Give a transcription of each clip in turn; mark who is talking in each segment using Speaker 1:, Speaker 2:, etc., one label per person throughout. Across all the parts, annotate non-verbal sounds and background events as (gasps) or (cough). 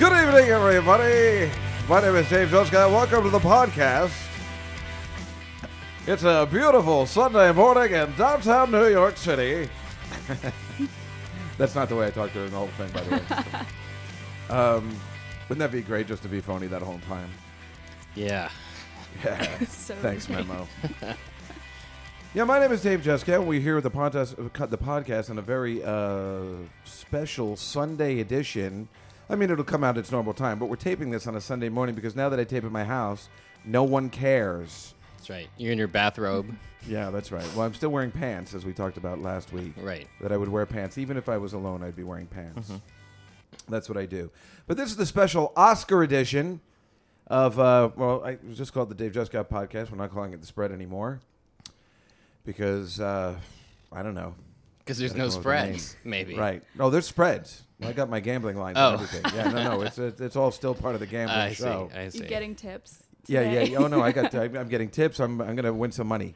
Speaker 1: morning, everybody. My name is Dave Joskai. Welcome to the podcast. It's a beautiful Sunday morning in downtown New York City. (laughs) That's not the way I talked during the whole thing, by the way. um, wouldn't that be great just to be phony that whole time?
Speaker 2: Yeah.
Speaker 1: (laughs) Yeah.
Speaker 3: So
Speaker 1: Thanks,
Speaker 3: great.
Speaker 1: Memo. (laughs) yeah, my name is Dave Jessica, and we're here with the podcast, uh, the podcast on a very uh, special Sunday edition. I mean, it'll come out at its normal time, but we're taping this on a Sunday morning because now that I tape in my house, no one cares.
Speaker 2: That's right. You're in your bathrobe.
Speaker 1: Yeah, that's right. Well, I'm still wearing pants, as we talked about last week.
Speaker 2: Right.
Speaker 1: That I would wear pants. Even if I was alone, I'd be wearing pants.
Speaker 2: Mm-hmm.
Speaker 1: That's what I do. But this is the special Oscar edition of, uh, well, I it was just called the Dave Just Got podcast. We're not calling it The Spread anymore because, uh, I don't know.
Speaker 2: Because there's
Speaker 1: I don't
Speaker 2: no
Speaker 1: know the
Speaker 2: spread,
Speaker 1: name.
Speaker 2: maybe.
Speaker 1: Right. No, there's spreads. I got my gambling lines
Speaker 2: Oh.
Speaker 1: and everything. Yeah, no, no. It's, it's all still part of
Speaker 2: (laughs)
Speaker 1: the gambling
Speaker 2: Ah, I see.
Speaker 1: show.
Speaker 2: I see.
Speaker 3: You getting tips?
Speaker 1: Yeah, yeah,
Speaker 3: today.
Speaker 1: yeah. Oh no, I got. I'm I'm getting tips. I'm, I'm going to win some money.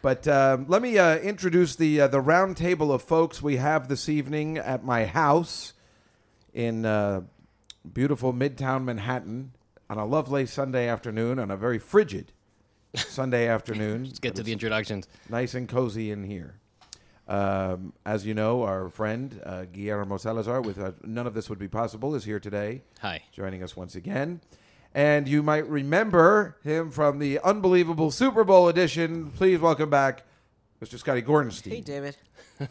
Speaker 1: But um, let me uh, introduce the uh, the round table of folks we have this evening at my house in uh, beautiful Midtown Manhattan on a lovely Sunday afternoon on a very frigid Sunday afternoon.
Speaker 2: Let's get to the introductions.
Speaker 1: nice and cozy in here. Um, as you know, our friend uh, Guillermo Salazar, with uh, none of this would be possible, is here today
Speaker 2: Hi.
Speaker 1: joining us once again. And you might remember him from the unbelievable Super Bowl edition. Please welcome back Mr. Scotty Gordonstein. (laughs)
Speaker 4: Hey, David.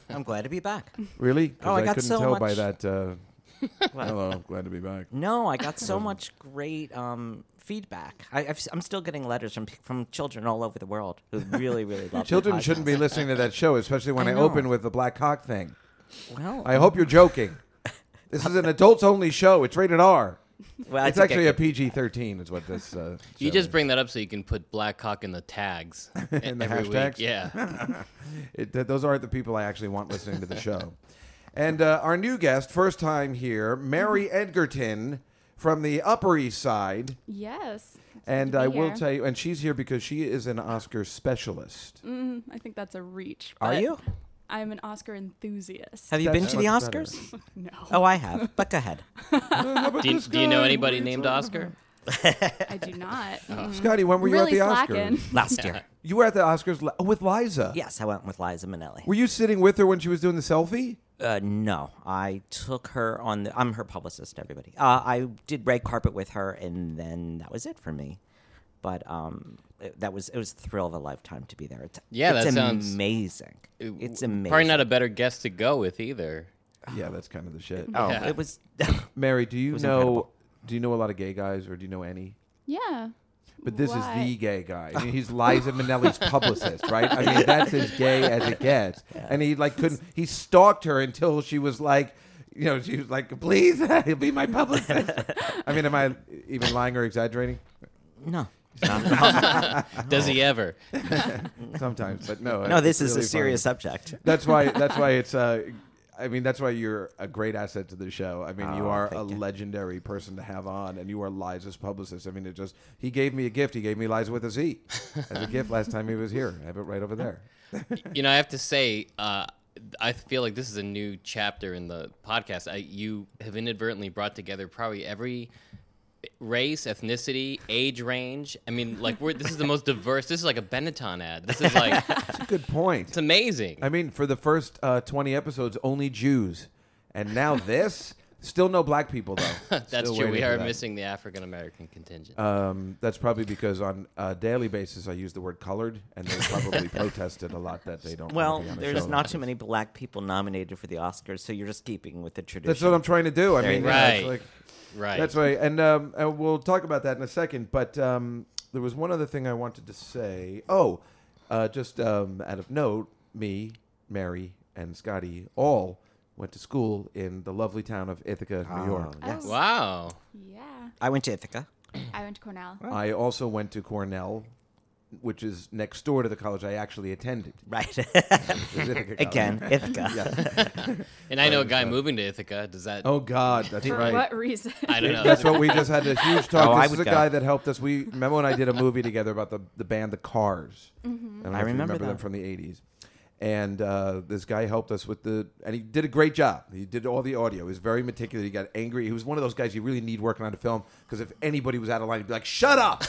Speaker 4: I'm glad to be back.
Speaker 1: Really? 'Cause
Speaker 4: Oh, I got
Speaker 1: couldn't
Speaker 4: so
Speaker 1: tell by
Speaker 4: much-
Speaker 1: that.
Speaker 4: (laughs)
Speaker 1: Uh,
Speaker 4: Wow.
Speaker 1: hello, glad to be back.
Speaker 4: No, I got so much great um, feedback. I, I've, s- I'm still getting letters from pe- from children all over the world who really, really love. the
Speaker 1: Children shouldn't be
Speaker 4: podcast.
Speaker 1: listening to that show, especially when
Speaker 4: I
Speaker 1: I,
Speaker 4: know.
Speaker 1: open with the black cock thing.
Speaker 4: Well,
Speaker 1: I hope you're joking. This is an adults only show. It's rated R.
Speaker 4: well, I
Speaker 1: It's
Speaker 4: took
Speaker 1: actually a
Speaker 4: a,
Speaker 1: PG 13, is what this. Uh,
Speaker 2: You
Speaker 1: show is.
Speaker 2: just bring that up so you can put Blackhawk in the tags
Speaker 1: (laughs)
Speaker 2: e-,
Speaker 1: In the
Speaker 2: every
Speaker 1: hashtags? (laughs)
Speaker 2: week. Yeah.
Speaker 1: It, th- those aren't the people I actually want listening to the
Speaker 4: (laughs)
Speaker 1: show. And uh, our new guest, first time here, Mary Edgerton from the Upper East Side.
Speaker 3: (laughs) Yes. It's good
Speaker 1: And
Speaker 3: to be
Speaker 1: I will
Speaker 3: here.
Speaker 1: tell you, and she's here because she is an Oscar specialist.
Speaker 3: Mm, I think that's a reach.
Speaker 4: Are
Speaker 3: but
Speaker 4: you?
Speaker 3: I'm an Oscar enthusiast.
Speaker 4: Have you been
Speaker 1: That's
Speaker 4: to the
Speaker 1: much
Speaker 4: Oscars?
Speaker 3: no,
Speaker 4: Oh, I have. But go ahead.
Speaker 2: Do you, do you know anybody named Oscar?
Speaker 3: I do not. Mm.
Speaker 1: Scotty, when were you
Speaker 3: really
Speaker 1: at the
Speaker 3: slacking.
Speaker 1: Oscars? (laughs)
Speaker 4: Last year.
Speaker 1: You were at the Oscars li- oh, with Liza.
Speaker 4: Yes, I went with Liza Minnelli.
Speaker 1: Were you sitting with her when she was doing the selfie?
Speaker 4: Uh, no, I took her on the. I'm her publicist. Everybody. Uh, I did red carpet with her, and then that was it for me. But um, it- that was it was the thrill of a lifetime to be there. It's,
Speaker 2: Yeah,
Speaker 4: it's
Speaker 2: that sounds-
Speaker 4: amazing. It's amazing.
Speaker 2: Probably not a better guest to go with either.
Speaker 1: Yeah, that's kind of the shit.
Speaker 4: Oh,
Speaker 2: Yeah.
Speaker 4: it was. (laughs)
Speaker 1: Mary, do you
Speaker 4: was
Speaker 1: know?
Speaker 4: incredible.
Speaker 1: Do you know a lot of gay guys, or do you know any?
Speaker 3: Yeah.
Speaker 1: But this
Speaker 3: Why?
Speaker 1: is the gay guy. I mean, he's Liza Minnelli's publicist, right? I mean, that's as gay as it gets. And he like couldn't. He stalked her until she was like, you know, she was like, "Please, (laughs) he'll be my publicist." I mean, am I even lying or exaggerating?
Speaker 4: no,
Speaker 1: Oh.
Speaker 2: Does he ever?
Speaker 1: Sometimes, but no.
Speaker 4: no.
Speaker 1: it's
Speaker 4: This is
Speaker 1: really
Speaker 4: a serious
Speaker 1: funny.
Speaker 4: subject.
Speaker 1: That's why. That's
Speaker 2: (laughs)
Speaker 1: why it's. Uh, I mean, that's why you're a great asset to the show. I mean, you
Speaker 4: Oh,
Speaker 1: are a
Speaker 4: thank you.
Speaker 1: legendary person to have on, and you are Liza's publicist. I mean, it just he gave me a gift. He gave me Liza with a Z as a gift last time he was here. I have it right over there.
Speaker 2: You know, I have to say, uh, I feel like this is a new chapter in the podcast. I, you have inadvertently brought together probably every race, ethnicity, age range. I mean, like we're this is the most diverse. This is like a Benetton ad. This is
Speaker 1: (laughs)
Speaker 2: like
Speaker 1: Good point.
Speaker 2: it's amazing.
Speaker 1: I mean, for the first uh, 20 episodes, only Jews. And now this? Still no black people, though.
Speaker 2: (laughs) That's
Speaker 1: Still
Speaker 2: true. We
Speaker 1: waiting for
Speaker 2: are
Speaker 1: that.
Speaker 2: missing the African American contingent.
Speaker 1: Um, that's probably because on a daily basis, I use the word colored, and they probably
Speaker 2: (laughs)
Speaker 1: protested a lot that they don't.
Speaker 4: Well,
Speaker 1: wanna be on a
Speaker 4: there's
Speaker 1: show
Speaker 4: not
Speaker 1: like
Speaker 4: too
Speaker 1: this.
Speaker 4: many black people nominated for the Oscars, so you're just keeping with the tradition.
Speaker 1: That's what I'm trying to do. I
Speaker 4: There
Speaker 1: mean,
Speaker 4: you
Speaker 1: you know, it's
Speaker 2: go.
Speaker 1: like-
Speaker 2: right.
Speaker 1: That's right. And, um, and we'll talk about that in a second. But um, there was one other thing I wanted to say. Oh, uh, just um, out of note, me, Mary, and Scotty all went to school in the lovely town of Ithaca, New York.
Speaker 4: Oh, yes.
Speaker 2: Wow.
Speaker 3: Yeah.
Speaker 4: I went to Ithaca. (laughs)
Speaker 3: I went to Cornell.
Speaker 1: I also went to Cornell, which is next door to the college I actually attended. (laughs)
Speaker 4: Right.
Speaker 1: It was
Speaker 4: (laughs)
Speaker 1: Ithaca College.
Speaker 4: Again,
Speaker 1: (laughs)
Speaker 4: Ithaca.
Speaker 2: (laughs) And I know a guy moving to Ithaca. Does that?
Speaker 1: Oh God, that's
Speaker 4: (laughs)
Speaker 3: For
Speaker 1: right.
Speaker 3: what reason?
Speaker 2: I don't know.
Speaker 1: That's what we just had a (laughs) huge talk.
Speaker 4: Oh, I
Speaker 1: this is
Speaker 4: would
Speaker 1: a
Speaker 4: go.
Speaker 1: guy that helped us. We Memo and I did a movie together about the, the band The Cars. I, don't know if you
Speaker 4: remember
Speaker 1: remember them
Speaker 4: that.
Speaker 1: from the '80s. And uh, this guy helped us with the, and he did a great job. He did all the audio. He was very meticulous. He got angry. He was one of those guys you really need working on a film because if anybody was out of line, he'd be like, "Shut (laughs) up!"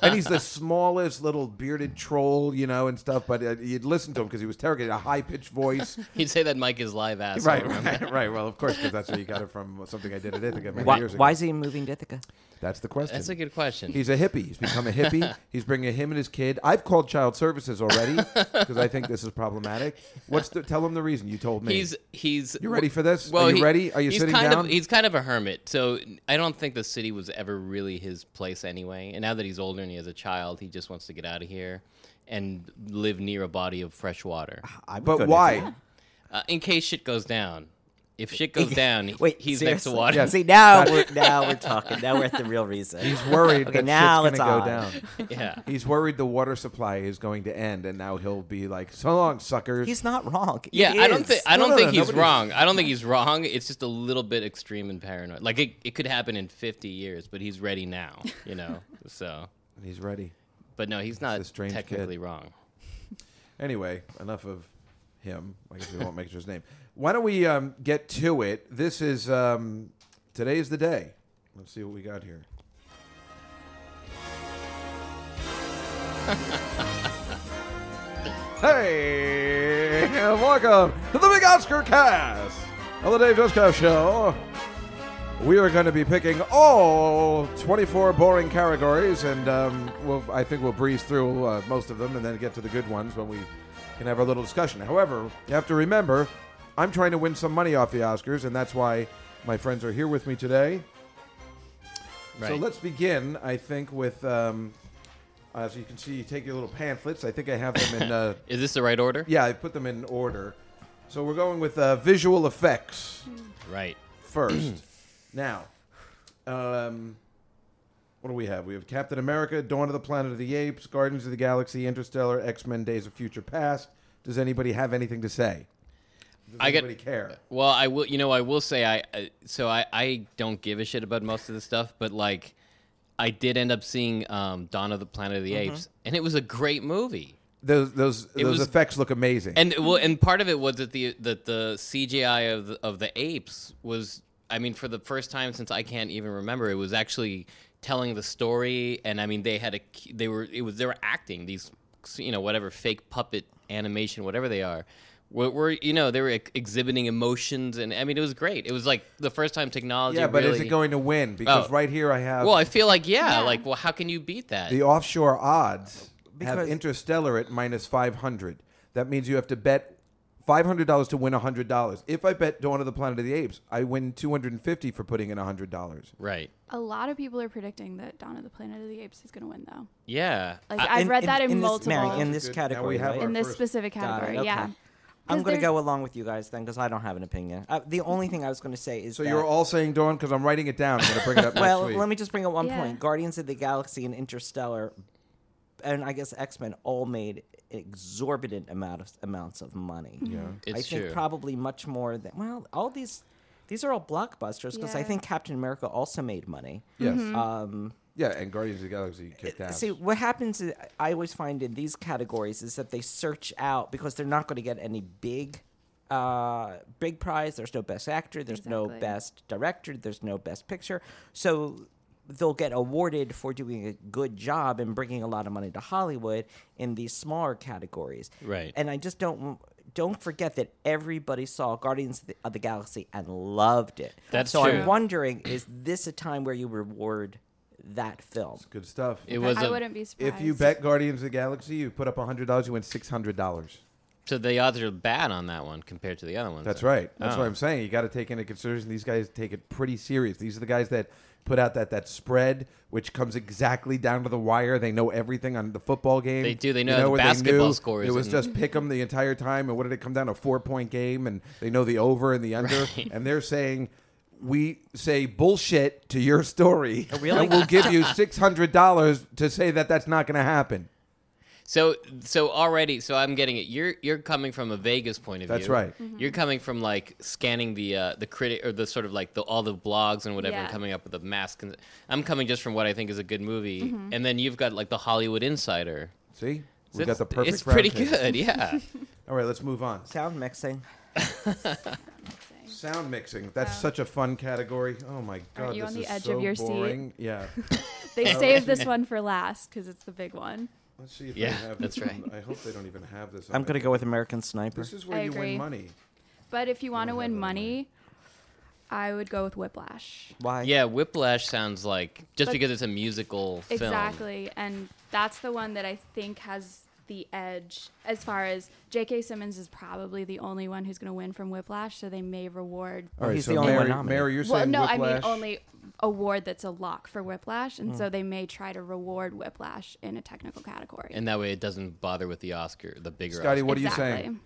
Speaker 1: and he's the smallest little bearded troll, you know, and stuff. But uh, you'd listen to him because he was terrible. He had A high pitched voice.
Speaker 2: He'd say that Mike is live
Speaker 1: (laughs)
Speaker 2: ass.
Speaker 1: right, right, right. Well, of course, because that's where you got it from. Something I did at Ithaca many
Speaker 4: Why,
Speaker 1: years ago.
Speaker 4: why is he moving to Ithaca?
Speaker 1: That's the question.
Speaker 2: That's a good question.
Speaker 1: He's a hippie. He's become a
Speaker 2: (laughs)
Speaker 1: hippie. He's bringing him and his kid. I've called child services already because I think this is problematic. What's the, tell him the reason you told me?
Speaker 2: He's he's.
Speaker 1: You ready for this? Are you
Speaker 2: he-
Speaker 1: ready? Are you
Speaker 2: he's
Speaker 1: sitting
Speaker 2: kind
Speaker 1: down?
Speaker 2: Of, he's kind of a hermit, so I don't think the city was ever really his place anyway. And now that he's older and he has a child, he just wants to get out of here and live near a body of fresh water,
Speaker 1: Ah.
Speaker 4: I would go
Speaker 1: but
Speaker 4: to
Speaker 1: why?
Speaker 4: Ithaca.
Speaker 2: uh, in case shit goes down. If shit goes down,
Speaker 4: Wait,
Speaker 2: he's next to
Speaker 4: seriously?
Speaker 2: water.
Speaker 4: See now we're now we're talking. Now we're at the real reason.
Speaker 1: He's worried
Speaker 4: (laughs) Okay,
Speaker 1: that
Speaker 4: now
Speaker 1: shit's
Speaker 4: it's
Speaker 1: going to
Speaker 4: on.
Speaker 1: go down.
Speaker 2: (laughs) yeah.
Speaker 1: He's worried the water supply is going to end, and now he'll be like, "So long, suckers."
Speaker 4: He's not wrong. It
Speaker 2: Yeah, I don't
Speaker 4: is.
Speaker 2: think I
Speaker 1: No,
Speaker 2: don't
Speaker 1: no,
Speaker 2: think
Speaker 1: no,
Speaker 2: he's
Speaker 1: nobody's-
Speaker 2: wrong. I don't think he's wrong. It's just a little bit extreme and paranoid. Like it, it could happen in 50 years, but he's ready now,
Speaker 1: (laughs)
Speaker 2: you know. so,
Speaker 1: He's ready.
Speaker 2: but no, he's not
Speaker 1: a strange
Speaker 2: technically
Speaker 1: kid.
Speaker 2: wrong.
Speaker 1: Anyway, enough of him. I guess we won't mention his name. Why don't we um, get to it? This is um, today's the day. Let's see what we got here. (laughs) hey, and welcome to the Big Oscar Cast on the Dave Disco Show. We are going to be picking all 24 boring categories, and um, we'll, I think we'll breeze through uh, most of them and then get to the good ones when we can have our little discussion. However, you have to remember, I'm trying to win some money off the Oscars, and that's why my friends are here with me today.
Speaker 2: Right.
Speaker 1: So let's begin, I think, with, um, as you can see, you take your little pamphlets. I think I have them in, uh,
Speaker 2: Is this the right order?
Speaker 1: yeah, I put them in order. So we're going with uh, visual effects
Speaker 2: Right.
Speaker 1: first. (clears throat) now, um, what do we have? We have Captain America, Dawn of the Planet of the Apes, Guardians of the Galaxy, Interstellar, X Men, Days of Future Past. Does anybody have anything to say? Does
Speaker 2: I get-
Speaker 1: anybody care?
Speaker 2: Well, I will. You know, I will say I. I so I, I don't give a shit about most of this stuff, but like, I did end up seeing um, Dawn of the Planet of the Apes, and it was a great movie.
Speaker 1: Those those those
Speaker 2: was-
Speaker 1: effects look amazing.
Speaker 2: And well,
Speaker 3: Mm-hmm.
Speaker 2: and part of it was that the that the CGI of the, of the apes was. I mean, for the first time since I can't even remember, it was actually telling the story. And I mean, they had a they were it was they were acting these you know whatever fake puppet animation whatever they are. Were, were you know they were ex- exhibiting emotions and I mean it was great. It was like the first time technology.
Speaker 1: yeah, but is
Speaker 2: really-
Speaker 1: it going to win? Because
Speaker 2: Oh.
Speaker 1: right here I have
Speaker 2: Well, I feel like yeah,
Speaker 3: Yeah.
Speaker 2: Like well, how can you beat that?
Speaker 1: the offshore odds have
Speaker 4: Because-
Speaker 1: Interstellar at minus five hundred. That means you have to bet. Five hundred dollars to win hundred dollars. If I bet Dawn of the Planet of the Apes, I win two hundred and fifty for putting in hundred dollars.
Speaker 2: right.
Speaker 3: (laughs) A lot of people are predicting that Dawn of the Planet of the Apes is going to win, though.
Speaker 2: Yeah.
Speaker 3: Like
Speaker 4: Uh,
Speaker 3: I've
Speaker 4: in-
Speaker 3: read that in,
Speaker 4: this-
Speaker 3: multiple
Speaker 4: Mary, in this
Speaker 1: Good. Now we
Speaker 4: category.
Speaker 1: have
Speaker 4: right?
Speaker 1: our
Speaker 3: in this
Speaker 1: first-
Speaker 3: specific
Speaker 4: Got it,
Speaker 3: category.
Speaker 4: okay.
Speaker 3: Yeah.
Speaker 4: I'm
Speaker 3: 'Cause
Speaker 4: going to
Speaker 3: they're-
Speaker 4: go along with you guys then because I don't have an opinion. Uh, the only thing I was going to say is
Speaker 1: So
Speaker 4: that,
Speaker 1: you're all saying Dawn because I'm writing it down. I'm going to bring
Speaker 4: (laughs)
Speaker 1: it up next
Speaker 4: well,
Speaker 1: week.
Speaker 4: let me just bring up one
Speaker 3: Yeah.
Speaker 4: point. Guardians of the Galaxy and Interstellar, and I guess X Men all made exorbitant amount of amounts of money. Yeah,
Speaker 3: Mm-hmm.
Speaker 4: I
Speaker 2: It's
Speaker 4: think
Speaker 2: true.
Speaker 4: probably much more than well, all these these are all blockbusters because I
Speaker 3: Yeah.
Speaker 4: think Captain America also made money.
Speaker 1: Yes.
Speaker 4: Um, uh,
Speaker 1: yeah, and Guardians of the Galaxy kicked ass.
Speaker 4: See, what happens, is- I always find in these categories is that they search out because they're not going to get any big, uh, big prize. There's no best actor. There's no
Speaker 3: Exactly.
Speaker 4: best director. There's no best picture. So they'll get awarded for doing a good job and bringing a lot of money to Hollywood in these smaller categories.
Speaker 2: Right.
Speaker 4: And I just don't. Don't forget that everybody saw Guardians of the, of the Galaxy and loved it.
Speaker 2: That's
Speaker 4: so
Speaker 2: true.
Speaker 4: I'm wondering, is this a time where you reward that film?
Speaker 1: Good stuff.
Speaker 2: It was
Speaker 3: I
Speaker 2: a,
Speaker 3: wouldn't be surprised.
Speaker 1: if you bet Guardians of the Galaxy, you put up $100, you win $600.
Speaker 2: so the odds are bad on that one compared to the other ones.
Speaker 1: That's right. That's
Speaker 2: Oh.
Speaker 1: what I'm saying. You got to take into consideration these guys take it pretty serious. These are the guys that put out that that spread, which comes exactly down to the wire. They know everything on the football game.
Speaker 2: They do. They
Speaker 1: You
Speaker 2: know the
Speaker 1: what
Speaker 2: basketball
Speaker 1: knew?
Speaker 2: scores
Speaker 1: It was
Speaker 2: and-
Speaker 1: just pick 'em the entire time. And what did it come down to? A four point game, and they know the over
Speaker 2: (laughs)
Speaker 1: and the under. And they're saying. We say bullshit to your
Speaker 2: (laughs)
Speaker 1: story,
Speaker 2: Oh,
Speaker 4: really?
Speaker 1: and we'll give you six hundred dollars to say that that's not going to happen.
Speaker 2: So so already so I'm getting it. You're you're coming from a Vegas point of
Speaker 1: That's
Speaker 2: view.
Speaker 1: right.
Speaker 3: Mm-hmm.
Speaker 2: You're coming from like scanning the uh, the critic or the sort of like the all the blogs and whatever and
Speaker 3: Yeah.
Speaker 2: coming up with a mask. And I'm coming just from what I think is a good movie,
Speaker 3: Mm-hmm.
Speaker 2: and then you've got like the Hollywood Insider.
Speaker 1: See,
Speaker 2: So
Speaker 1: we got
Speaker 2: it's-
Speaker 1: the perfect.
Speaker 2: It's pretty
Speaker 1: roundtable. (laughs)
Speaker 2: good, yeah.
Speaker 1: All right, let's move on.
Speaker 4: Sound mixing.
Speaker 3: Mixing.
Speaker 1: Sound mixing. That's such a fun category. Oh my god,
Speaker 3: you
Speaker 1: this
Speaker 3: on the
Speaker 1: is
Speaker 3: edge
Speaker 1: so
Speaker 3: of your seat?
Speaker 1: boring.
Speaker 3: (laughs)
Speaker 1: Yeah.
Speaker 3: They saved this one for last because it's the big one.
Speaker 1: Let's see if
Speaker 2: Yeah,
Speaker 1: they have
Speaker 2: that's
Speaker 1: this
Speaker 2: right.
Speaker 1: one. I hope they don't even have this.
Speaker 4: I'm gonna go with American Sniper.
Speaker 1: This is where
Speaker 3: I
Speaker 1: you win
Speaker 3: agree.
Speaker 1: money.
Speaker 3: But if you want to
Speaker 1: don't have
Speaker 3: win
Speaker 1: that one.
Speaker 3: money, I would go with Whiplash.
Speaker 4: Why?
Speaker 2: Yeah, Whiplash sounds like just
Speaker 3: But-
Speaker 2: because it's a musical film.
Speaker 3: Exactly. And that's the one that I think has the edge as far as J.K. Simmons is probably the only one who's going to win from Whiplash, so they may reward.
Speaker 1: All right,
Speaker 4: he's
Speaker 1: so
Speaker 4: the only one
Speaker 1: Mary,
Speaker 4: nominated.
Speaker 1: Mary, you're
Speaker 3: well,
Speaker 1: saying
Speaker 3: no,
Speaker 1: Whiplash. Hmm.
Speaker 3: I mean only award that's a lock for Whiplash, and so they may try to reward Whiplash in a technical category.
Speaker 2: And that way it doesn't bother with the Oscar, the bigger
Speaker 1: Scotty,
Speaker 2: Oscar.
Speaker 1: what
Speaker 3: exactly.
Speaker 1: are you saying?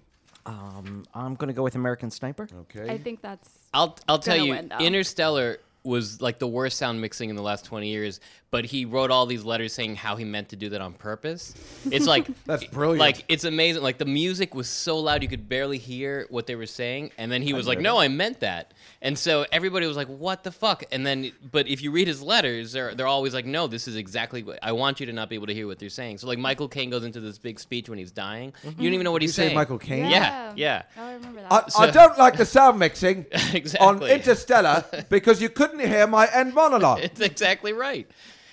Speaker 4: Um, I'm gonna go with American Sniper.
Speaker 1: Okay.
Speaker 3: I think that's
Speaker 2: I'll I'll tell
Speaker 3: gonna
Speaker 2: you,
Speaker 3: win, though.
Speaker 2: Interstellar was like the worst sound mixing in the last 20 years, but he wrote all these letters saying how he meant to do that on purpose. It's
Speaker 3: (laughs)
Speaker 2: like
Speaker 1: That's brilliant.
Speaker 2: Like it's amazing. Like the music was so loud you could barely hear what they were saying, and then he was like,
Speaker 4: hear
Speaker 2: "No, I meant that." And so everybody was like, "What the fuck?" And then, but if you read his letters, they're they're always like, "No, this is exactly what I want you to not be able to hear what they're saying." So like Michael Caine goes into this big speech when he's dying. You don't even know what
Speaker 1: Mm-hmm. you
Speaker 2: he's
Speaker 1: say
Speaker 2: saying.
Speaker 1: Michael Caine.
Speaker 2: Yeah, yeah.
Speaker 3: Oh, I remember that.
Speaker 1: I, I
Speaker 2: So-
Speaker 1: don't like the sound mixing on
Speaker 2: (laughs) Exactly.
Speaker 1: Interstellar because you couldn't hear my end
Speaker 2: (laughs)
Speaker 1: monologue.
Speaker 2: It's exactly right.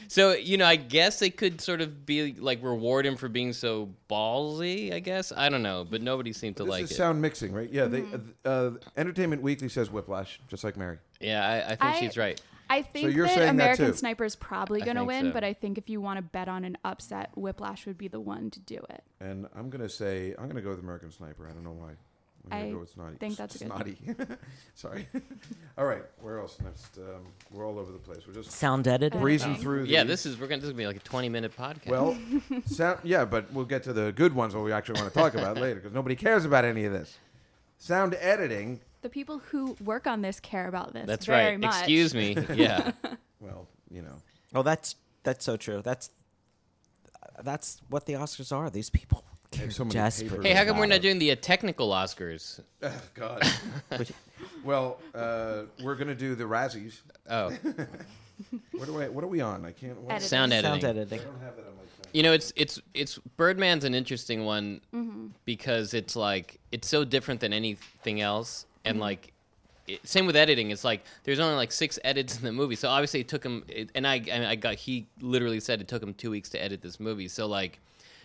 Speaker 2: So you know, I guess they could sort of be like reward him for being so ballsy. I guess I don't know, but nobody seemed to
Speaker 1: This
Speaker 2: like
Speaker 1: is
Speaker 2: it.
Speaker 1: sound mixing, right? Yeah. They,
Speaker 3: Mm-hmm.
Speaker 1: uh, uh, Entertainment Weekly says Whiplash, just like Mary.
Speaker 2: yeah, I, I think
Speaker 3: I-
Speaker 2: she's right.
Speaker 3: I think
Speaker 1: you're
Speaker 3: that
Speaker 1: saying that
Speaker 3: American
Speaker 1: too?
Speaker 3: Sniper is probably
Speaker 2: I
Speaker 3: going to
Speaker 2: think
Speaker 3: win,
Speaker 2: so.
Speaker 3: but I think if you want to bet on an upset, Whiplash would be the one to do it.
Speaker 1: And I'm gonna say I'm gonna go with American Sniper. I don't know why. I'm gonna
Speaker 3: I
Speaker 1: go with Snotty.
Speaker 3: think that's a good-
Speaker 1: Snotty. (laughs) Sorry. all right. Where else next? Um, we're all over the place. We're just
Speaker 4: Sound edited.
Speaker 3: Breeze.
Speaker 1: breezing
Speaker 3: Okay.
Speaker 1: through.
Speaker 2: Yeah,
Speaker 1: these.
Speaker 2: this is we're gonna this is gonna be like a twenty minute podcast.
Speaker 3: (laughs)
Speaker 1: Well, sound, yeah, but we'll get to the good ones, what we actually want to talk about later, because nobody cares about any of this. Sound editing,
Speaker 3: The people who work on this care about this.
Speaker 2: that's
Speaker 3: very
Speaker 2: right.
Speaker 3: Much.
Speaker 2: Excuse
Speaker 1: (laughs)
Speaker 2: me. Yeah,
Speaker 1: well, you know,
Speaker 4: Oh, that's that's so true. That's that's what the Oscars are. These people care
Speaker 1: so many
Speaker 4: desperately.
Speaker 1: papers.
Speaker 2: hey, how come we're
Speaker 4: about
Speaker 2: not doing the uh, technical Oscars?
Speaker 1: God. (laughs) well, uh, we're gonna do the Razzies. (laughs)
Speaker 2: Oh,
Speaker 1: What do I? What are we on? I can't. What,
Speaker 3: Edit.
Speaker 2: sound
Speaker 4: it.
Speaker 2: editing.
Speaker 4: (laughs) Sound editing. (laughs)
Speaker 1: I don't have that on my phone.
Speaker 2: You know, it's it's it's Birdman's an interesting one because it's like it's so different than anything else, and like it, same with editing. It's like there's only like six edits in the movie, so obviously it took him. It, and I and I got he literally said it took him two weeks to edit this movie. So like,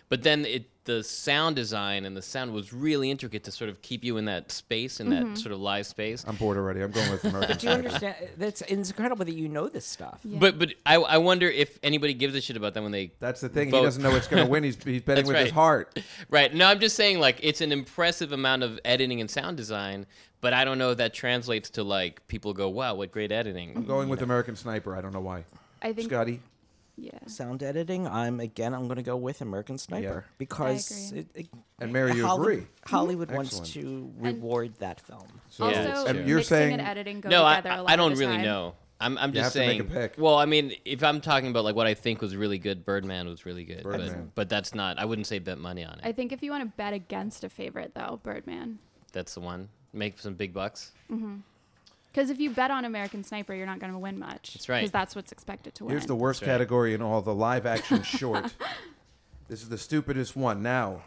Speaker 2: but then it the sound design and the sound was really intricate to sort of keep you in that space in that sort of live space.
Speaker 1: I'm bored already. I'm
Speaker 3: (laughs)
Speaker 1: going with American
Speaker 4: Do you
Speaker 1: Sniper.
Speaker 4: understand? That's it's incredible that you know this stuff.
Speaker 3: Yeah.
Speaker 2: But but I, I wonder if anybody gives a shit about them when they
Speaker 1: That's the thing.
Speaker 2: Vote.
Speaker 1: He doesn't know it's going to win.
Speaker 2: (laughs)
Speaker 1: He's, he's betting
Speaker 2: That's
Speaker 1: with his
Speaker 2: right.
Speaker 1: heart.
Speaker 2: Right. No, I'm just saying like it's an impressive amount of editing and sound design, but I don't know if that translates to like people go, "Wow, what great editing."
Speaker 1: Going with American Sniper. I don't know why.
Speaker 3: I think.
Speaker 1: Scotty.
Speaker 3: Yeah.
Speaker 4: Sound editing. I'm again. I'm going to go with American Sniper because
Speaker 3: agree.
Speaker 4: it, it,
Speaker 1: And Mary, you
Speaker 4: Holly-
Speaker 1: agree.
Speaker 4: Hollywood wants
Speaker 1: Excellent.
Speaker 4: to reward that film.
Speaker 1: So,
Speaker 3: also,
Speaker 2: Yeah,
Speaker 1: and
Speaker 2: true.
Speaker 1: you're
Speaker 3: mixing
Speaker 1: saying
Speaker 3: and editing go
Speaker 2: No, I,
Speaker 3: together a
Speaker 2: I-
Speaker 3: lot
Speaker 2: I
Speaker 3: of
Speaker 2: don't
Speaker 3: the
Speaker 2: really
Speaker 3: time.
Speaker 2: know. I'm I'm just
Speaker 1: have to
Speaker 2: saying.
Speaker 1: make a pick.
Speaker 2: Well, I mean, if I'm talking about like what I think was really good, Birdman was really good.
Speaker 1: Birdman.
Speaker 2: But, but that's not. I wouldn't say bet money on it.
Speaker 3: I think if you want to bet against a favorite, though, Birdman,
Speaker 2: that's the one. Make some big bucks.
Speaker 3: because if you bet on American Sniper, you're not going to win much.
Speaker 2: That's right.
Speaker 3: Because that's what's expected to win.
Speaker 1: Here's the worst
Speaker 2: That's right.
Speaker 1: category in all the live
Speaker 2: (laughs)
Speaker 1: action short. this is the stupidest one. Now,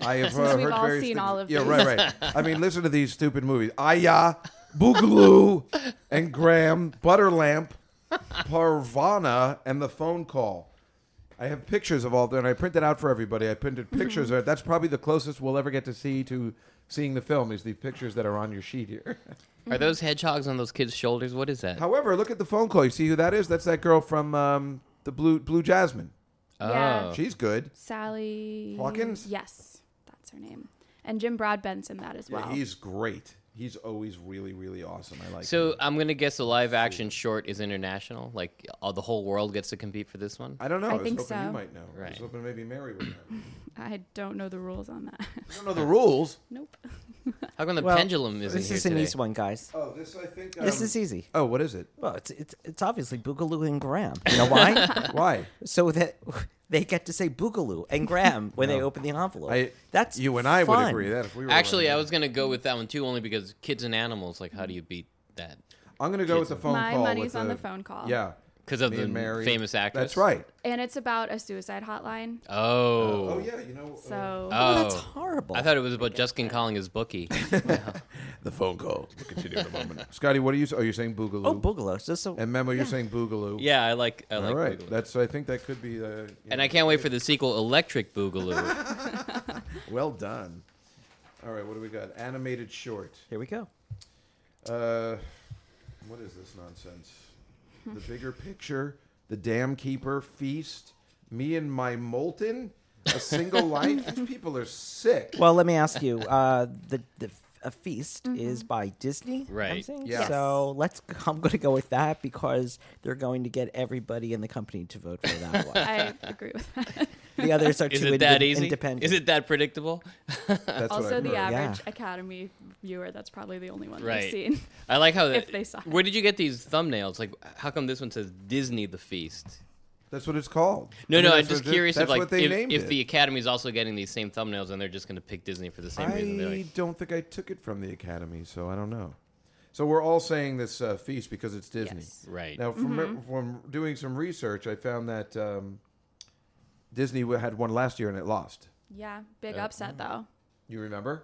Speaker 1: I have uh,
Speaker 3: Since we've
Speaker 1: heard
Speaker 3: all
Speaker 1: various
Speaker 3: seen
Speaker 1: things-
Speaker 3: all of
Speaker 1: yeah,
Speaker 3: these.
Speaker 1: right, right. I mean, listen to these stupid movies:
Speaker 3: (laughs)
Speaker 1: Aya, Boogaloo, and Graham, Butterlamp, Parvana, and the phone call. I have pictures of all of them, and I printed out for everybody. I printed
Speaker 3: (laughs)
Speaker 1: pictures. of it. That's probably the closest we'll ever get to see to seeing the film is the pictures that are on your sheet here.
Speaker 3: Mm-hmm.
Speaker 2: Are those hedgehogs on those kids' shoulders? What is that?
Speaker 1: However, look at the phone call. You see who that is? That's that girl from um, the Blue Blue Jasmine.
Speaker 3: Yeah.
Speaker 2: Oh.
Speaker 1: She's good.
Speaker 3: Sally
Speaker 1: Hawkins?
Speaker 3: Yes, that's her name. And Jim Broadbent's in that as well.
Speaker 1: Yeah, he's great. He's always really, really awesome. I like
Speaker 2: So
Speaker 1: him.
Speaker 2: I'm gonna guess the live action short is international. Like all the whole world gets to compete for this one.
Speaker 1: I don't know.
Speaker 3: I
Speaker 1: I, was
Speaker 3: think
Speaker 1: hoping you
Speaker 3: so.
Speaker 1: might know. I was
Speaker 2: Right.
Speaker 1: hoping maybe Mary would know.
Speaker 3: I don't know the rules on that. (laughs)
Speaker 1: I don't know the rules.
Speaker 3: nope.
Speaker 2: How come the
Speaker 4: Well,
Speaker 2: pendulum isn't
Speaker 4: This
Speaker 2: here
Speaker 4: is an
Speaker 2: today?
Speaker 4: easy one, guys.
Speaker 1: Oh, this I think.
Speaker 4: this
Speaker 3: e-
Speaker 4: is easy.
Speaker 1: Oh, what is it?
Speaker 4: Well, it's it's it's obviously Boogaloo and Graham. You
Speaker 1: (laughs)
Speaker 4: know why?
Speaker 1: Why?
Speaker 4: so that (laughs) they get to say Boogaloo and Graham when they open the envelope.
Speaker 1: I-
Speaker 4: That's
Speaker 1: you and I would
Speaker 4: fun.
Speaker 1: agree that if we were
Speaker 2: Actually,
Speaker 1: running.
Speaker 2: I was gonna go with that one too, only because kids and animals. Like, how do you beat that?
Speaker 1: I'm going to go with the phone
Speaker 3: My
Speaker 1: call.
Speaker 3: money's
Speaker 1: with
Speaker 3: on the phone call.
Speaker 1: Yeah,
Speaker 2: because of
Speaker 1: Me
Speaker 2: the
Speaker 1: and Mary.
Speaker 2: famous actress.
Speaker 1: That's right.
Speaker 3: and it's about a suicide hotline.
Speaker 2: Oh.
Speaker 1: Oh yeah, you know uh,
Speaker 3: So
Speaker 4: Oh, that's
Speaker 2: Oh.
Speaker 4: horrible.
Speaker 2: I thought it was about Justin calling
Speaker 1: (laughs)
Speaker 2: his bookie.
Speaker 1: the phone call. We'll continue in a moment. (laughs) Scotty, what are you? Are you saying boogaloo?
Speaker 4: oh, Boogaloo. So, so
Speaker 1: and Memo, you're saying boogaloo.
Speaker 2: yeah, I like. I
Speaker 1: All
Speaker 2: like.
Speaker 1: right.
Speaker 2: Boogaloo.
Speaker 1: That's. I think that could be. Uh, you
Speaker 2: and
Speaker 1: know,
Speaker 2: I can't wait for the sequel,
Speaker 1: (laughs)
Speaker 2: Electric Boogaloo.
Speaker 1: Well done. All right. What do we got? Animated short.
Speaker 4: here we go.
Speaker 1: Uh, what is this
Speaker 3: (laughs)
Speaker 1: nonsense? The bigger picture, the dam keeper, feast, me and my molten, a
Speaker 3: (laughs)
Speaker 1: single life. These people are sick.
Speaker 4: Well, let me ask you. Uh, the the a feast is by Disney. I'm
Speaker 2: Right.
Speaker 4: saying?
Speaker 1: Yeah. Yes.
Speaker 4: So let's. (laughs) I'm going to go with that because they're going to get everybody in the company to vote for that one.
Speaker 3: I agree with that.
Speaker 4: the others are
Speaker 2: (laughs) Is
Speaker 4: too
Speaker 2: it that
Speaker 4: inde-
Speaker 2: easy?
Speaker 4: independent.
Speaker 2: Is it that predictable?
Speaker 1: That's what
Speaker 3: also,
Speaker 1: I've
Speaker 3: the
Speaker 1: heard.
Speaker 3: average
Speaker 4: Yeah.
Speaker 3: Academy viewer, that's probably the only one
Speaker 2: Right.
Speaker 3: they've seen.
Speaker 2: I like how.
Speaker 3: If
Speaker 2: that-
Speaker 3: they saw it.
Speaker 2: Where did you get these thumbnails? Like, how come this one says Disney the Feast?
Speaker 1: That's what it's called.
Speaker 2: No,
Speaker 1: I mean,
Speaker 2: no, I'm
Speaker 1: that's
Speaker 2: just
Speaker 1: what it-
Speaker 2: curious
Speaker 1: That's
Speaker 2: if like
Speaker 1: what they
Speaker 2: if,
Speaker 1: named
Speaker 2: if
Speaker 1: it.
Speaker 2: the Academy's also getting these same thumbnails and they're just going to pick Disney for the same reason. They're
Speaker 1: I
Speaker 2: like,
Speaker 1: don't think I took it from the Academy, so I don't know. So we're all saying this uh, feast because it's (laughs) Disney.
Speaker 3: Yes.
Speaker 2: right.
Speaker 1: Now, from, from doing some research, I found that um, Disney had one last year and it lost.
Speaker 3: Yeah, big
Speaker 1: Mm.
Speaker 3: upset though.
Speaker 1: You remember?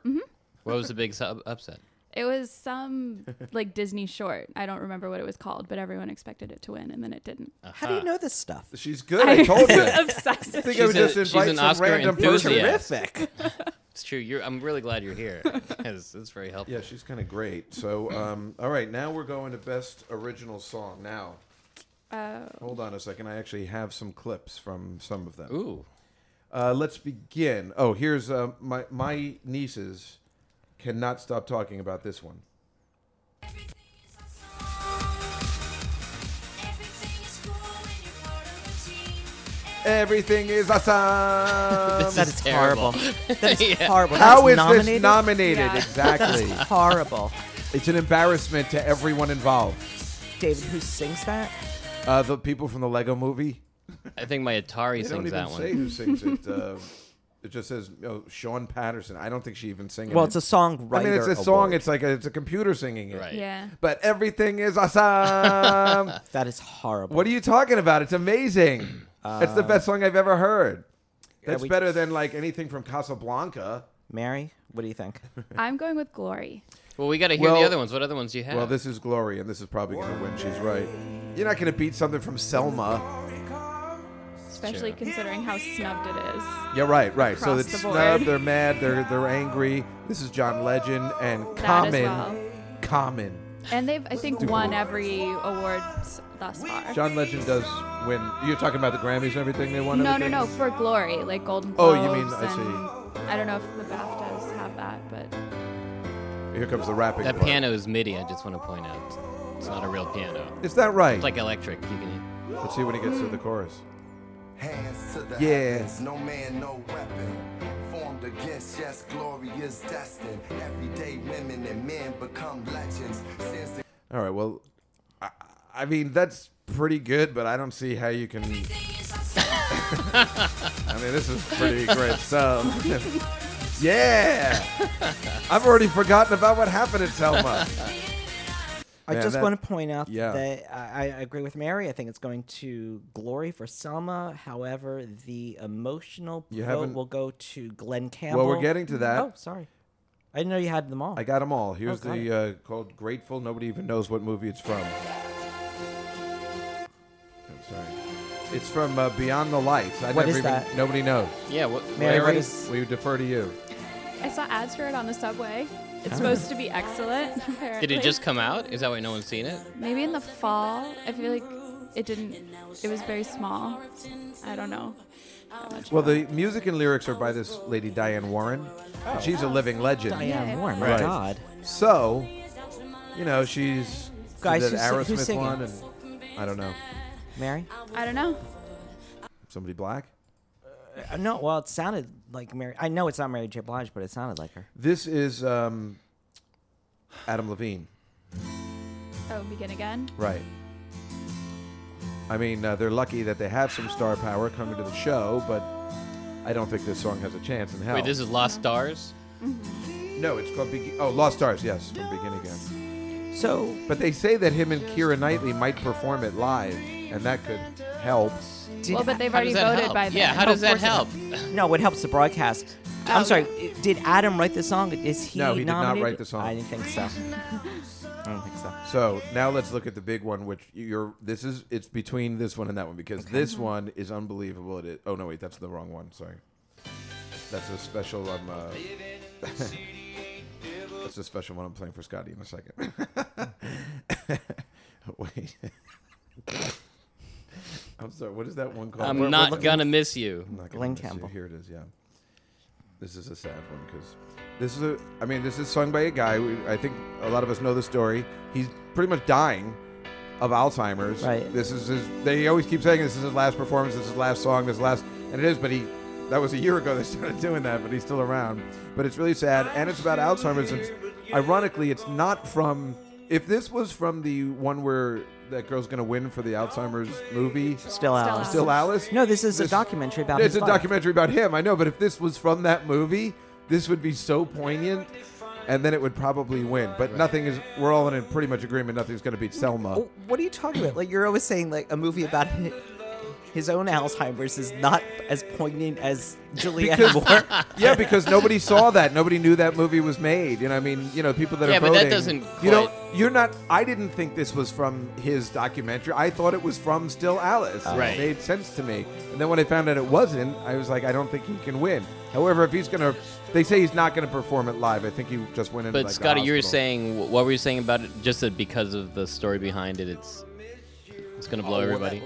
Speaker 2: What was the big sub- upset?
Speaker 3: It was some like Disney short. I don't remember what it was called, but everyone expected it to win, and then
Speaker 1: (laughs)
Speaker 3: it didn't.
Speaker 4: How do you know this stuff?
Speaker 1: She's good. I told
Speaker 3: (laughs)
Speaker 1: you. I
Speaker 3: obsessed. with
Speaker 1: think
Speaker 3: it.
Speaker 1: I would
Speaker 2: She's a-
Speaker 1: just
Speaker 2: she's
Speaker 1: invite
Speaker 2: an
Speaker 1: some
Speaker 2: Oscar
Speaker 1: random person.
Speaker 2: enthusiast.
Speaker 4: Terrific.
Speaker 2: It's true. You're, I'm really glad you're
Speaker 1: (laughs)
Speaker 2: here. It's, it's very helpful.
Speaker 1: Yeah, she's kind of great. So, um, all right, now we're going to best original song. Now,
Speaker 3: Oh,
Speaker 1: hold on a second. I actually have some clips from some of them.
Speaker 2: Ooh.
Speaker 1: Uh, let's begin. Oh, here's uh, my my nieces cannot stop talking about this one.
Speaker 5: Everything is a song. Everything is cool when you're part of a team.
Speaker 1: Everything is
Speaker 2: (laughs)
Speaker 1: awesome.
Speaker 4: That is
Speaker 2: terrible.
Speaker 4: horrible. (laughs) That is
Speaker 2: Yeah.
Speaker 4: horrible.
Speaker 1: How
Speaker 4: That's
Speaker 1: is this
Speaker 4: nominated?
Speaker 1: nominated?
Speaker 3: Yeah.
Speaker 4: (laughs)
Speaker 1: Exactly.
Speaker 4: That's horrible.
Speaker 1: it's an embarrassment to everyone involved.
Speaker 4: David, who sings that?
Speaker 1: Uh, the people from the Lego movie.
Speaker 2: I think my Atari
Speaker 1: They don't
Speaker 2: sings
Speaker 1: even
Speaker 2: that
Speaker 1: say
Speaker 2: one.
Speaker 1: who sings it. (laughs) Uh, it just says oh, Sean Patterson. I don't think she even sings
Speaker 4: Well,
Speaker 1: it.
Speaker 4: it's a song.
Speaker 1: I mean, it's a song. It's like a, it's a computer singing it. (laughs)
Speaker 2: Right.
Speaker 3: yeah.
Speaker 1: But everything is awesome.
Speaker 4: (laughs) that is horrible.
Speaker 1: What are you talking about? It's
Speaker 4: (clears throat)
Speaker 1: amazing. That's the best song I've ever heard. That's
Speaker 4: we-
Speaker 1: better than like anything from Casablanca.
Speaker 4: Mary? What do you think?
Speaker 3: I'm going with Glory.
Speaker 2: Well, we got to hear
Speaker 1: Well-
Speaker 2: the other ones. What other ones do you have?
Speaker 1: Well, this is Glory, and this is probably going to win. She's right. You're not going to beat something from Selma.
Speaker 3: especially considering how snubbed it is.
Speaker 1: Yeah, right, right. so
Speaker 3: Across
Speaker 1: it's
Speaker 3: the
Speaker 1: snubbed.
Speaker 3: board.
Speaker 1: They're mad. They're they're angry. This is John Legend and
Speaker 3: That
Speaker 1: Common.
Speaker 3: as well.
Speaker 1: Common.
Speaker 3: And they've, I think, won every award s- thus far.
Speaker 1: John Legend does win. You're talking about the Grammys and everything they won.
Speaker 3: no, no,
Speaker 1: everything?
Speaker 3: no, for Glory, like Golden
Speaker 1: Oh,
Speaker 3: Globes.
Speaker 1: you mean- I
Speaker 3: and I don't know if the BAFTAs have that, but
Speaker 1: Here comes the rapping.
Speaker 2: that
Speaker 1: part.
Speaker 2: piano is MIDI. I just want to point out. It's not a real piano.
Speaker 1: Is that right?
Speaker 2: It's like electric. You can.
Speaker 1: Let's see when he gets to the chorus.
Speaker 6: Hands to the
Speaker 1: Yeah.
Speaker 6: heavens, no man, no weapon. Formed against, yes, glory is destined. Everyday women and men become legends. Since the
Speaker 1: All right. Well, I, I mean that's pretty good, but I don't see how you can.
Speaker 5: Everything is a song.
Speaker 1: I mean, this is
Speaker 3: (laughs)
Speaker 1: pretty great stuff. (laughs) yeah, I've already forgotten about what happened at Selma.
Speaker 4: I
Speaker 1: Yeah,
Speaker 4: just
Speaker 1: that-
Speaker 4: want to point out
Speaker 1: yeah.
Speaker 4: that I, I agree with Mary. I think it's going to glory for Selma. However, the emotional
Speaker 1: You
Speaker 4: vote
Speaker 1: haven't-
Speaker 4: will go to Glenn Campbell.
Speaker 1: Well, we're getting to that.
Speaker 4: Oh, sorry. I didn't know you had them all.
Speaker 1: I got them all. Here's
Speaker 4: got
Speaker 1: the uh, called "Grateful." Nobody even knows what movie it's from. I'm sorry. It's from uh, Beyond the Lights. I
Speaker 4: What
Speaker 1: never
Speaker 4: is
Speaker 1: even,
Speaker 4: that?
Speaker 1: Nobody knows.
Speaker 2: Yeah. What,
Speaker 4: Mary,
Speaker 2: where
Speaker 4: what
Speaker 2: is-
Speaker 4: is?
Speaker 1: We defer to you.
Speaker 3: I saw ads for it on the subway. It's supposed to be excellent. Apparently.
Speaker 2: Did it Ah. just come out? Is that why no one's seen it?
Speaker 3: Maybe in the fall. I feel like it didn't. It was very small. I don't know. that much
Speaker 1: Well,
Speaker 3: about it.
Speaker 1: the music and lyrics are by this lady Diane Warren. and She's a living legend.
Speaker 4: Oh. Diane Warren. My
Speaker 1: Right.
Speaker 4: God.
Speaker 1: So, you know, she's she
Speaker 4: Guys,
Speaker 1: did
Speaker 4: who's
Speaker 1: that
Speaker 4: sing- who's
Speaker 1: Aerosmith
Speaker 4: singing?
Speaker 1: one, and I don't know,
Speaker 4: Mary?
Speaker 3: I don't know.
Speaker 1: somebody black.
Speaker 4: Uh, no, well, it sounded like Mary. I know it's not Mary J. Blige, but it sounded like her.
Speaker 1: This is um, Adam Levine,
Speaker 3: Oh, begin again.
Speaker 1: right? I mean, uh, they're lucky that they have some star power coming to the show, but I don't think this song has a chance in hell.
Speaker 2: Wait, this is Lost Stars.
Speaker 1: no, it's called Begi- oh Lost Stars, yes, from Begin Again.
Speaker 4: So
Speaker 1: But they say that him and Kira Knightley might perform it live. and that could help.
Speaker 4: Did-
Speaker 3: Well, but they've
Speaker 2: How does
Speaker 3: already
Speaker 2: that
Speaker 3: voted
Speaker 2: help?
Speaker 3: by Oh, then.
Speaker 2: Yeah, how does that help? (laughs)
Speaker 4: no, it helps the broadcast. I'm sorry. Did Adam write the song? Is he?
Speaker 1: No, he did not
Speaker 4: nominated?
Speaker 1: write the song.
Speaker 4: I didn't think so. I don't think so.
Speaker 1: So now let's look at the big one, which you're. This is it's between this one and that one because this one is unbelievable. It is, oh no, wait, that's the wrong one. Sorry, that's a special. I'm. Uh, (laughs) that's a special one I'm playing for Scotty in a second. (laughs) wait. (laughs) I'm sorry. What is that one called?
Speaker 2: I'm
Speaker 1: We're- we're
Speaker 2: Um, not
Speaker 1: looking-
Speaker 2: gonna miss you.
Speaker 1: I'm not gonna
Speaker 4: Glen
Speaker 1: miss you.
Speaker 4: Campbell.
Speaker 1: Here it is. Yeah. This is a sad one because this is a. I mean, this is sung by a guy. We, I think a lot of us know the story. He's pretty much dying of Alzheimer's.
Speaker 4: Right.
Speaker 1: This is his. They always keep saying this is his last performance. This is his last song. This is last, and it is. But he. That was a year ago (laughs) they started doing that, but he's still around. But it's really sad, and it's about Alzheimer's. And ironically, it's not from. If this was from the one where that girl's gonna win for the Alzheimer's movie,
Speaker 4: Still out.
Speaker 3: out.
Speaker 1: still Alice.
Speaker 4: No, this is a documentary about
Speaker 1: It's
Speaker 4: his
Speaker 1: a
Speaker 4: life.
Speaker 1: documentary about him. I know, but if this was from that movie, this would be so poignant, and then it would probably win. But nothing is. We're all in pretty much agreement. Nothing's going to beat Selma.
Speaker 4: Oh, What are you talking about? Like you're always saying, like a movie about his, his own Alzheimer's is not as poignant as Julianne Moore.
Speaker 1: (laughs) yeah, because nobody saw that. Nobody knew that movie was made. You know, I mean, you know, people that
Speaker 2: Yeah,
Speaker 1: are
Speaker 2: but
Speaker 1: voting,
Speaker 2: that doesn't
Speaker 1: You know,
Speaker 2: quite-
Speaker 1: you're not. I didn't think this was from his documentary. I thought it was from Still Alice.
Speaker 2: Oh. Right.
Speaker 1: It made sense to me. And then when I found out it wasn't, I was like, I don't think he can win. However, if he's gonna, they say he's not gonna perform it live. I think he just went into.
Speaker 2: But
Speaker 1: like, the
Speaker 2: Scotty, you were
Speaker 1: hospital.
Speaker 2: saying wh- what were you saying about it? Just that because of the story behind it, it's it's gonna
Speaker 1: Oh,
Speaker 2: blow everybody.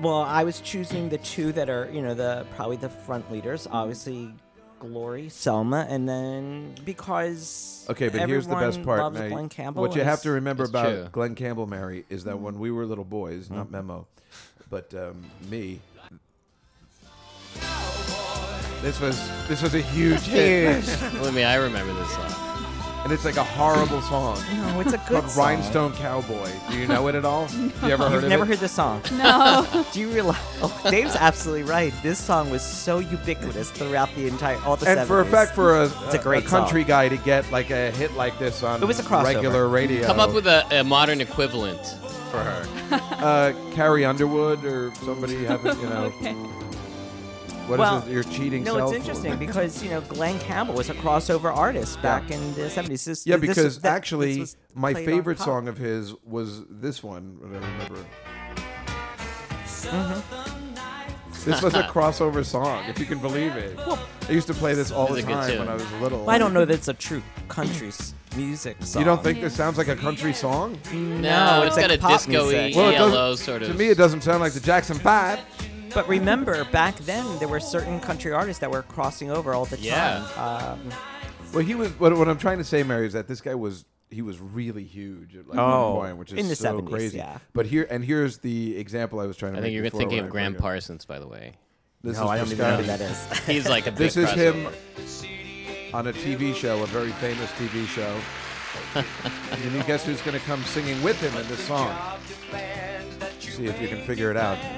Speaker 4: Well, I was choosing the two that are, you know, the probably the front leaders. Obviously, Glory, Selma, and then because
Speaker 1: Okay, but here's the best
Speaker 4: everyone
Speaker 1: part.
Speaker 4: Loves
Speaker 1: Nate.
Speaker 4: Glen Campbell.
Speaker 1: what you
Speaker 4: and
Speaker 1: have to
Speaker 4: it's- Mm-hmm.
Speaker 1: remember
Speaker 2: It's
Speaker 1: about
Speaker 2: true.
Speaker 1: Glenn Campbell, Mary, is that when we were little boys, not Memo, but um, me, this was this was a
Speaker 4: (laughs)
Speaker 1: huge hit,
Speaker 2: Believe me, I remember this song.
Speaker 1: and it's like a horrible song
Speaker 4: No, it's a good
Speaker 1: called
Speaker 4: song.
Speaker 1: "Rhinestone Cowboy." Do you know it at
Speaker 4: (laughs)
Speaker 1: all? You ever heard
Speaker 4: You've
Speaker 1: of
Speaker 4: never
Speaker 1: it?
Speaker 4: heard the song.
Speaker 3: No.
Speaker 4: (laughs) Do you realize? Oh, Dave's absolutely right. This song was so ubiquitous throughout the entire all the.
Speaker 1: and
Speaker 4: 70s.
Speaker 1: for a fact, for a,
Speaker 4: It's a great
Speaker 1: country
Speaker 4: song.
Speaker 1: guy to get like a hit like this on
Speaker 4: It was a crossover.
Speaker 1: regular radio,
Speaker 2: Come up with a, a modern equivalent for her.
Speaker 1: uh, Carrie Underwood or somebody having you
Speaker 4: (laughs)
Speaker 1: know.
Speaker 3: (laughs)
Speaker 1: What
Speaker 3: Okay.
Speaker 1: is
Speaker 4: Well,
Speaker 1: it? Your cheating
Speaker 4: No,
Speaker 1: self?
Speaker 4: it's interesting because you know Glenn Campbell was a crossover artist back
Speaker 1: Yeah.
Speaker 4: in the seventies. This,
Speaker 1: Yeah,
Speaker 4: this
Speaker 1: because
Speaker 4: was- that- this
Speaker 1: actually,
Speaker 4: was
Speaker 1: my
Speaker 4: played on
Speaker 1: favorite
Speaker 4: pop.
Speaker 1: song of his was this one. I remember.
Speaker 4: Mm-hmm.
Speaker 1: This was a crossover song, if you can believe it. I used to play this all
Speaker 2: This
Speaker 1: the
Speaker 2: is a good
Speaker 1: time when
Speaker 2: tune.
Speaker 1: I was little.
Speaker 4: Well, I don't know that it's a true country s- music song.
Speaker 1: You don't think this sounds like a country song?
Speaker 2: No,
Speaker 4: No,
Speaker 2: it's
Speaker 4: like
Speaker 2: got a
Speaker 4: pop
Speaker 2: disco-y
Speaker 4: music.
Speaker 1: Well, it doesn't-
Speaker 2: yellow sort of.
Speaker 1: To me, it doesn't sound like the Jackson Five.
Speaker 4: But remember, back then there were certain country artists that were crossing over all the time.
Speaker 2: Yeah.
Speaker 4: Um,
Speaker 1: Well, he was. What, what I'm trying to say, Mary, is that this guy was. He was really huge at like
Speaker 4: Oh,
Speaker 1: one point, which is
Speaker 4: in the
Speaker 1: so
Speaker 4: 70s,
Speaker 1: crazy.
Speaker 4: yeah.
Speaker 1: But here and here's the example I was trying to.
Speaker 2: I
Speaker 1: make
Speaker 2: think you're
Speaker 1: before
Speaker 2: thinking
Speaker 1: when I
Speaker 2: of Graham
Speaker 1: forgot.
Speaker 2: Parsons, by the
Speaker 1: (laughs)
Speaker 2: way.
Speaker 1: This
Speaker 4: no,
Speaker 1: is
Speaker 4: I
Speaker 1: for
Speaker 4: don't even know
Speaker 1: Scotty.
Speaker 4: who that is.
Speaker 2: He's like a big
Speaker 1: This is him
Speaker 2: crossover.
Speaker 1: on a TV show, a very famous TV show.
Speaker 4: (laughs)
Speaker 1: and you guess who's going to come singing with him in this song? See if you can figure it out.
Speaker 4: (laughs)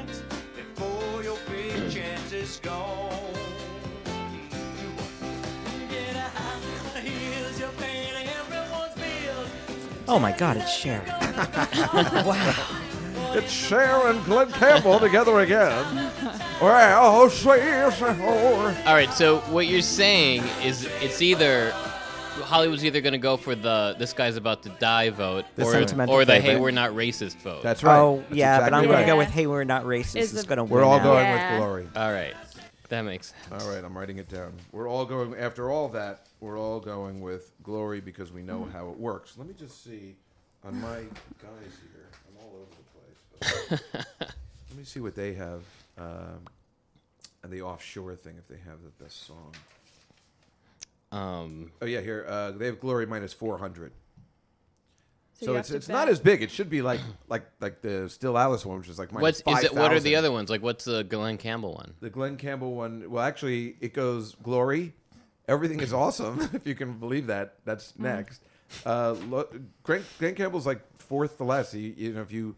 Speaker 4: Oh my God,
Speaker 1: (laughs)
Speaker 4: it's Cher. wow.
Speaker 1: It's Cher and Glenn
Speaker 4: (laughs)
Speaker 1: Campbell together again. Well, she's a whore.
Speaker 2: All right, so what you're saying is it's either Hollywood's either going to go for the this guy's about to die vote
Speaker 4: The
Speaker 2: or,
Speaker 4: sentimental
Speaker 2: or the hey
Speaker 4: favorite.
Speaker 2: we're not racist vote.
Speaker 1: That's right.
Speaker 4: Oh
Speaker 1: That's
Speaker 4: yeah, but
Speaker 1: exactly
Speaker 4: I'm gonna
Speaker 1: right.
Speaker 4: go with "Hey, we're not racist."
Speaker 3: Is
Speaker 4: it's
Speaker 3: the-
Speaker 4: gonna.
Speaker 1: We're
Speaker 4: win
Speaker 1: all
Speaker 4: out.
Speaker 1: going
Speaker 3: Yeah.
Speaker 1: with glory.
Speaker 2: all right. That makes sense.
Speaker 1: All right, I'm writing it down. We're all going after all that. We're all going with glory because we know
Speaker 2: Mm-hmm.
Speaker 1: how it works. Let me just see on my guys here. I'm all over the place. but-
Speaker 2: (laughs)
Speaker 1: let me see what they have. Um, and the offshore thing, if they have the best song.
Speaker 2: Um,
Speaker 1: Oh yeah, here uh, they have glory minus 400.
Speaker 3: So,
Speaker 1: So,
Speaker 3: you have
Speaker 1: it's
Speaker 3: to
Speaker 1: it's not
Speaker 3: bet.
Speaker 1: as big. It should be like like like the Still Alice one, which is like minus
Speaker 2: what's is it? What are the
Speaker 1: 5,000.
Speaker 2: other ones? Like what's the Glenn Campbell one?
Speaker 1: The Glenn Campbell one. Well, actually, it goes glory. Everything is awesome, (laughs) if you can believe that. That's
Speaker 3: Mm-hmm.
Speaker 1: next. Uh, lo- Glenn, Glenn Campbell's like fourth to last. He, you know, if you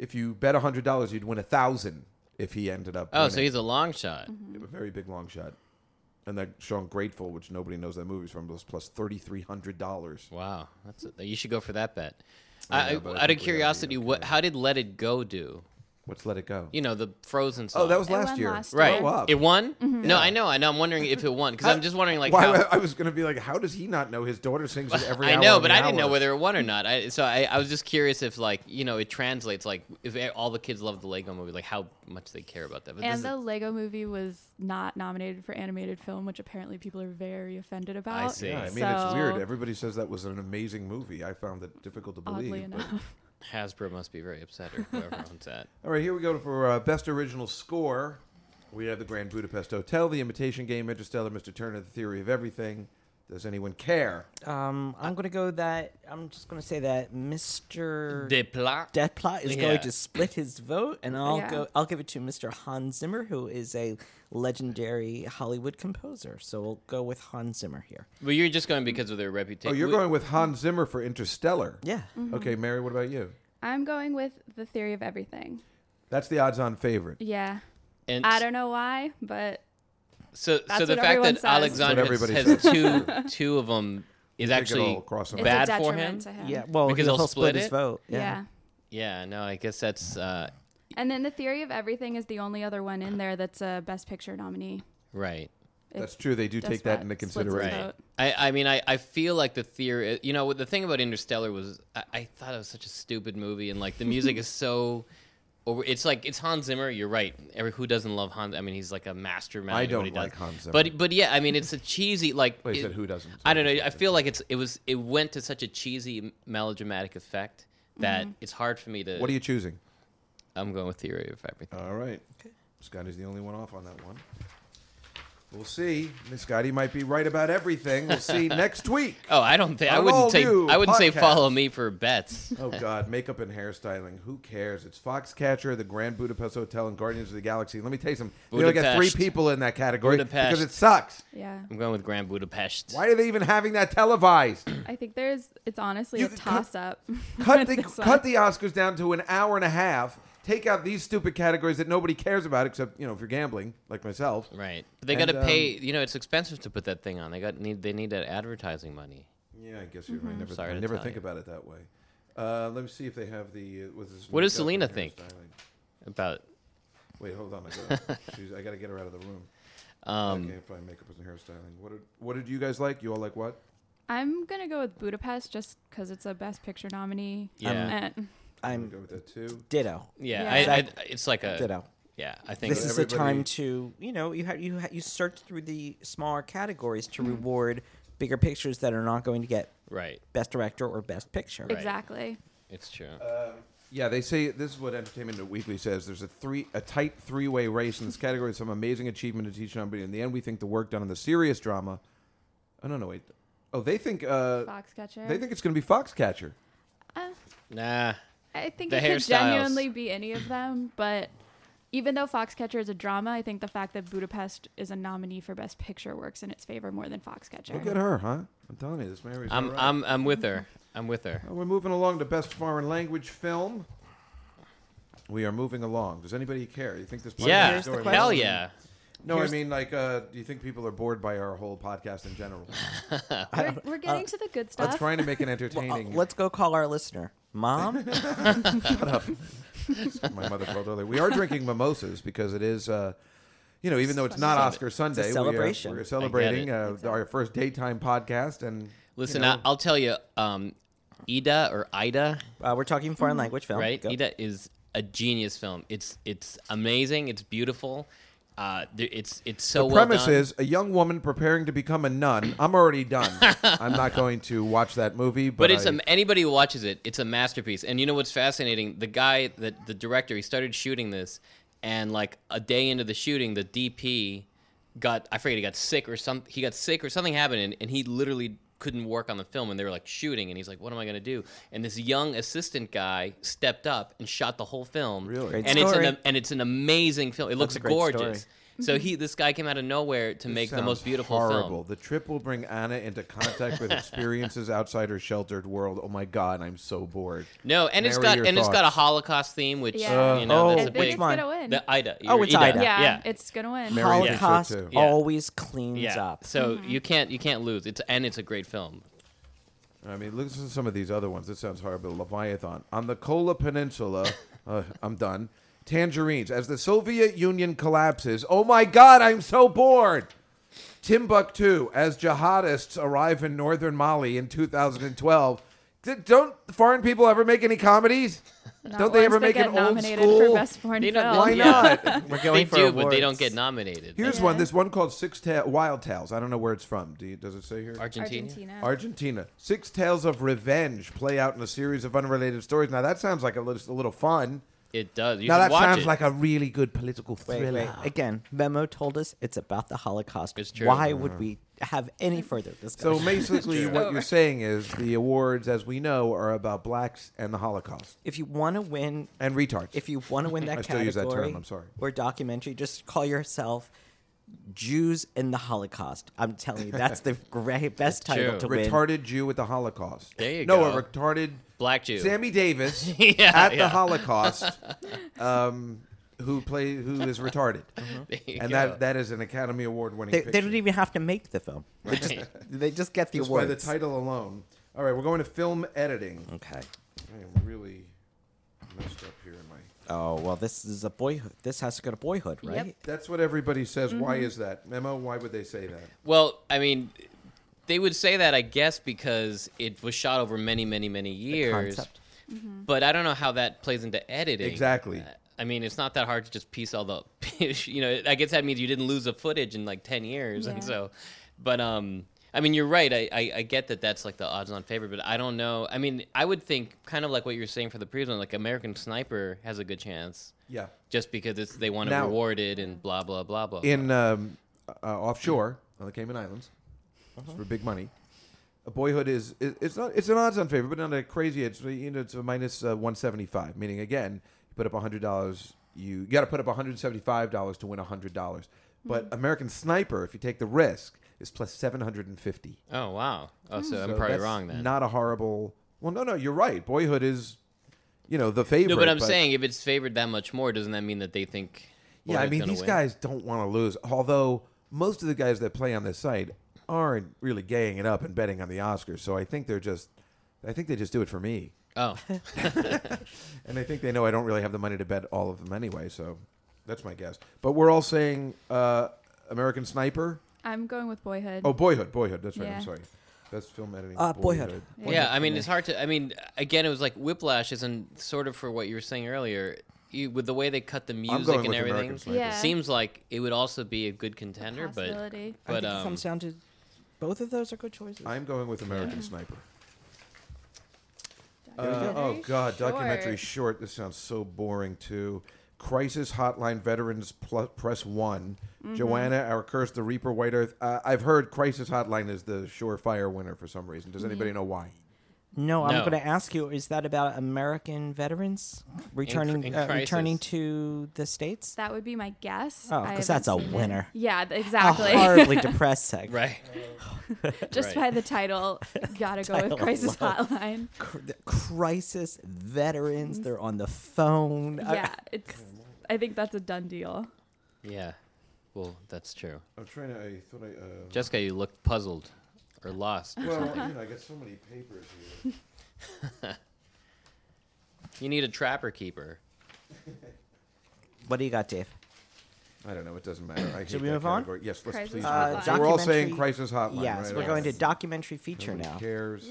Speaker 1: if you bet hundred dollars, you'd win a thousand if he ended up.
Speaker 2: Oh, so
Speaker 1: winning.
Speaker 2: he's a long shot.
Speaker 1: a very big long shot. And that Sean Grateful, which nobody knows that movie's from, was plus thirty three hundred dollars.
Speaker 2: Wow, that's a, you should go for that bet.
Speaker 1: I
Speaker 2: I,
Speaker 1: know, but I think we
Speaker 2: out of
Speaker 1: gotta be
Speaker 2: curiosity, what? How did Let It Go do?
Speaker 1: What's Let It Go?
Speaker 2: You know the Frozen song.
Speaker 1: Oh, that was
Speaker 3: It
Speaker 1: last
Speaker 3: won
Speaker 1: year.
Speaker 3: last
Speaker 2: right.
Speaker 1: Grow up.
Speaker 2: It won.
Speaker 3: Mm-hmm.
Speaker 2: No, I know. I know. I'm wondering if it won because I'm just wondering like
Speaker 1: Why,
Speaker 2: how.
Speaker 1: I (laughs) was going to be like, how does he not know his daughter sings
Speaker 2: (laughs)
Speaker 1: it every
Speaker 2: I
Speaker 1: hour
Speaker 2: know,
Speaker 1: on
Speaker 2: but
Speaker 1: the
Speaker 2: I didn't know
Speaker 1: hour?
Speaker 2: whether it won or not. I, so I, I was just curious if, like, you know, it translates like if all the kids love the Lego movie, like how much they care about that. But this
Speaker 3: And
Speaker 2: is-
Speaker 3: the Lego movie was not nominated for animated film, which apparently people are very offended about.
Speaker 2: see.
Speaker 1: Yeah, I mean, it's weird.
Speaker 3: So-
Speaker 1: Everybody says that was an amazing movie. I found it difficult to believe.
Speaker 3: Oddly
Speaker 1: but- (laughs)
Speaker 3: enough. (laughs)
Speaker 2: Hasbro must be very upset or whoever owns that.
Speaker 1: All right, here we go for uh, best original score. We have The Grand Budapest Hotel, The Imitation Game, Interstellar, Mr. Turner, The Theory of Everything. Does anyone care?
Speaker 4: Um, I'm gonna go that. I'm just gonna say that Mr.
Speaker 2: Deplat.
Speaker 4: Deathplot is
Speaker 2: Yeah.
Speaker 4: going to split his vote, and I'll
Speaker 3: Yeah.
Speaker 4: go. I'll give it to Mr. Hans Zimmer, who is a legendary Hollywood composer. So we'll go with Hans Zimmer here.
Speaker 2: Well, you're just going because of their
Speaker 1: Oh,
Speaker 2: reputation.
Speaker 1: you're going with Hans Zimmer for Interstellar.
Speaker 4: Yeah.
Speaker 1: Okay, Mary, what about you?
Speaker 3: I'm going with the theory of everything.
Speaker 1: That's the odds on favorite.
Speaker 3: Yeah.
Speaker 2: And
Speaker 3: I don't know why, but
Speaker 2: So,
Speaker 3: That's
Speaker 2: so the
Speaker 3: what
Speaker 2: fact
Speaker 3: everyone
Speaker 2: that
Speaker 3: says.
Speaker 2: Alexander
Speaker 1: That's what
Speaker 2: has
Speaker 1: everybody
Speaker 2: two
Speaker 3: (laughs)
Speaker 2: two of them is
Speaker 1: big
Speaker 2: actually
Speaker 1: ol' crossover.
Speaker 3: it's a
Speaker 2: bad for him.
Speaker 3: detriment to him.
Speaker 4: Yeah. Well,
Speaker 2: Because
Speaker 4: he'll,
Speaker 2: he'll
Speaker 4: he'll split,
Speaker 2: split
Speaker 4: his
Speaker 2: it?
Speaker 4: vote.
Speaker 3: Yeah.
Speaker 2: Yeah, no, I guess that's uh,
Speaker 3: And then the theory of everything is the only other one in there that's a best picture nominee.
Speaker 2: right.
Speaker 1: That's true. They do
Speaker 3: that's
Speaker 1: take that
Speaker 3: what
Speaker 1: into
Speaker 3: splits
Speaker 1: consideration.
Speaker 3: vote.
Speaker 2: I, I mean, I, I feel like the theory, you know, the thing about Interstellar was I, I thought it was such a stupid movie, and like the music is so. Over, it's like it's Hans Zimmer. You're right. Every, who doesn't love Hans? I mean, he's like a mastermind.
Speaker 1: I
Speaker 2: at what
Speaker 1: don't
Speaker 2: he
Speaker 1: like
Speaker 2: does.
Speaker 1: Hans Zimmer.
Speaker 2: But but yeah, I mean, it's a cheesy like.
Speaker 1: Wait, you
Speaker 2: it-
Speaker 1: said who doesn't?
Speaker 2: I don't know. I feel like it's it was it went to such a cheesy melodramatic effect that it's hard for me to.
Speaker 1: What are you choosing?
Speaker 2: I'm going with theory of everything.
Speaker 1: All right. Scotty's the only one off on that one. We'll see. Miss Scotty might be right about everything. We'll (laughs) see next week.
Speaker 2: Oh, I don't think I
Speaker 1: Our
Speaker 2: wouldn't say
Speaker 1: all-new
Speaker 2: I wouldn't say
Speaker 1: podcast.
Speaker 2: follow me for bets. (laughs)
Speaker 1: Oh God, makeup and hairstyling. Who cares? It's Foxcatcher, The Grand Budapest Hotel, and Guardians of the Galaxy. Let me tell you something. We only got three
Speaker 2: Budapest.
Speaker 1: people in that category
Speaker 2: Budapest.
Speaker 1: because it sucks.
Speaker 3: Yeah.
Speaker 2: I'm going with Grand Budapest.
Speaker 1: Why are they even having that
Speaker 2: (clears throat)
Speaker 1: televised?
Speaker 3: I think there's it's honestly
Speaker 1: Mm. You
Speaker 3: a
Speaker 1: could cut-
Speaker 3: toss up. (laughs)
Speaker 1: Cut the cut the Oscars down to an hour and a half. Take out these stupid categories that nobody cares about, except you know if you're gambling like myself.
Speaker 2: Right. But they
Speaker 1: And,
Speaker 2: got to
Speaker 1: um,
Speaker 2: pay. You know, it's expensive to put that thing on. They got need. They need that advertising money.
Speaker 1: Yeah, I guess you're right. Never,
Speaker 2: Mm-hmm. Sorry
Speaker 1: I
Speaker 2: to
Speaker 1: never
Speaker 2: tell
Speaker 1: think
Speaker 2: you.
Speaker 1: about it that way. Uh, let me see if they have the. Uh, what is
Speaker 2: What does Selena think?
Speaker 1: hairstyling.
Speaker 2: About
Speaker 1: Wait, hold on. I
Speaker 2: (laughs)
Speaker 1: gotta, she's, I gotta get her out of the room.
Speaker 2: um,
Speaker 1: okay, fine. Makeup and hairstyling. What did What did you guys like? You all like what?
Speaker 3: I'm gonna go with Budapest just because it's a best picture nominee.
Speaker 2: yeah,
Speaker 3: And
Speaker 1: I'm
Speaker 4: I'm
Speaker 1: go with that too.
Speaker 4: ditto.
Speaker 2: yeah.
Speaker 3: Yeah.
Speaker 2: I, I,
Speaker 4: Exact-
Speaker 2: it's like a
Speaker 4: Ditto.
Speaker 2: yeah. I think
Speaker 4: This
Speaker 1: So
Speaker 4: is a time
Speaker 1: everybody-
Speaker 4: to you know you ha- you ha- you search through the smaller categories
Speaker 2: Hmm.
Speaker 4: to reward bigger pictures that are not going to get
Speaker 2: right.
Speaker 4: best director or best picture.
Speaker 3: exactly.
Speaker 2: It's true.
Speaker 1: Uh, Yeah, they say this is what Entertainment Weekly says. There's a three a tight three way race in this category. Some amazing achievement to each company. In the end, we think the work done on the serious drama. Oh no, no wait. Oh, they think uh,
Speaker 3: Foxcatcher.
Speaker 1: they think it's going to be Foxcatcher.
Speaker 2: nah.
Speaker 3: I think
Speaker 2: The
Speaker 3: it could
Speaker 2: hairstyles.
Speaker 3: genuinely be any of them, but even though Foxcatcher is a drama, I think the fact that Budapest is a nominee for Best Picture works in its favor more than Foxcatcher.
Speaker 1: Look at her, huh? I'm telling you, this Mary's.
Speaker 2: I'm
Speaker 1: all right.
Speaker 2: I'm I'm with her. I'm with her.
Speaker 1: Uh, we're moving along to best foreign language film. We are moving along. Does anybody care? You think this? podcast
Speaker 2: Yeah.
Speaker 1: is going
Speaker 2: Hell
Speaker 1: well?
Speaker 2: yeah.
Speaker 1: No, I mean like, uh, do you think people are bored by our whole podcast in general?
Speaker 3: We're, we're getting
Speaker 1: uh,
Speaker 3: to the good
Speaker 1: I'm
Speaker 3: stuff.
Speaker 1: trying to make it
Speaker 4: Uh,
Speaker 1: entertaining.
Speaker 4: let's go call our listener, Mom.
Speaker 2: (laughs)
Speaker 1: my mother called earlier. We are drinking mimosas because it is, uh, you know, even though it's not Oscar Sunday, we are-
Speaker 4: celebration.
Speaker 1: We're, celebrating
Speaker 2: I
Speaker 1: uh, our first daytime podcast. And
Speaker 2: Listen, uh,
Speaker 1: you know,
Speaker 2: I, I'll tell you. Um, Ida or Ida,
Speaker 4: Uh, we're talking foreign language
Speaker 1: Oh,
Speaker 4: film,
Speaker 2: right?
Speaker 4: Go.
Speaker 2: Ida is a genius film. It's it's amazing. It's beautiful. Uh, th- it's it's so
Speaker 1: the
Speaker 2: well
Speaker 1: premise
Speaker 2: done.
Speaker 1: is a young woman preparing to become a nun. I'm already
Speaker 2: (laughs)
Speaker 1: done. I'm not going to watch that movie. But,
Speaker 2: But it's
Speaker 1: I-
Speaker 2: a, anybody who watches it, it's a masterpiece. And you know what's fascinating? The guy, the, the director, he started shooting this, and like a day into the shooting, the DP got I forget he got sick or some he got sick or something happened, and, and he literally couldn't work on the film. And they were like shooting, and he's like, "What am I gonna do?" And this young assistant guy stepped up and shot the whole film.
Speaker 1: Really? Great
Speaker 2: and
Speaker 4: story.
Speaker 2: it's an and it's an amazing film. It looks
Speaker 4: a great
Speaker 2: gorgeous.
Speaker 4: story.
Speaker 2: So he, this guy came out of nowhere to make the
Speaker 1: Sounds
Speaker 2: most beautiful
Speaker 1: horrible.
Speaker 2: film.
Speaker 1: The trip will bring Anna into contact
Speaker 2: (laughs)
Speaker 1: with experiences outside her sheltered world. Oh my God, I'm so bored.
Speaker 2: No, and it's
Speaker 1: Mary,
Speaker 2: got
Speaker 1: your
Speaker 2: and it's got a
Speaker 1: thoughts.
Speaker 2: Holocaust theme, which
Speaker 3: Yeah.
Speaker 2: you know,
Speaker 4: Uh,
Speaker 2: that's
Speaker 4: oh,
Speaker 2: a
Speaker 3: I think
Speaker 2: big
Speaker 3: it's
Speaker 4: one?
Speaker 3: gonna win.
Speaker 2: The Ida.
Speaker 4: Oh,
Speaker 2: or
Speaker 4: it's Ida.
Speaker 3: yeah,
Speaker 2: Yeah.
Speaker 3: it's gonna win.
Speaker 1: Mary- Very good show,
Speaker 4: Holocaust
Speaker 1: too.
Speaker 2: Yeah.
Speaker 4: always cleans
Speaker 2: yeah.
Speaker 4: up.
Speaker 2: So
Speaker 3: Mm-hmm.
Speaker 2: you can't you can't lose. It's and it's a great film.
Speaker 1: I mean, listen
Speaker 2: (laughs)
Speaker 1: to some of these other ones. This sounds horrible. Leviathan. On the Kola Peninsula, uh, I'm done. Tangerines. As the Soviet Union collapses, oh my God, I'm so bored. Timbuktu, as jihadists arrive in northern Mali in 2012. D- don't foreign people ever make any comedies? don't they
Speaker 3: once
Speaker 1: ever make
Speaker 3: get
Speaker 1: an old
Speaker 3: nominated
Speaker 1: school?
Speaker 3: for best foreign
Speaker 2: They
Speaker 3: film?
Speaker 2: don't-
Speaker 1: Why
Speaker 2: Yeah.
Speaker 1: not?
Speaker 3: (laughs)
Speaker 4: We're
Speaker 2: They
Speaker 4: going for
Speaker 2: do, but they
Speaker 4: awards.
Speaker 2: don't get nominated.
Speaker 1: Here's one. This one called Six Ta- Wild Tales. I don't know where it's from. Do you, does it say here?
Speaker 2: Argentina.
Speaker 3: Argentina.
Speaker 1: Argentina. Six tales of revenge play out in a series of unrelated stories. Now that sounds like a little, a little fun.
Speaker 2: It does. You
Speaker 1: now
Speaker 2: should
Speaker 1: that
Speaker 2: watch
Speaker 1: sounds
Speaker 2: it. (laughs)
Speaker 1: like a really good political thriller.
Speaker 4: Wait, wait. Again, Memo told us it's about the Holocaust.
Speaker 2: It's true.
Speaker 4: Why would we have any further
Speaker 2: (laughs)
Speaker 4: discussion?
Speaker 1: Uh-huh. So basically, what you're saying is the awards, as we know, are about blacks and the Holocaust
Speaker 4: if you want to win,
Speaker 1: and retards.
Speaker 4: if you want to win
Speaker 1: (laughs)
Speaker 4: that
Speaker 1: I still
Speaker 4: category,
Speaker 1: use that term, I'm sorry.
Speaker 4: or documentary, just call yourself Jews in the Holocaust. I'm telling you,
Speaker 1: (laughs)
Speaker 4: that's the great, best
Speaker 2: That's
Speaker 4: title to
Speaker 2: true.
Speaker 4: win.
Speaker 1: retarded Jew at the Holocaust.
Speaker 2: There you
Speaker 1: no,
Speaker 2: go.
Speaker 1: a retarded
Speaker 2: Black Jew.
Speaker 1: Sammy Davis
Speaker 2: (laughs) Yeah,
Speaker 1: at the
Speaker 2: yeah. (laughs)
Speaker 1: Holocaust, um, who play who is retarded,
Speaker 2: There you
Speaker 1: and
Speaker 2: go.
Speaker 1: that that is an Academy Award winning.
Speaker 4: They, they don't even have to make the film. They just, they just get the
Speaker 1: Just by
Speaker 4: awards.
Speaker 1: the title alone. All right, we're going to film editing.
Speaker 4: Okay.
Speaker 1: I am really messed up here in my.
Speaker 4: Oh well, this is a boyhood. This has to go to boyhood,
Speaker 3: Yep.
Speaker 4: right?
Speaker 1: That's what everybody says. Why is that, Memo? Why would they say that?
Speaker 2: Well, I mean, they would say that, I guess, because it was shot over many, many, many years.
Speaker 4: concept.
Speaker 2: But I don't know how that plays into editing.
Speaker 1: Exactly.
Speaker 2: I mean, it's not that hard to just piece all the, (laughs) you know, I guess that means you didn't lose the footage in like ten years,
Speaker 3: Yeah.
Speaker 2: and so, but um, I mean, you're right. I, I I get that that's like the odds-on favorite, but I don't know. I mean, I would think kind of like what you were saying for the previous one, like American Sniper has a good chance,
Speaker 1: Yeah.
Speaker 2: just because it's they want to
Speaker 1: Now-
Speaker 2: reward it and blah blah blah blah.
Speaker 1: In um, uh, offshore on the Cayman Islands, it's for big money. A boyhood is, is it's not it's an odds on favor, but not a crazy. It's you know it's a minus uh, one seventy five. Meaning again, you put up hundred dollars, you, you got to put up one hundred seventy five dollars to win hundred dollars. But American Sniper, if you take the risk, is plus seven hundred and fifty.
Speaker 2: oh wow. Oh, so I'm
Speaker 1: So
Speaker 2: probably
Speaker 1: that's
Speaker 2: wrong then.
Speaker 1: Not a horrible. Well, no, no, you're right. Boyhood is, you know, the favorite.
Speaker 2: No, but I'm saying if it's favored that much more, doesn't that mean that they think?
Speaker 1: Yeah, I
Speaker 2: Boyhood's
Speaker 1: mean,
Speaker 2: gonna
Speaker 1: these
Speaker 2: win?
Speaker 1: guys don't want to lose. Although most of the guys that play on this site aren't really gaying it up and betting on the Oscars, so I think they're just, I think they just do it for me,
Speaker 4: (laughs)
Speaker 2: Oh,
Speaker 1: and I think they know I don't really have the money to bet all of them anyway. So that's my guess. But we're all saying uh, American Sniper.
Speaker 3: I'm going with Boyhood.
Speaker 1: Oh, Boyhood, Boyhood. That's right.
Speaker 3: Yeah.
Speaker 1: I'm sorry. Best film editing.
Speaker 4: Uh, Boyhood.
Speaker 2: yeah. I mean, it's hard to. I mean, again, it was like Whiplash, isn't sort of for what you were saying earlier. You, with the way they cut the music
Speaker 1: going
Speaker 2: and
Speaker 1: with American
Speaker 2: everything,
Speaker 1: Sniper.
Speaker 3: Yeah.
Speaker 2: seems like it would also be a good contender. but
Speaker 3: Possibility.
Speaker 4: I
Speaker 2: but
Speaker 4: think it
Speaker 2: um,
Speaker 4: comes down to both of those are good choices.
Speaker 1: I'm going with American Sniper. Uh,
Speaker 3: Documentary
Speaker 1: oh God, documentary
Speaker 3: short.
Speaker 1: short. This sounds so boring too. Crisis Hotline Veterans Pl- Press One.
Speaker 3: Mm-hmm.
Speaker 1: Joanna, our curse, the Reaper, White Earth. Uh, I've heard Crisis Hotline is the surefire winner for some reason.
Speaker 3: Mm-hmm.
Speaker 1: Does anybody know why?
Speaker 4: No,
Speaker 2: No.
Speaker 4: I'm going to ask you: Is that about American veterans returning
Speaker 2: in
Speaker 4: uh,
Speaker 2: crisis.
Speaker 4: returning to the states?
Speaker 3: That would be my guess.
Speaker 4: Oh,
Speaker 3: I
Speaker 4: 'cause that's
Speaker 3: haven't
Speaker 4: a
Speaker 3: seen it.
Speaker 4: winner.
Speaker 3: Yeah, th-
Speaker 4: A
Speaker 3: exactly.
Speaker 4: (laughs) horribly depressed segue.
Speaker 2: right, (laughs)
Speaker 3: (laughs) Just
Speaker 2: right.
Speaker 3: by the
Speaker 1: (laughs)
Speaker 3: title, gotta go with
Speaker 4: Title
Speaker 3: Crisis
Speaker 4: alone.
Speaker 3: Hotline.
Speaker 4: Cr- the crisis veterans. They're on the phone. Uh, I-
Speaker 3: Yeah, it's. I think that's a done deal.
Speaker 2: yeah. Well, that's true.
Speaker 1: I'm trying to. I thought I.
Speaker 2: Jessica, you looked puzzled or lost.
Speaker 1: Uh, well, you know, I got so many papers here.
Speaker 2: You need a trapper keeper.
Speaker 4: what do you got, Dave?
Speaker 1: I don't know. It doesn't matter. I hate
Speaker 4: Should we
Speaker 1: that
Speaker 4: move on?
Speaker 1: category. Yes, let's
Speaker 3: Crisis
Speaker 1: please.
Speaker 3: Hotline.
Speaker 1: move on. So we're all saying
Speaker 4: documentary-
Speaker 1: Crisis Hotline.
Speaker 4: Yes,
Speaker 1: right?
Speaker 4: we're
Speaker 1: Okay.
Speaker 4: going to documentary feature
Speaker 1: Nobody
Speaker 4: now.
Speaker 1: cares.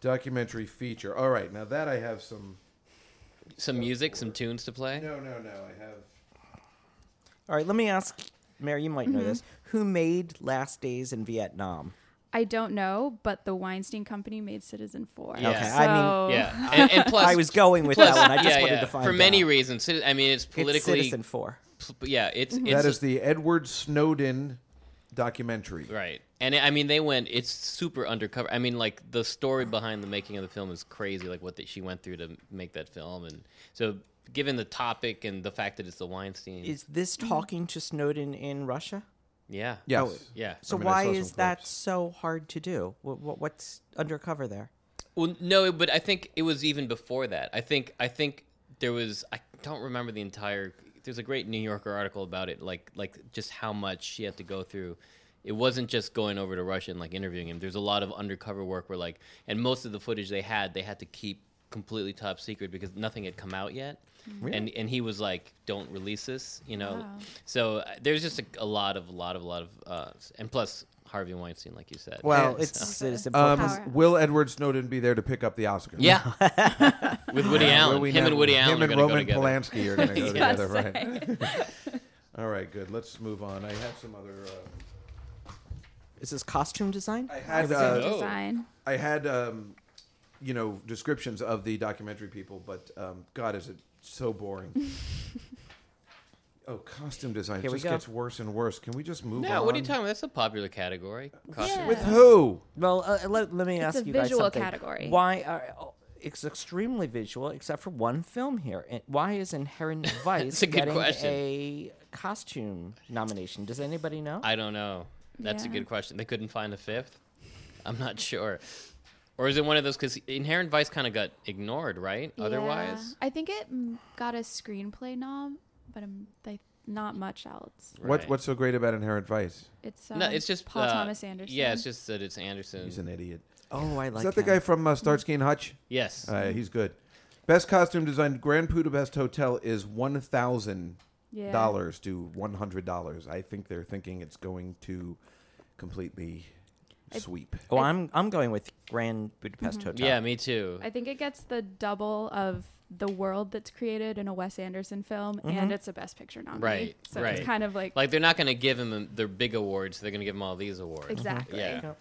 Speaker 1: Documentary feature. All right, now that I have some.
Speaker 2: Some music, some tunes to play.
Speaker 1: No, no, no. I have.
Speaker 4: All right, let me ask Mary. You might
Speaker 2: Mm-hmm.
Speaker 4: know this. Who made Last Days in Vietnam?
Speaker 3: I don't know, but the Weinstein Company made Citizen Four.
Speaker 2: Yeah. Okay,
Speaker 4: I mean-
Speaker 3: So-
Speaker 2: Yeah, and, and plus,
Speaker 4: (laughs) I was going with that one. I just wanted to find
Speaker 2: for many
Speaker 4: out.
Speaker 2: reasons. Citi- I mean, it's
Speaker 4: It's
Speaker 2: politically,
Speaker 4: Citizen Four.
Speaker 2: pl- yeah, it's, it's
Speaker 1: That is the Edward Snowden documentary.
Speaker 2: Right. And I mean, they went, it's super undercover. I mean, like, the story behind the making of the film is crazy, like, what the, she went through to make that film. And so, given the topic and the fact that it's the Weinstein.
Speaker 4: Is this
Speaker 2: Mm-hmm.
Speaker 4: talking to Snowden in Russia?
Speaker 2: yeah.
Speaker 1: Yes.
Speaker 2: Yeah.
Speaker 4: So
Speaker 1: mean, I
Speaker 4: why
Speaker 1: saw some
Speaker 4: is that
Speaker 1: clips.
Speaker 4: so hard to do? What, what, what's undercover there?
Speaker 2: Well, no, but I think it was even before that. I think, I think there was, I don't remember the entire, there's a great New Yorker article about it, like, like just how much she had to go through. It wasn't just going over to Russia and like interviewing him. There's a lot of undercover work where like, and most of the footage they had, they had to keep completely top secret because nothing had come out yet, and and he was like, "Don't release this," you know.
Speaker 3: Wow.
Speaker 2: So uh, there's just a, a lot of, lot of, lot of, uh, and plus Harvey Weinstein, like you said.
Speaker 1: Well,
Speaker 4: it's,
Speaker 2: (laughs)
Speaker 4: it's important.
Speaker 1: Um, will Edward Snowden be there to pick up the Oscar?
Speaker 2: yeah, (laughs) with Woody Allen,
Speaker 1: Where we
Speaker 2: him and
Speaker 1: know-
Speaker 2: Woody Allen
Speaker 1: him
Speaker 2: are
Speaker 1: and
Speaker 2: gonna go
Speaker 1: Roman
Speaker 2: together.
Speaker 1: Polanski
Speaker 2: (laughs)
Speaker 1: are going to go
Speaker 3: Gotta
Speaker 1: together, right?
Speaker 3: say.
Speaker 1: (laughs) All right, good. Let's move on. I have some other. Uh,
Speaker 4: is this costume design?
Speaker 1: I had.
Speaker 3: Costume
Speaker 1: Uh,
Speaker 2: Oh.
Speaker 3: design.
Speaker 1: I had. Um, you know, descriptions of the documentary people, but um, God, is it so
Speaker 4: (laughs)
Speaker 1: boring? oh, costume design
Speaker 4: Here we
Speaker 1: just
Speaker 4: go.
Speaker 1: gets worse and worse. Can we just move
Speaker 2: No,
Speaker 1: on?
Speaker 2: what are you talking about? That's a popular category. Costume.
Speaker 1: With who?
Speaker 4: Well, uh, let, let me
Speaker 3: It's
Speaker 4: ask
Speaker 3: a
Speaker 4: you guys
Speaker 3: visual
Speaker 4: something.
Speaker 3: category.
Speaker 4: Why are oh, it's extremely visual, except for one film here. And Why is Inherent Vice
Speaker 2: a good
Speaker 4: getting
Speaker 2: question.
Speaker 4: a costume nomination? Does anybody know?
Speaker 2: I don't know. That's a
Speaker 3: Yeah.
Speaker 2: good question. They couldn't find a fifth. I'm not sure. Or is it one of those? Because Inherent Vice kind of got ignored, right? Otherwise,
Speaker 3: Yeah. I think it mm, got a screenplay nom, but um, they, not much else.
Speaker 1: What,
Speaker 2: Right.
Speaker 1: what's so great about Inherent Vice?
Speaker 3: It's um,
Speaker 2: no, it's just
Speaker 3: Paul
Speaker 2: uh,
Speaker 3: Thomas Anderson.
Speaker 2: Yeah, it's just that it's Anderson.
Speaker 1: He's an idiot.
Speaker 4: oh, I like
Speaker 1: Is that the
Speaker 4: him.
Speaker 1: guy from uh, Starsky and Hutch?
Speaker 2: yes,
Speaker 1: Uh, he's good. Best costume design, Grand Budapest Hotel is one thousand
Speaker 3: Yeah.
Speaker 1: dollars to one hundred dollars. I think they're thinking it's going to completely sweep.
Speaker 4: Oh, I'm I'm going with Grand Budapest Hotel.
Speaker 2: yeah, me too.
Speaker 3: I think it gets the double of the world that's created in a Wes Anderson film,
Speaker 1: Mm-hmm.
Speaker 3: and it's a Best Picture nominee.
Speaker 2: Right,
Speaker 3: So
Speaker 2: right.
Speaker 3: it's kind of like,
Speaker 2: Like they're not going to give him um, their big awards. They're going to give him all these awards.
Speaker 3: exactly.
Speaker 2: Yeah.
Speaker 4: Yep.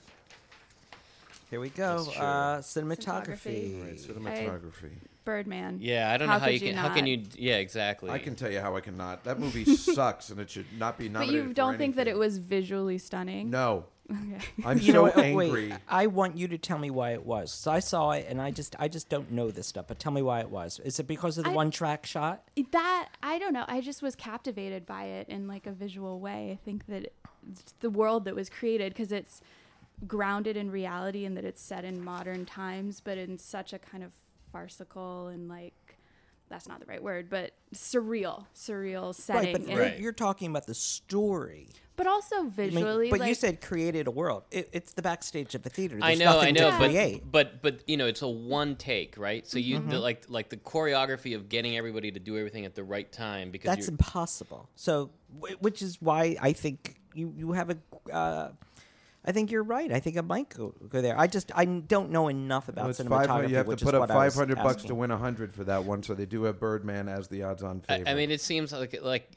Speaker 4: Here we go.
Speaker 2: That's true.
Speaker 4: Uh,
Speaker 1: All right,
Speaker 4: cinematography.
Speaker 1: cinematography.
Speaker 3: Birdman.
Speaker 2: Yeah, I don't know how
Speaker 3: could
Speaker 2: you can. how can
Speaker 3: not?
Speaker 2: you? Yeah, exactly.
Speaker 1: I, can tell you how I cannot. That
Speaker 4: (laughs)
Speaker 1: movie sucks, and it should not be
Speaker 3: But
Speaker 1: nominated.
Speaker 3: you
Speaker 1: for
Speaker 3: don't think that it
Speaker 1: anything.
Speaker 3: was visually stunning?
Speaker 1: No, (laughs) I'm
Speaker 4: (laughs) You know,
Speaker 1: so
Speaker 4: what? Oh,
Speaker 1: angry.
Speaker 4: wait. I want you to tell me why it was. So I saw it, and I just I just don't know this stuff. But tell me why it was. Is it because of the
Speaker 3: I-
Speaker 4: one track shot?
Speaker 3: that I don't know. I just was captivated by it in like a visual way. I think that it's the world that was created because it's grounded in reality and that it's set in modern times, but in such a kind of farcical and like that's not the right word, but surreal, surreal setting.
Speaker 4: Right, but
Speaker 3: and-
Speaker 4: you're,
Speaker 2: Right.
Speaker 4: you're talking about the story.
Speaker 3: but also
Speaker 4: I mean,
Speaker 3: visually,
Speaker 4: but you
Speaker 3: like-
Speaker 4: said created a world. It, it's the backstage of the theater.
Speaker 2: I
Speaker 4: There's
Speaker 2: know, I
Speaker 4: nothing to
Speaker 2: know,
Speaker 4: create.
Speaker 2: but, but but you know, it's a one take, right? So you
Speaker 1: Mm-hmm.
Speaker 2: the, like like the choreography of getting everybody to do everything at the right time because
Speaker 4: That's
Speaker 2: you're,
Speaker 4: impossible. So, wh- which is why I think you you have a. Uh, I think you're right. I think I might go, go there. I just I don't know enough about
Speaker 1: Well, it's 500
Speaker 4: cinematography.
Speaker 1: you have to
Speaker 4: which
Speaker 1: put
Speaker 4: is
Speaker 1: up
Speaker 4: what I was
Speaker 1: 500 bucks to
Speaker 4: asking.
Speaker 1: win 100 for that one, so they do have Birdman as the odds-on
Speaker 2: I,
Speaker 1: favorite.
Speaker 2: I mean, it seems like like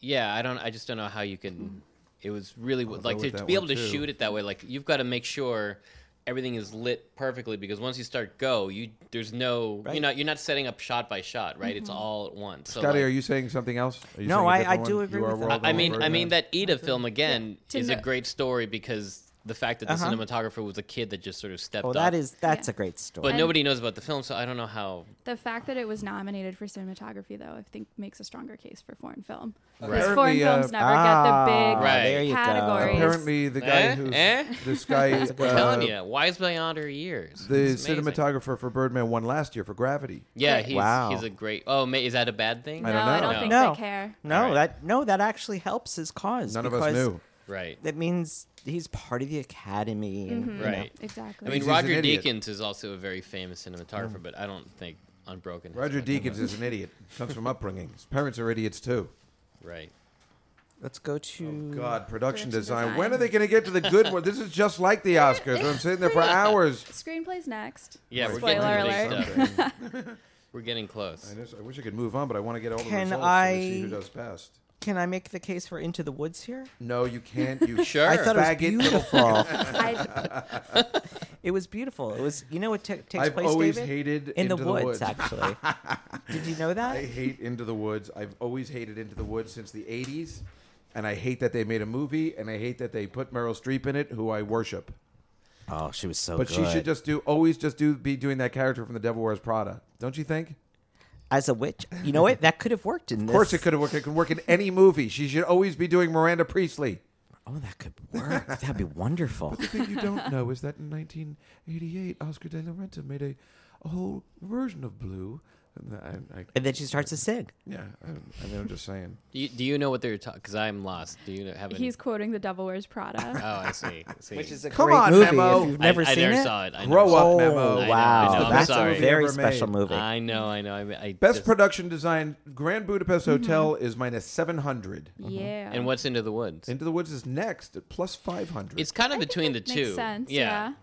Speaker 2: yeah, I don't, I just don't know how you can. It was really like
Speaker 1: with
Speaker 2: to, to
Speaker 1: that
Speaker 2: be
Speaker 1: one
Speaker 2: able to
Speaker 1: too.
Speaker 2: shoot it that way. Like you've got to make sure everything is lit perfectly because once you start go, you there's no
Speaker 4: Right. Mm-hmm.
Speaker 2: you're not you're not setting up shot by shot, right? It's all at once. So
Speaker 1: Scotty,
Speaker 2: like-
Speaker 1: are you saying something else? Are you saying
Speaker 4: No,
Speaker 1: a
Speaker 4: I-
Speaker 1: different
Speaker 4: I do
Speaker 1: one?
Speaker 4: agree
Speaker 1: You are
Speaker 4: with that.
Speaker 1: World
Speaker 2: I I
Speaker 1: War
Speaker 2: mean, I
Speaker 1: Birdman?
Speaker 2: mean that Eda film again
Speaker 3: To
Speaker 2: is a
Speaker 3: know-
Speaker 2: great story because the fact that the
Speaker 4: Uh-huh.
Speaker 2: cinematographer was a kid that just sort of
Speaker 1: Oh,
Speaker 2: stepped
Speaker 4: Well,
Speaker 2: up.
Speaker 4: that is that's
Speaker 3: Yeah.
Speaker 4: a great story.
Speaker 2: but nobody knows about the film, so I don't know how.
Speaker 3: the fact that it was nominated for cinematography, though, I think makes a stronger case for foreign film. 'Cause
Speaker 1: Apparently,
Speaker 3: Foreign
Speaker 1: uh,
Speaker 3: films never
Speaker 4: ah,
Speaker 3: get the big
Speaker 2: Right.
Speaker 4: there you
Speaker 3: categories.
Speaker 4: go.
Speaker 1: Apparently, the guy
Speaker 2: Eh?
Speaker 1: who's
Speaker 2: Eh?
Speaker 1: this guy, uh,
Speaker 2: (laughs) I'm telling you, wise beyond her years.
Speaker 1: the
Speaker 2: It's amazing.
Speaker 1: cinematographer for Birdman won last year for Gravity.
Speaker 2: Yeah,
Speaker 3: Right.
Speaker 2: he's
Speaker 4: Wow.
Speaker 2: he's a great. Oh, ma- is that a bad thing?
Speaker 3: No,
Speaker 1: I don't know.
Speaker 3: think
Speaker 4: No.
Speaker 3: they care.
Speaker 4: No,
Speaker 2: Right.
Speaker 4: that no, that actually helps his cause.
Speaker 1: None of
Speaker 4: because
Speaker 1: us knew.
Speaker 2: Right.
Speaker 1: Mm,
Speaker 4: That means he's part of the academy. And, you know.
Speaker 2: Mm-hmm. Right.
Speaker 3: Exactly.
Speaker 2: I mean,
Speaker 1: He's an
Speaker 2: Roger
Speaker 1: idiot. Mm.
Speaker 2: Deakins is also a very famous cinematographer, but I don't think Unbroken. has
Speaker 1: Roger
Speaker 2: much of a-
Speaker 1: Deakins is an idiot. Comes from upbringing. His parents are idiots too.
Speaker 2: Right.
Speaker 4: Let's go to
Speaker 1: Oh, God, production
Speaker 3: Production
Speaker 1: design.
Speaker 3: design.
Speaker 1: When are they going to get to the good one? This is just like (laughs) the Oscars. I'm sitting there for hours.
Speaker 3: Screenplays next.
Speaker 2: Yeah, we're
Speaker 3: Spoiler
Speaker 2: getting
Speaker 3: alert.
Speaker 2: to these stuff. We're getting
Speaker 1: I,
Speaker 2: close.
Speaker 1: just- I wish I could move on, but I want to get all the results
Speaker 4: Can
Speaker 1: so we see
Speaker 4: I-
Speaker 1: who does best.
Speaker 4: Can I make the case for Into the Woods here?
Speaker 1: No, you can't.
Speaker 4: (laughs)
Speaker 1: You
Speaker 2: Sure.
Speaker 4: I thought
Speaker 1: Faggot.
Speaker 4: it was
Speaker 3: (laughs)
Speaker 4: beautiful. (laughs)
Speaker 3: I,
Speaker 2: (laughs)
Speaker 4: it was beautiful. It was. You know what ta- takes
Speaker 1: I've
Speaker 4: place?
Speaker 1: always
Speaker 4: David?
Speaker 1: hated
Speaker 4: in the,
Speaker 1: Into the
Speaker 4: woods,
Speaker 1: Woods. (laughs)
Speaker 4: Actually, did you know that?
Speaker 1: I hate Into the Woods. I've always hated Into the Woods since the 80s. And I hate that they made a movie, and I hate that they put Meryl Streep in it, who I worship.
Speaker 4: oh, she was so.
Speaker 1: But she should just do always just do be doing that character from The Devil Wears Prada, don't you think?
Speaker 4: as a witch. You know what? That could have worked in.
Speaker 1: Of course, it could work. It can work in any movie. She should always be doing Miranda Priestley.
Speaker 4: Oh, that could work. That'd be wonderful.
Speaker 1: thing you
Speaker 3: (laughs)
Speaker 1: don't know is that in 1988, Oscar de la Renta made a, a whole version of Blue I, I,
Speaker 4: And then she starts to sing.
Speaker 1: yeah, I, I mean, I'm just
Speaker 2: (laughs)
Speaker 1: saying.
Speaker 2: Do you, do you know what they're talking? Because I'm lost. Do you know, have any?
Speaker 3: He's quoting The Devil Wears Prada.
Speaker 2: Oh, I see. I see.
Speaker 4: Which is a
Speaker 1: Come
Speaker 4: great
Speaker 1: on,
Speaker 4: movie.
Speaker 1: Memo.
Speaker 4: If you've
Speaker 2: I-
Speaker 4: never
Speaker 2: I,
Speaker 4: seen
Speaker 2: never
Speaker 4: it,
Speaker 2: saw it. I
Speaker 1: Grow
Speaker 2: never
Speaker 1: up,
Speaker 2: saw
Speaker 4: oh
Speaker 2: it.
Speaker 1: Memo.
Speaker 2: I know,
Speaker 4: wow,
Speaker 2: I know, I'm
Speaker 4: that's
Speaker 2: sorry.
Speaker 4: a very
Speaker 1: Ever
Speaker 4: special
Speaker 1: made.
Speaker 4: movie.
Speaker 2: I know. I know. I, I
Speaker 1: Best
Speaker 2: just-
Speaker 1: production design, Grand Budapest
Speaker 3: Mm-hmm.
Speaker 1: Hotel is minus 700.
Speaker 3: Yeah.
Speaker 2: And what's into the woods?
Speaker 1: Into the Woods is next at plus 500.
Speaker 2: It's kind of between the
Speaker 3: Makes
Speaker 2: two.
Speaker 3: sense. Yeah.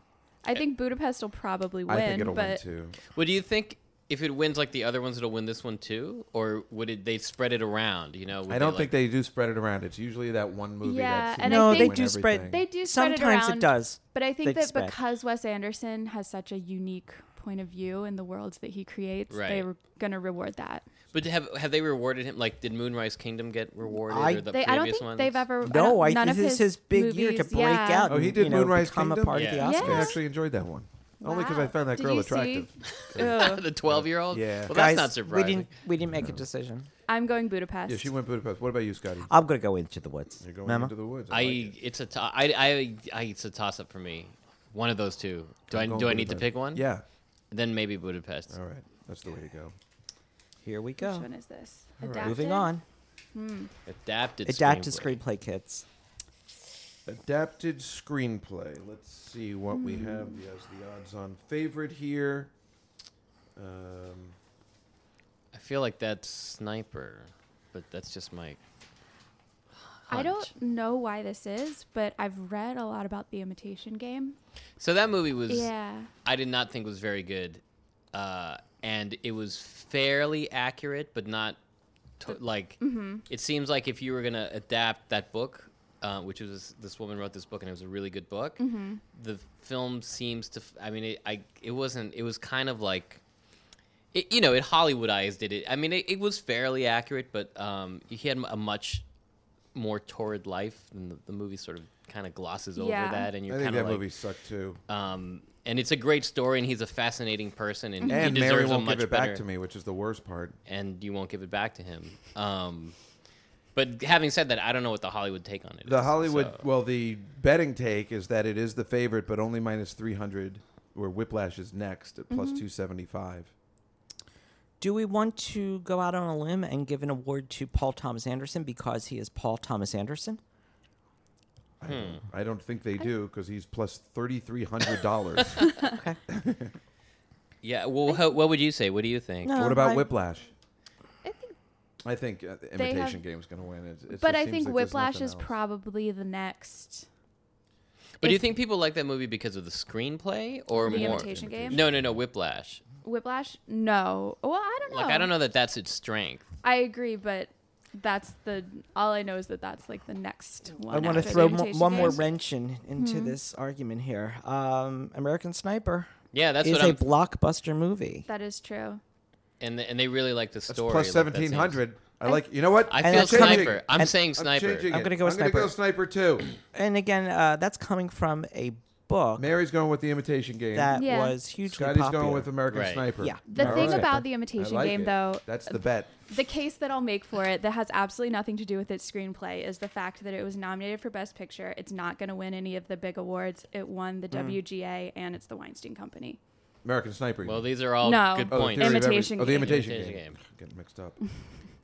Speaker 3: I think Budapest will probably win,
Speaker 1: I think it'll
Speaker 3: but
Speaker 1: win too.
Speaker 2: Well, do you think if it wins like the other ones, it'll win this one too, or would it? They spread it around. You know. Would
Speaker 1: I don't
Speaker 2: they,
Speaker 1: think
Speaker 2: like-
Speaker 1: they do spread it around. It's usually that one movie.
Speaker 3: Yeah,
Speaker 1: that's
Speaker 3: and I
Speaker 4: no,
Speaker 1: win
Speaker 4: they
Speaker 3: think-
Speaker 4: do spread.
Speaker 1: everything.
Speaker 3: they do spread it
Speaker 4: Sometimes
Speaker 3: around,
Speaker 4: it does.
Speaker 3: But I think
Speaker 4: They
Speaker 3: that
Speaker 4: spread.
Speaker 3: because Wes Anderson has such a unique point of view in the worlds that he creates,
Speaker 2: Right.
Speaker 3: they're going to reward that.
Speaker 2: But have have they rewarded him? Like, did Moonrise Kingdom get rewarded?
Speaker 4: I-
Speaker 2: or the
Speaker 3: They,
Speaker 2: previous
Speaker 3: I don't think
Speaker 2: ones?
Speaker 3: they've ever.
Speaker 4: No,
Speaker 3: I
Speaker 4: I
Speaker 3: don't, uh, none
Speaker 4: think
Speaker 3: of
Speaker 4: this is his big year to
Speaker 3: movies-
Speaker 4: break
Speaker 3: yeah.
Speaker 4: out.
Speaker 1: Oh, he
Speaker 4: and,
Speaker 1: did
Speaker 4: you know,
Speaker 1: Moonrise
Speaker 4: become
Speaker 1: Kingdom.
Speaker 4: a part
Speaker 2: Yeah.
Speaker 4: of the
Speaker 1: I
Speaker 4: Oscars.
Speaker 1: actually enjoyed that one. Only because I
Speaker 3: Wow.
Speaker 1: found that
Speaker 3: Did
Speaker 1: girl
Speaker 3: you
Speaker 1: attractive.
Speaker 3: see? Ugh.
Speaker 2: (laughs) the twelve year old.
Speaker 1: Yeah.
Speaker 2: Well,
Speaker 4: Guys,
Speaker 2: that's not surprising.
Speaker 4: We didn't, we didn't make a decision.
Speaker 3: I'm going Budapest.
Speaker 1: Yeah, she went Budapest. What about you, Scotty?
Speaker 4: I'm gonna go into the woods.
Speaker 1: You're going
Speaker 4: Memo?
Speaker 1: into the woods.
Speaker 2: I,
Speaker 1: like it.
Speaker 2: it's a to- I, I, I it's a toss up for me. One of those two. Do I
Speaker 1: I'm
Speaker 2: do
Speaker 1: going
Speaker 2: I need to
Speaker 1: Budapest.
Speaker 2: pick one?
Speaker 1: Yeah.
Speaker 2: Then maybe Budapest.
Speaker 1: All right. That's the way to go.
Speaker 4: Here we
Speaker 3: Which
Speaker 4: go.
Speaker 3: one is this?
Speaker 1: right.
Speaker 3: Adapted?
Speaker 4: Moving on.
Speaker 2: Adapted.
Speaker 4: Adapted
Speaker 2: screenplay.
Speaker 4: screenplay kits.
Speaker 1: Adapted screenplay. Let's see what we have as the odds on favorite here. Um,
Speaker 2: I feel like that's Sniper, but that's just my.
Speaker 3: I
Speaker 2: hunch.
Speaker 3: don't know why this is, but I've read a lot about The Imitation Game.
Speaker 2: So that movie was.
Speaker 3: Yeah.
Speaker 2: I did not think was very good, uh, and it was fairly accurate, but not to, like. It seems like if you were gonna adapt that book, uh, which was this, this woman wrote this book, and it was a really good book. The film seems to. f- I mean, it, I it wasn't. It was kind of like. It, you know, it Hollywoodized it. it I mean, it, it was fairly accurate, but um, he had a much more torrid life, and the, the movie sort of kind of glosses over
Speaker 3: Yeah.
Speaker 2: that, and
Speaker 1: I
Speaker 2: you're
Speaker 1: think
Speaker 2: kind
Speaker 1: that
Speaker 2: of like,
Speaker 1: movie sucked too.
Speaker 2: um, and it's a great story, and he's a fascinating person, and,
Speaker 1: and
Speaker 2: he deserves
Speaker 1: Mary
Speaker 2: a
Speaker 1: won't
Speaker 2: much
Speaker 1: give it
Speaker 2: better,
Speaker 1: back to me, which is the worst part.
Speaker 2: And you won't give it back to him. Um, but having said that, I don't know what the Hollywood take on it.
Speaker 1: The
Speaker 2: is,
Speaker 1: Hollywood,
Speaker 2: so-
Speaker 1: well, the betting take is that it is the favorite, but only minus 300, where Whiplash is next at plus 275.
Speaker 4: Do we want to go out on a limb and give an award to Paul Thomas Anderson because he is Paul Thomas Anderson?
Speaker 1: I, don't, I don't think they do because he's plus $3,300.
Speaker 2: yeah. Well, how, what would you say? What do you think?
Speaker 4: No.
Speaker 1: what about
Speaker 4: I-
Speaker 1: Whiplash? I
Speaker 3: I think,
Speaker 1: think uh, the
Speaker 3: They
Speaker 1: Imitation
Speaker 3: have-
Speaker 1: Game's going to win. It, it
Speaker 3: but
Speaker 1: just seems
Speaker 3: I
Speaker 1: like
Speaker 3: think
Speaker 1: there's
Speaker 3: Whiplash
Speaker 1: nothing
Speaker 3: is
Speaker 1: else.
Speaker 3: probably the next.
Speaker 2: But do you
Speaker 3: if-
Speaker 2: think people like that movie because of the screenplay or
Speaker 3: The
Speaker 2: more?
Speaker 3: Imitation Game?
Speaker 2: No, no, no. Whiplash.
Speaker 3: Whiplash? No. Well, I don't know.
Speaker 2: Like I don't know that that's its strength.
Speaker 3: I agree, but that's the all I know is that that's like the next one.
Speaker 4: I want to
Speaker 3: after the
Speaker 4: throw mo-
Speaker 3: Imitation
Speaker 4: one more
Speaker 3: Game.
Speaker 4: wrench in, into
Speaker 3: Hmm.
Speaker 4: this argument here. Um, American Sniper
Speaker 2: Yeah, that's
Speaker 4: is
Speaker 2: what
Speaker 4: a
Speaker 2: I'm.
Speaker 4: blockbuster movie.
Speaker 3: That is true.
Speaker 2: and and they really like the
Speaker 1: That's
Speaker 2: story.
Speaker 1: plus
Speaker 2: like, that seems-
Speaker 1: 1,700. I like, you know what?
Speaker 2: I
Speaker 1: I'm
Speaker 4: And
Speaker 2: feel
Speaker 4: that's coming-
Speaker 2: sniper. I'm
Speaker 4: and-
Speaker 2: saying sniper.
Speaker 1: changing
Speaker 4: I'm
Speaker 1: it.
Speaker 4: gonna go with
Speaker 1: I'm gonna go Sniper too.
Speaker 4: And again, uh, that's coming from a book
Speaker 1: Mary's going with the Imitation Game.
Speaker 4: that
Speaker 3: Yeah.
Speaker 4: was hugely
Speaker 1: Scotty's
Speaker 4: popular.
Speaker 1: going with American
Speaker 2: Right.
Speaker 1: Sniper.
Speaker 4: Yeah.
Speaker 3: The
Speaker 1: All
Speaker 3: thing
Speaker 1: right.
Speaker 3: about the
Speaker 1: I
Speaker 3: imitation
Speaker 1: like
Speaker 3: game,
Speaker 1: it.
Speaker 3: though,
Speaker 1: That's the bet.
Speaker 3: the case that I'll make for it that has absolutely nothing to do with its screenplay is the fact that it was nominated for Best Picture. It's not going to win any of the big awards. It won
Speaker 2: Mm.
Speaker 3: the WGA and it's the Weinstein Company.
Speaker 1: American Sniper. you
Speaker 2: Well,
Speaker 1: mean.
Speaker 2: these are all
Speaker 3: No.
Speaker 2: good
Speaker 1: Oh, the
Speaker 2: points.
Speaker 1: Theory of Every-
Speaker 3: Imitation
Speaker 1: Oh, the
Speaker 3: Game.
Speaker 1: imitation,
Speaker 2: Imitation
Speaker 1: game.
Speaker 2: Game.
Speaker 1: Getting mixed up.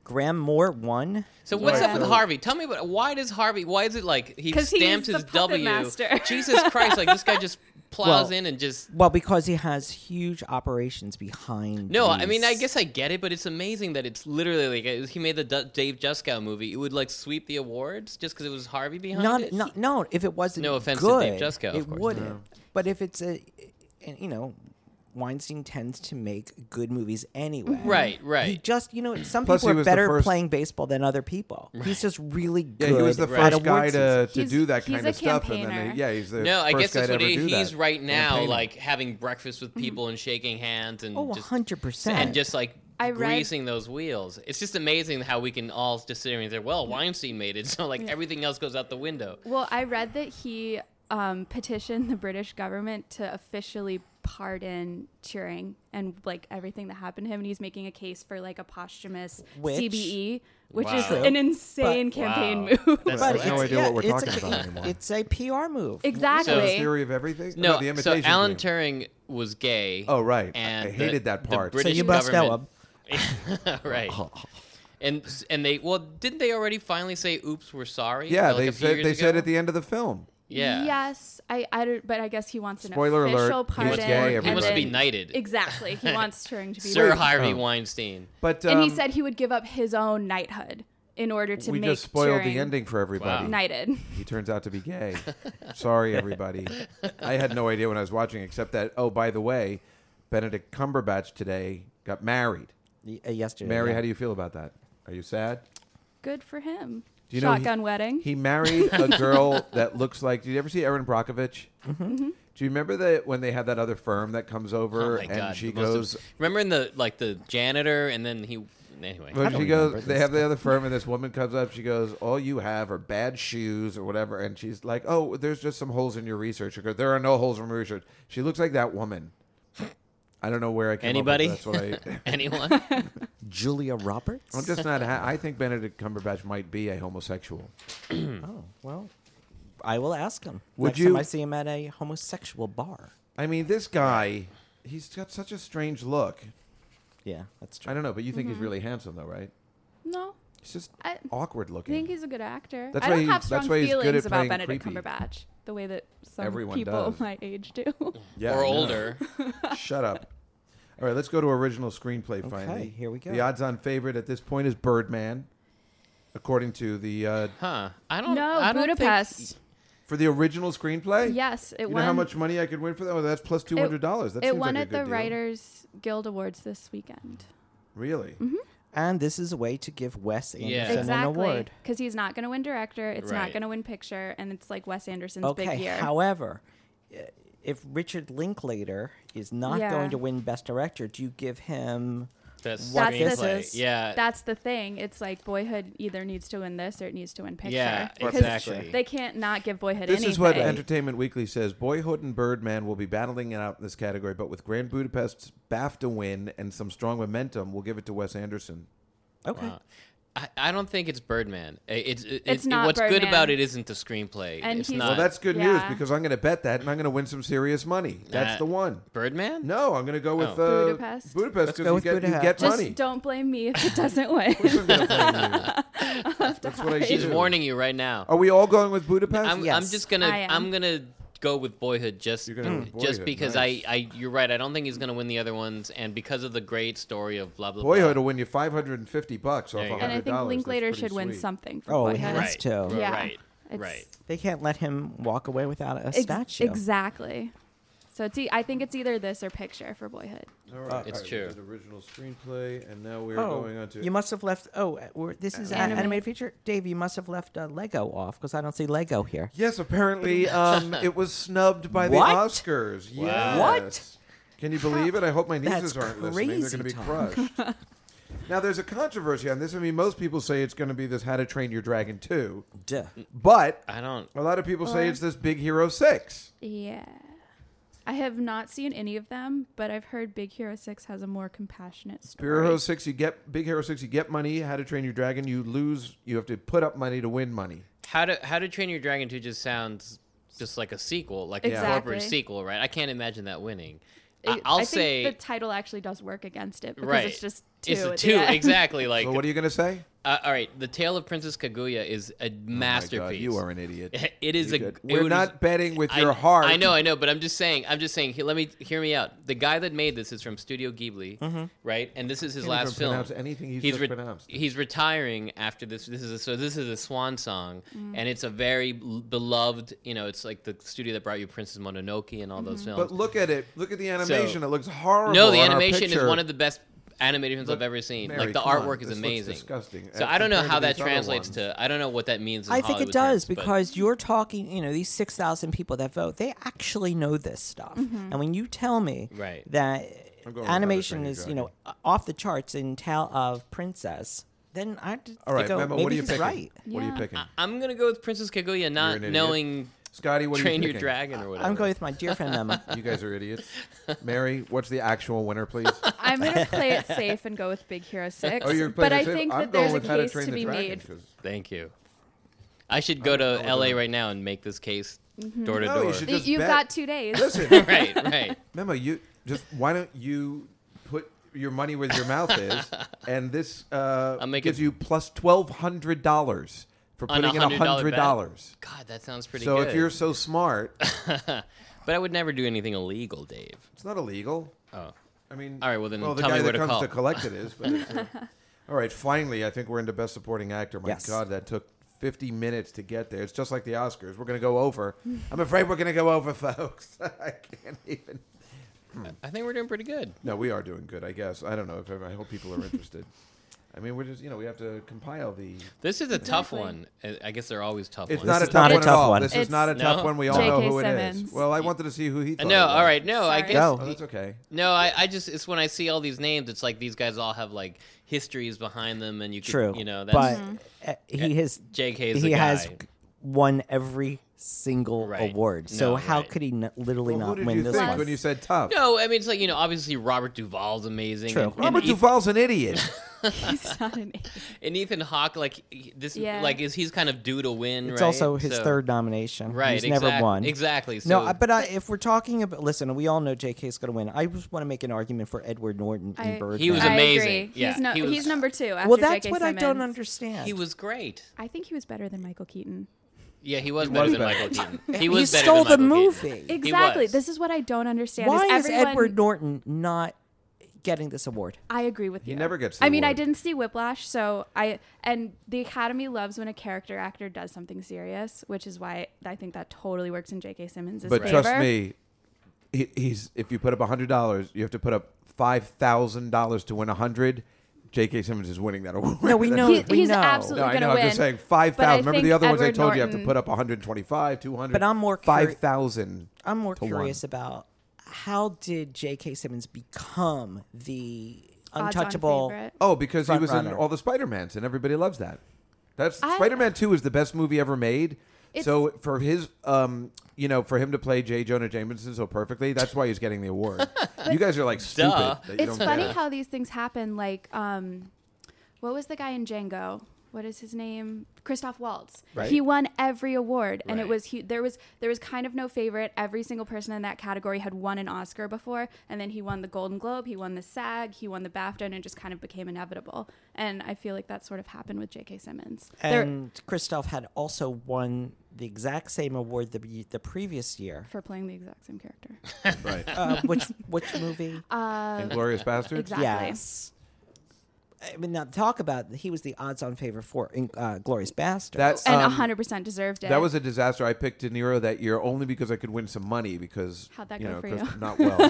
Speaker 4: Graham Moore won.
Speaker 2: So what's
Speaker 1: Right.
Speaker 2: up with
Speaker 1: So-
Speaker 2: Harvey? Tell me about why does Harvey? Why is it like he
Speaker 3: 'Cause he's
Speaker 2: stamps
Speaker 3: the
Speaker 2: his
Speaker 3: puppet
Speaker 2: W?
Speaker 3: master. (laughs)
Speaker 2: Jesus Christ! Like this guy just plows
Speaker 4: Well-
Speaker 2: in and just.
Speaker 4: Well, because he has huge operations behind.
Speaker 2: No, I mean I
Speaker 4: these-
Speaker 2: guess I get it, but it's amazing that it's literally like uh, he made the D- Dave Juskow movie. It would like sweep the awards just because it was Harvey behind
Speaker 4: not,
Speaker 2: it.
Speaker 4: not no. If it wasn't
Speaker 2: No offense to
Speaker 4: good,
Speaker 2: Dave Juskow, of
Speaker 4: it
Speaker 2: course.
Speaker 4: wouldn't. But if it's a, and, you know, Weinstein tends to make good movies anyway.
Speaker 2: Mm-hmm. Right,
Speaker 4: He
Speaker 2: right.
Speaker 4: just, you know, some
Speaker 1: Plus, he
Speaker 4: people
Speaker 1: was the
Speaker 4: are better
Speaker 1: first-
Speaker 4: playing baseball than other people. He's just really
Speaker 1: Yeah,
Speaker 4: good.
Speaker 1: he was the
Speaker 4: at
Speaker 1: first
Speaker 4: award
Speaker 1: guy
Speaker 4: season.
Speaker 1: to, to
Speaker 3: He's-
Speaker 1: do that
Speaker 3: he's
Speaker 1: kind
Speaker 3: a
Speaker 1: of stuff, and then
Speaker 3: campaigner.
Speaker 1: they, yeah, he's the
Speaker 2: No, I
Speaker 1: first
Speaker 2: guess
Speaker 1: guy
Speaker 2: that's
Speaker 1: to
Speaker 2: what
Speaker 1: ever
Speaker 2: he,
Speaker 1: do that.
Speaker 2: he's right now
Speaker 1: Campaigner.
Speaker 2: like having breakfast
Speaker 3: Mm-hmm.
Speaker 2: with people and shaking hands and
Speaker 4: Oh,
Speaker 2: just
Speaker 4: 100%.
Speaker 2: and just like
Speaker 3: I read-
Speaker 2: greasing those wheels. It's just amazing how we can all just sit here and say, "Well, Weinstein made it," (laughs) so like everything else goes out the window.
Speaker 3: Well, I read that he um, petitioned the British government to officially pardon Turing and like everything that happened to him, and he's making a case for like a posthumous
Speaker 4: Which-
Speaker 3: CBE, which is
Speaker 2: Wow.
Speaker 3: an insane
Speaker 2: Wow.
Speaker 3: campaign
Speaker 2: That's
Speaker 3: move.
Speaker 1: I have
Speaker 2: hilarious.
Speaker 1: no idea what we're
Speaker 4: it's
Speaker 1: talking
Speaker 4: a,
Speaker 1: about anymore.
Speaker 4: It's a PR
Speaker 1: So
Speaker 4: move.
Speaker 1: the
Speaker 3: (laughs) exactly.
Speaker 1: theory of everything.
Speaker 2: No,
Speaker 1: the
Speaker 2: so
Speaker 1: imitation.
Speaker 2: Alan
Speaker 1: game.
Speaker 2: Turing was gay.
Speaker 1: Oh, right. I- I
Speaker 2: and the-
Speaker 1: hated that
Speaker 2: the
Speaker 1: part. Oh. So
Speaker 4: so
Speaker 2: British
Speaker 4: you must know
Speaker 2: government-
Speaker 4: him.
Speaker 2: (laughs) right. And and they well didn't they already finally say oops we're sorry?
Speaker 1: Yeah,
Speaker 2: like
Speaker 1: they
Speaker 2: a few
Speaker 1: said
Speaker 2: years
Speaker 1: they said
Speaker 2: ago?
Speaker 1: at the end of the film.
Speaker 2: yeah
Speaker 3: Yes, I, I don't, but I guess he wants an
Speaker 1: Spoiler alert,
Speaker 3: official
Speaker 1: he was
Speaker 3: pardon.
Speaker 1: gay,
Speaker 3: and
Speaker 1: everybody.
Speaker 2: He wants to be
Speaker 3: then-
Speaker 2: knighted.
Speaker 3: Exactly.
Speaker 2: (laughs)
Speaker 3: He wants Turing to be
Speaker 2: Sir
Speaker 3: knighted.
Speaker 2: Harvey
Speaker 1: Oh.
Speaker 2: Weinstein.
Speaker 1: But um,
Speaker 3: and he said he would give up his own knighthood in order to
Speaker 1: we
Speaker 3: make
Speaker 1: just spoiled
Speaker 3: Turing
Speaker 1: the ending for everybody.
Speaker 2: Wow.
Speaker 3: knighted. (laughs)
Speaker 1: He turns out to be gay. Sorry, everybody. I had no idea when I was watching, except that oh, by the way, Benedict Cumberbatch today got married.
Speaker 4: Y- uh, yesterday.
Speaker 1: Mary,
Speaker 4: yeah.
Speaker 1: how do you feel about that? Are you sad?
Speaker 3: Good for him.
Speaker 1: Do you know he-
Speaker 3: Shotgun wedding.
Speaker 1: He married a girl that looks like. Did you ever see Erin Brockovich?
Speaker 3: Mm-hmm.
Speaker 1: Do you remember that when they had that other firm that comes
Speaker 2: Oh
Speaker 1: over
Speaker 2: my
Speaker 1: and
Speaker 2: god.
Speaker 1: she
Speaker 2: the most
Speaker 1: goes?
Speaker 2: ob- remember in the like the janitor and then he anyway.
Speaker 1: Well,
Speaker 4: don't
Speaker 1: she
Speaker 4: remember
Speaker 1: goes. They
Speaker 4: this
Speaker 1: have the other firm, and this woman comes up. She goes, "All you have are bad shoes or whatever." And she's like, "Oh, there's just some holes in your research." She goes, "There are no holes in my research." She looks like that woman. I don't know where I came up with
Speaker 2: Anybody?
Speaker 1: That's what I.
Speaker 2: (laughs)
Speaker 1: (laughs)
Speaker 2: Anyone?
Speaker 4: Julia Roberts?
Speaker 1: I'm just not. Ha- I think Benedict Cumberbatch might be a homosexual.
Speaker 4: Oh, well, I will ask him.
Speaker 1: Would
Speaker 4: Next time
Speaker 1: you-
Speaker 4: I see him at a homosexual bar.
Speaker 1: I mean, this guy, he's got such a strange look.
Speaker 4: Yeah, that's true.
Speaker 1: I don't know, but you think he's
Speaker 4: Mm-hmm.
Speaker 1: really handsome, though, right?
Speaker 3: no,
Speaker 1: He's just
Speaker 3: I-
Speaker 1: awkward
Speaker 3: I
Speaker 1: looking.
Speaker 3: think he's a good actor.
Speaker 1: That's
Speaker 3: I
Speaker 1: why
Speaker 3: don't
Speaker 1: he-
Speaker 3: have
Speaker 1: that's
Speaker 3: strong
Speaker 1: why he's good at
Speaker 3: feelings about
Speaker 1: playing
Speaker 3: Benedict
Speaker 1: creepy.
Speaker 3: Cumberbatch the way that some
Speaker 1: Everyone
Speaker 3: people
Speaker 1: does.
Speaker 3: (laughs) my age do.
Speaker 1: Yeah,
Speaker 2: or
Speaker 1: I know.
Speaker 2: older.
Speaker 1: Shut up. All right, let's go to original screenplay finally.
Speaker 4: here we go.
Speaker 1: The odds on favorite at this point is Birdman, according to the. Uh,
Speaker 2: Huh. I don't
Speaker 3: no,
Speaker 2: I don't think-
Speaker 3: Budapest.
Speaker 1: for the original screenplay?
Speaker 3: Yes, it
Speaker 1: You know
Speaker 3: won.
Speaker 1: how much money I could win for that? Oh, that's plus
Speaker 3: it-
Speaker 1: $200. that
Speaker 3: it
Speaker 1: seems
Speaker 3: won
Speaker 1: like a
Speaker 3: at
Speaker 1: good
Speaker 3: the
Speaker 1: deal.
Speaker 3: Writers Guild Awards this weekend.
Speaker 1: Really?
Speaker 3: Mm-hmm.
Speaker 4: And this is a way to give Wes Anderson
Speaker 2: Yeah.
Speaker 4: an
Speaker 3: Exactly,
Speaker 4: award.
Speaker 3: because he's not going to win director. It's not
Speaker 2: Right.
Speaker 3: going to win picture, and it's like Wes Anderson's
Speaker 4: Okay,
Speaker 3: big year.
Speaker 4: however, i- if Richard Linklater is not
Speaker 3: Yeah.
Speaker 4: going to win Best Director, do you give him.
Speaker 2: That's
Speaker 4: What
Speaker 3: this
Speaker 2: screenplay.
Speaker 4: is-
Speaker 2: Yeah.
Speaker 3: That's the thing. It's like Boyhood either needs to win this or it needs to win picture.
Speaker 2: yeah,
Speaker 3: (laughs) 'Cause
Speaker 2: exactly.
Speaker 3: They can't not give Boyhood
Speaker 1: This
Speaker 3: anything.
Speaker 1: is what Entertainment Weekly says. Boyhood and Birdman will be battling it out in this category, but with Grand Budapest's BAFTA win and some strong momentum, we'll give it to Wes Anderson.
Speaker 4: Okay.
Speaker 2: Wow. I, I don't think it's Birdman. I- It's it,
Speaker 3: It's
Speaker 2: it-
Speaker 3: not
Speaker 2: what's good
Speaker 3: Birdman.
Speaker 2: about it isn't the screenplay.
Speaker 3: And
Speaker 2: it's
Speaker 3: he's-
Speaker 2: not
Speaker 1: Well, that's good news
Speaker 3: Yeah.
Speaker 1: because I'm going to bet that and I'm going to win some serious money. That's
Speaker 2: Nah.
Speaker 1: the one.
Speaker 2: Birdman.
Speaker 1: No, I'm going to go with
Speaker 2: Oh.
Speaker 1: uh,
Speaker 3: Budapest?
Speaker 1: Budapest
Speaker 4: Let's
Speaker 1: because
Speaker 4: go
Speaker 1: you,
Speaker 4: with
Speaker 1: get- you
Speaker 4: Budapest.
Speaker 1: get
Speaker 3: Just
Speaker 1: money. (laughs)
Speaker 3: don't blame me if it doesn't win. (laughs)
Speaker 1: I'm gonna blame you. That's what I
Speaker 3: die.
Speaker 2: She's
Speaker 1: do.
Speaker 2: warning you right now.
Speaker 1: Are we all going with Budapest?
Speaker 2: I'm, I'm
Speaker 4: Yes.
Speaker 2: just gonna
Speaker 3: I am.
Speaker 2: I'm gonna go with Boyhood just
Speaker 1: You're gonna go with
Speaker 2: just
Speaker 1: Boyhood,
Speaker 2: because
Speaker 1: nice.
Speaker 2: I, I you're right. I don't think he's gonna win the other ones, and because of the great story of blah blah.
Speaker 1: Boyhood will
Speaker 2: blah.
Speaker 1: win you 550 bucks off
Speaker 2: There you
Speaker 1: $100.
Speaker 2: go.
Speaker 3: and I think
Speaker 1: That's
Speaker 3: Linklater
Speaker 1: pretty
Speaker 3: should win
Speaker 1: sweet.
Speaker 3: something. For
Speaker 4: Oh,
Speaker 3: Boyhood.
Speaker 4: he has
Speaker 2: Right.
Speaker 4: to.
Speaker 2: Right.
Speaker 3: Yeah.
Speaker 2: Right.
Speaker 3: It's
Speaker 2: Right.
Speaker 4: They can't let him walk away without a
Speaker 3: ex-
Speaker 4: statue.
Speaker 3: Exactly. So it's e- I think it's either this or picture for Boyhood.
Speaker 1: All right,
Speaker 2: It's
Speaker 1: all right, we
Speaker 2: true.
Speaker 1: did Original screenplay, and now we're
Speaker 4: Oh,
Speaker 1: going on to.
Speaker 4: you must have left. Oh, uh, we're, this is an
Speaker 3: Animated.
Speaker 4: animated. feature. Dave, you must have left uh, Lego off because I don't see Lego here.
Speaker 1: Yes,
Speaker 2: (laughs)
Speaker 1: apparently um, it was snubbed by the
Speaker 4: What?
Speaker 1: Oscars. Yes.
Speaker 2: Wow.
Speaker 4: What?
Speaker 1: Can you believe it? I hope my nieces
Speaker 4: That's
Speaker 1: aren't listening. They're going to be
Speaker 4: crazy, Tom. (laughs)
Speaker 1: crushed. now, there's a controversy on this. I mean, most people say it's going to be this How to Train Your Dragon 2,
Speaker 4: Duh.
Speaker 1: but
Speaker 2: I don't.
Speaker 1: a lot of people say
Speaker 3: Or-
Speaker 1: it's this Big Hero 6.
Speaker 3: Yeah. I have not seen any of them, but I've heard Big Hero 6 has a more compassionate story.
Speaker 1: Big Hero 6, you get Big Hero 6, you get money. How to Train Your Dragon, you lose. You have to put up money to win money.
Speaker 2: How to How to Train Your Dragon Two just sounds just like a sequel, like a corporate
Speaker 3: Exactly.
Speaker 2: sequel, right? I can't imagine that winning.
Speaker 3: It-
Speaker 2: I, will
Speaker 3: think
Speaker 2: say
Speaker 3: the title actually does work against it because
Speaker 2: right.
Speaker 3: it's just two.
Speaker 2: It's a
Speaker 3: at the
Speaker 2: two
Speaker 3: end.
Speaker 2: exactly. Like
Speaker 1: So, what are you going to say?
Speaker 2: uh, all right, the Tale of Princess Kaguya is
Speaker 1: Oh
Speaker 2: a
Speaker 1: My God,
Speaker 2: masterpiece.
Speaker 1: you are an idiot.
Speaker 2: (laughs) It is
Speaker 1: You
Speaker 2: a.
Speaker 1: could-
Speaker 2: it
Speaker 1: We're
Speaker 2: was-
Speaker 1: not betting with
Speaker 2: I-
Speaker 1: your heart.
Speaker 2: I know, I know, but I'm just saying. I'm just saying. he- Let me hear me out. The guy that made this is from Studio Ghibli, right? And this is his
Speaker 1: Can't
Speaker 2: last
Speaker 1: even
Speaker 2: film.
Speaker 1: Mm-hmm. pronounce anything he's just
Speaker 2: re-
Speaker 1: pronounced.
Speaker 2: he's retiring after this. This is a, so. This is a swan song,
Speaker 4: Mm.
Speaker 2: and it's a very l- beloved. You know, it's like the studio that brought you Princess Mononoke and all those
Speaker 4: Mm-hmm.
Speaker 2: films.
Speaker 1: But look at it. Look at the animation. it looks horrible.
Speaker 2: no, the
Speaker 1: on our
Speaker 2: animation is
Speaker 1: picture.
Speaker 2: one of the best animated films
Speaker 1: Look,
Speaker 2: I've ever seen.
Speaker 1: Mary,
Speaker 2: like the
Speaker 1: come on,
Speaker 2: artwork is
Speaker 1: this looks
Speaker 2: amazing.
Speaker 1: disgusting.
Speaker 2: So
Speaker 1: Uh,
Speaker 2: I don't know
Speaker 1: compared
Speaker 2: how
Speaker 1: to
Speaker 2: that
Speaker 1: these other
Speaker 2: translates
Speaker 1: ones.
Speaker 2: to. I don't know what that means. In
Speaker 4: I think it
Speaker 2: Hollywood
Speaker 4: does
Speaker 2: terms, but-
Speaker 4: because you're talking, you know, these 6,000 people that vote, they actually know this stuff. And when you tell me
Speaker 2: Right.
Speaker 1: I'm
Speaker 4: that
Speaker 1: going with How to Train
Speaker 4: animation
Speaker 1: Your
Speaker 4: is, you know, off the charts in Tale of Princess, then I d-
Speaker 1: All right,
Speaker 4: go,
Speaker 1: Memo,
Speaker 4: maybe
Speaker 1: what are you
Speaker 4: he's
Speaker 1: picking?
Speaker 4: right.
Speaker 1: What are you
Speaker 3: Yeah.
Speaker 1: picking?
Speaker 2: I'm gonna go with Princess Kaguya, not
Speaker 1: an idiot.
Speaker 2: knowing
Speaker 1: Scotty, what
Speaker 2: Train
Speaker 1: are you
Speaker 2: Your
Speaker 1: picking?
Speaker 2: Dragon or whatever.
Speaker 4: I'm going with my dear
Speaker 2: (laughs)
Speaker 4: friend Memo.
Speaker 1: (laughs) You guys are idiots. Mary, what's the actual winner,
Speaker 2: (laughs)
Speaker 1: please?
Speaker 3: (laughs) I'm going to play it safe and go with Big Hero 6.
Speaker 1: (laughs) Oh, you're playing
Speaker 3: but I
Speaker 1: the same-
Speaker 3: think
Speaker 1: I'm
Speaker 3: that
Speaker 1: going
Speaker 3: there's a
Speaker 1: with How to
Speaker 3: case
Speaker 1: Train
Speaker 3: to
Speaker 1: the
Speaker 3: be
Speaker 1: Dragon,
Speaker 3: made.
Speaker 1: 'cause-
Speaker 2: Thank you. I should go to L.A. right now and make this case
Speaker 3: Mm-hmm.
Speaker 2: door to
Speaker 1: No, you
Speaker 2: door. (laughs)
Speaker 1: should
Speaker 3: You-
Speaker 1: just
Speaker 3: You've
Speaker 1: bet.
Speaker 3: got two days.
Speaker 1: Listen,
Speaker 2: Right, right.
Speaker 1: Memo, you just why don't you put your money where your mouth
Speaker 2: (laughs)
Speaker 1: is, and this uh,
Speaker 2: I'm making-
Speaker 1: gives you plus twelve hundred dollars for
Speaker 2: On a
Speaker 1: putting in in
Speaker 2: $100
Speaker 1: hundred
Speaker 2: bet?
Speaker 1: dollars.
Speaker 2: God, that sounds pretty
Speaker 1: So
Speaker 2: good.
Speaker 1: if you're so
Speaker 2: (laughs)
Speaker 1: smart,
Speaker 2: but I would never do anything illegal, Dave.
Speaker 1: it's not illegal.
Speaker 2: Oh.
Speaker 1: I mean,
Speaker 2: All right, well, then
Speaker 1: well, the
Speaker 2: tell
Speaker 1: guy
Speaker 2: me
Speaker 1: that
Speaker 2: where to
Speaker 1: comes
Speaker 2: call.
Speaker 1: to collect it is. But it's,
Speaker 2: (laughs)
Speaker 1: uh, (laughs) all right, finally, I think we're into best supporting actor. My
Speaker 4: Yes.
Speaker 1: God, that took. 50 minutes to get there. It's just like the Oscars. We're going to go over. I'm afraid we're going to go over, (laughs) folks. I can't even. Hmm.
Speaker 2: I think we're doing pretty good.
Speaker 1: No, we are doing good, I guess. I don't know. If I hope people are interested. I mean, we're just you know we have to compile the.
Speaker 2: This is a tough
Speaker 3: Exactly.
Speaker 2: one. I- I guess they're always tough
Speaker 1: It's
Speaker 2: ones.
Speaker 1: not,
Speaker 4: This
Speaker 1: a
Speaker 4: is
Speaker 1: tough,
Speaker 4: not a
Speaker 1: one at
Speaker 4: tough
Speaker 1: all.
Speaker 4: one.
Speaker 1: This is
Speaker 3: It's
Speaker 1: not a tough
Speaker 2: no.
Speaker 1: one. We all
Speaker 3: J.K.
Speaker 1: know who it is.
Speaker 3: Simmons.
Speaker 1: Well, I wanted to see who he. Thought
Speaker 2: Uh, no,
Speaker 1: it was.
Speaker 2: all right, no, I
Speaker 3: Sorry.
Speaker 2: guess
Speaker 1: Oh,
Speaker 4: Go.
Speaker 1: that's okay.
Speaker 2: no, I, I just it's when I see all these names, it's like these guys all have like histories behind them, and you could,
Speaker 4: True.
Speaker 2: you know,
Speaker 4: but
Speaker 2: that's
Speaker 4: uh, he has
Speaker 2: J.K. is
Speaker 4: he
Speaker 2: the
Speaker 4: has
Speaker 2: guy.
Speaker 4: won every single
Speaker 2: Right.
Speaker 4: award. So
Speaker 2: No,
Speaker 4: how
Speaker 2: right.
Speaker 4: could he n- literally
Speaker 1: Well, who
Speaker 4: not
Speaker 1: did
Speaker 4: win
Speaker 1: you
Speaker 4: this
Speaker 1: think
Speaker 4: one?
Speaker 1: when you said tough?
Speaker 2: no, I mean it's like you know, obviously Robert Duvall's amazing.
Speaker 4: True.
Speaker 2: and- and
Speaker 1: Robert
Speaker 2: Eth-
Speaker 1: Duvall's an idiot.
Speaker 3: (laughs)
Speaker 1: (laughs)
Speaker 3: He's not an idiot.
Speaker 2: and Ethan Hawke, like he- this,
Speaker 3: Yeah.
Speaker 2: like is he's kind of due to win.
Speaker 4: It's
Speaker 2: right?
Speaker 4: also his
Speaker 2: So-
Speaker 4: third nomination.
Speaker 2: Right.
Speaker 4: He's
Speaker 2: exact-
Speaker 4: never won.
Speaker 2: Exactly. So,
Speaker 4: No, I- but I, if we're talking about, listen, we all know J.K. is going to win. I just want to make an argument for Edward Norton in
Speaker 3: I-
Speaker 4: Birdman.
Speaker 2: He was
Speaker 3: I
Speaker 2: amazing.
Speaker 3: agree.
Speaker 2: Yeah,
Speaker 3: he's, no,
Speaker 2: he was-
Speaker 3: he's number two. After
Speaker 4: well, that's
Speaker 3: J.K.
Speaker 4: what I don't
Speaker 3: Simmons.
Speaker 4: understand.
Speaker 2: he was great.
Speaker 3: I think he was better than Michael Keaton.
Speaker 2: Yeah, he was better
Speaker 1: was
Speaker 2: than
Speaker 1: better.
Speaker 2: Michael
Speaker 4: (laughs)
Speaker 2: Keaton. He was
Speaker 4: he
Speaker 2: better
Speaker 4: stole
Speaker 2: than
Speaker 4: the
Speaker 2: Michael
Speaker 4: movie.
Speaker 2: Keaton. He
Speaker 3: Exactly.
Speaker 2: was.
Speaker 3: This is what I don't understand.
Speaker 4: Why is
Speaker 3: everyone,
Speaker 4: Edward Norton not getting this award?
Speaker 3: I agree with you.
Speaker 1: never gets the
Speaker 3: I mean, I
Speaker 1: award.
Speaker 3: didn't see Whiplash, so I and the Academy loves when a character actor does something serious, which is why I think that totally works in J.K. Simmons'
Speaker 1: But
Speaker 3: favor.
Speaker 1: trust me, he, he's if you put up hundred dollars, you have to put up five thousand dollars to win a hundred. J.K. Simmons is winning that award. (laughs)
Speaker 4: No, we
Speaker 1: That's-
Speaker 4: know.
Speaker 3: He-
Speaker 4: we
Speaker 3: he's
Speaker 4: know.
Speaker 3: absolutely-
Speaker 1: No, I
Speaker 3: gonna
Speaker 1: know. I'm just saying
Speaker 3: win.
Speaker 1: five
Speaker 3: But I
Speaker 1: thousand. Remember the
Speaker 3: think
Speaker 1: other ones I
Speaker 3: Edward
Speaker 1: told you you have to
Speaker 3: Norton-
Speaker 1: put up 125, 200.
Speaker 4: But I'm more curi-
Speaker 1: five thousand.
Speaker 4: I'm more
Speaker 1: to one.
Speaker 4: curious about how did J.K. Simmons become the
Speaker 3: Odds-on
Speaker 4: untouchable?
Speaker 3: favorite.
Speaker 1: Oh, because he
Speaker 4: front
Speaker 1: was in
Speaker 4: runner.
Speaker 1: all the Spider Mans, and everybody loves that. That's
Speaker 3: I-
Speaker 1: Spider Man Two is the best movie ever made.
Speaker 3: It's-
Speaker 1: So for his, um, you know, for him to play J. Jonah Jameson so perfectly, that's why he's getting the
Speaker 3: (laughs)
Speaker 1: award. you guys are like stupid.
Speaker 2: Duh.
Speaker 1: that you
Speaker 3: It's
Speaker 1: don't get
Speaker 3: funny
Speaker 1: it.
Speaker 3: how these things happen. Like, um, what was the guy in Django? What is his name? Christoph Waltz.
Speaker 1: Right.
Speaker 3: He won every award, and it
Speaker 2: Right.
Speaker 3: was he, there was there was kind of no favorite. Every single person in that category had won an Oscar before, and then he won the Golden Globe, he won the SAG, he won the BAFTA, and it just kind of became inevitable. And I feel like that sort of happened with J.K. Simmons. There-
Speaker 4: And Christoph had also won the exact same award the be- the previous year.
Speaker 3: for playing the exact
Speaker 1: (laughs)
Speaker 3: same character.
Speaker 1: Right.
Speaker 4: Uh, which which movie?
Speaker 1: Inglorious Bastards.
Speaker 3: Exactly.
Speaker 4: Yes. I mean, now talk about he was the odds-on favorite for in, uh, *Glorious Bastard*.
Speaker 1: That
Speaker 3: And
Speaker 1: um,
Speaker 3: 100% deserved it.
Speaker 1: that was a disaster. I picked De Niro that year only because I could win some money because
Speaker 3: How'd that
Speaker 1: you
Speaker 3: go
Speaker 1: know
Speaker 3: for
Speaker 1: 'cause
Speaker 3: you?
Speaker 1: not
Speaker 3: (laughs)
Speaker 1: well.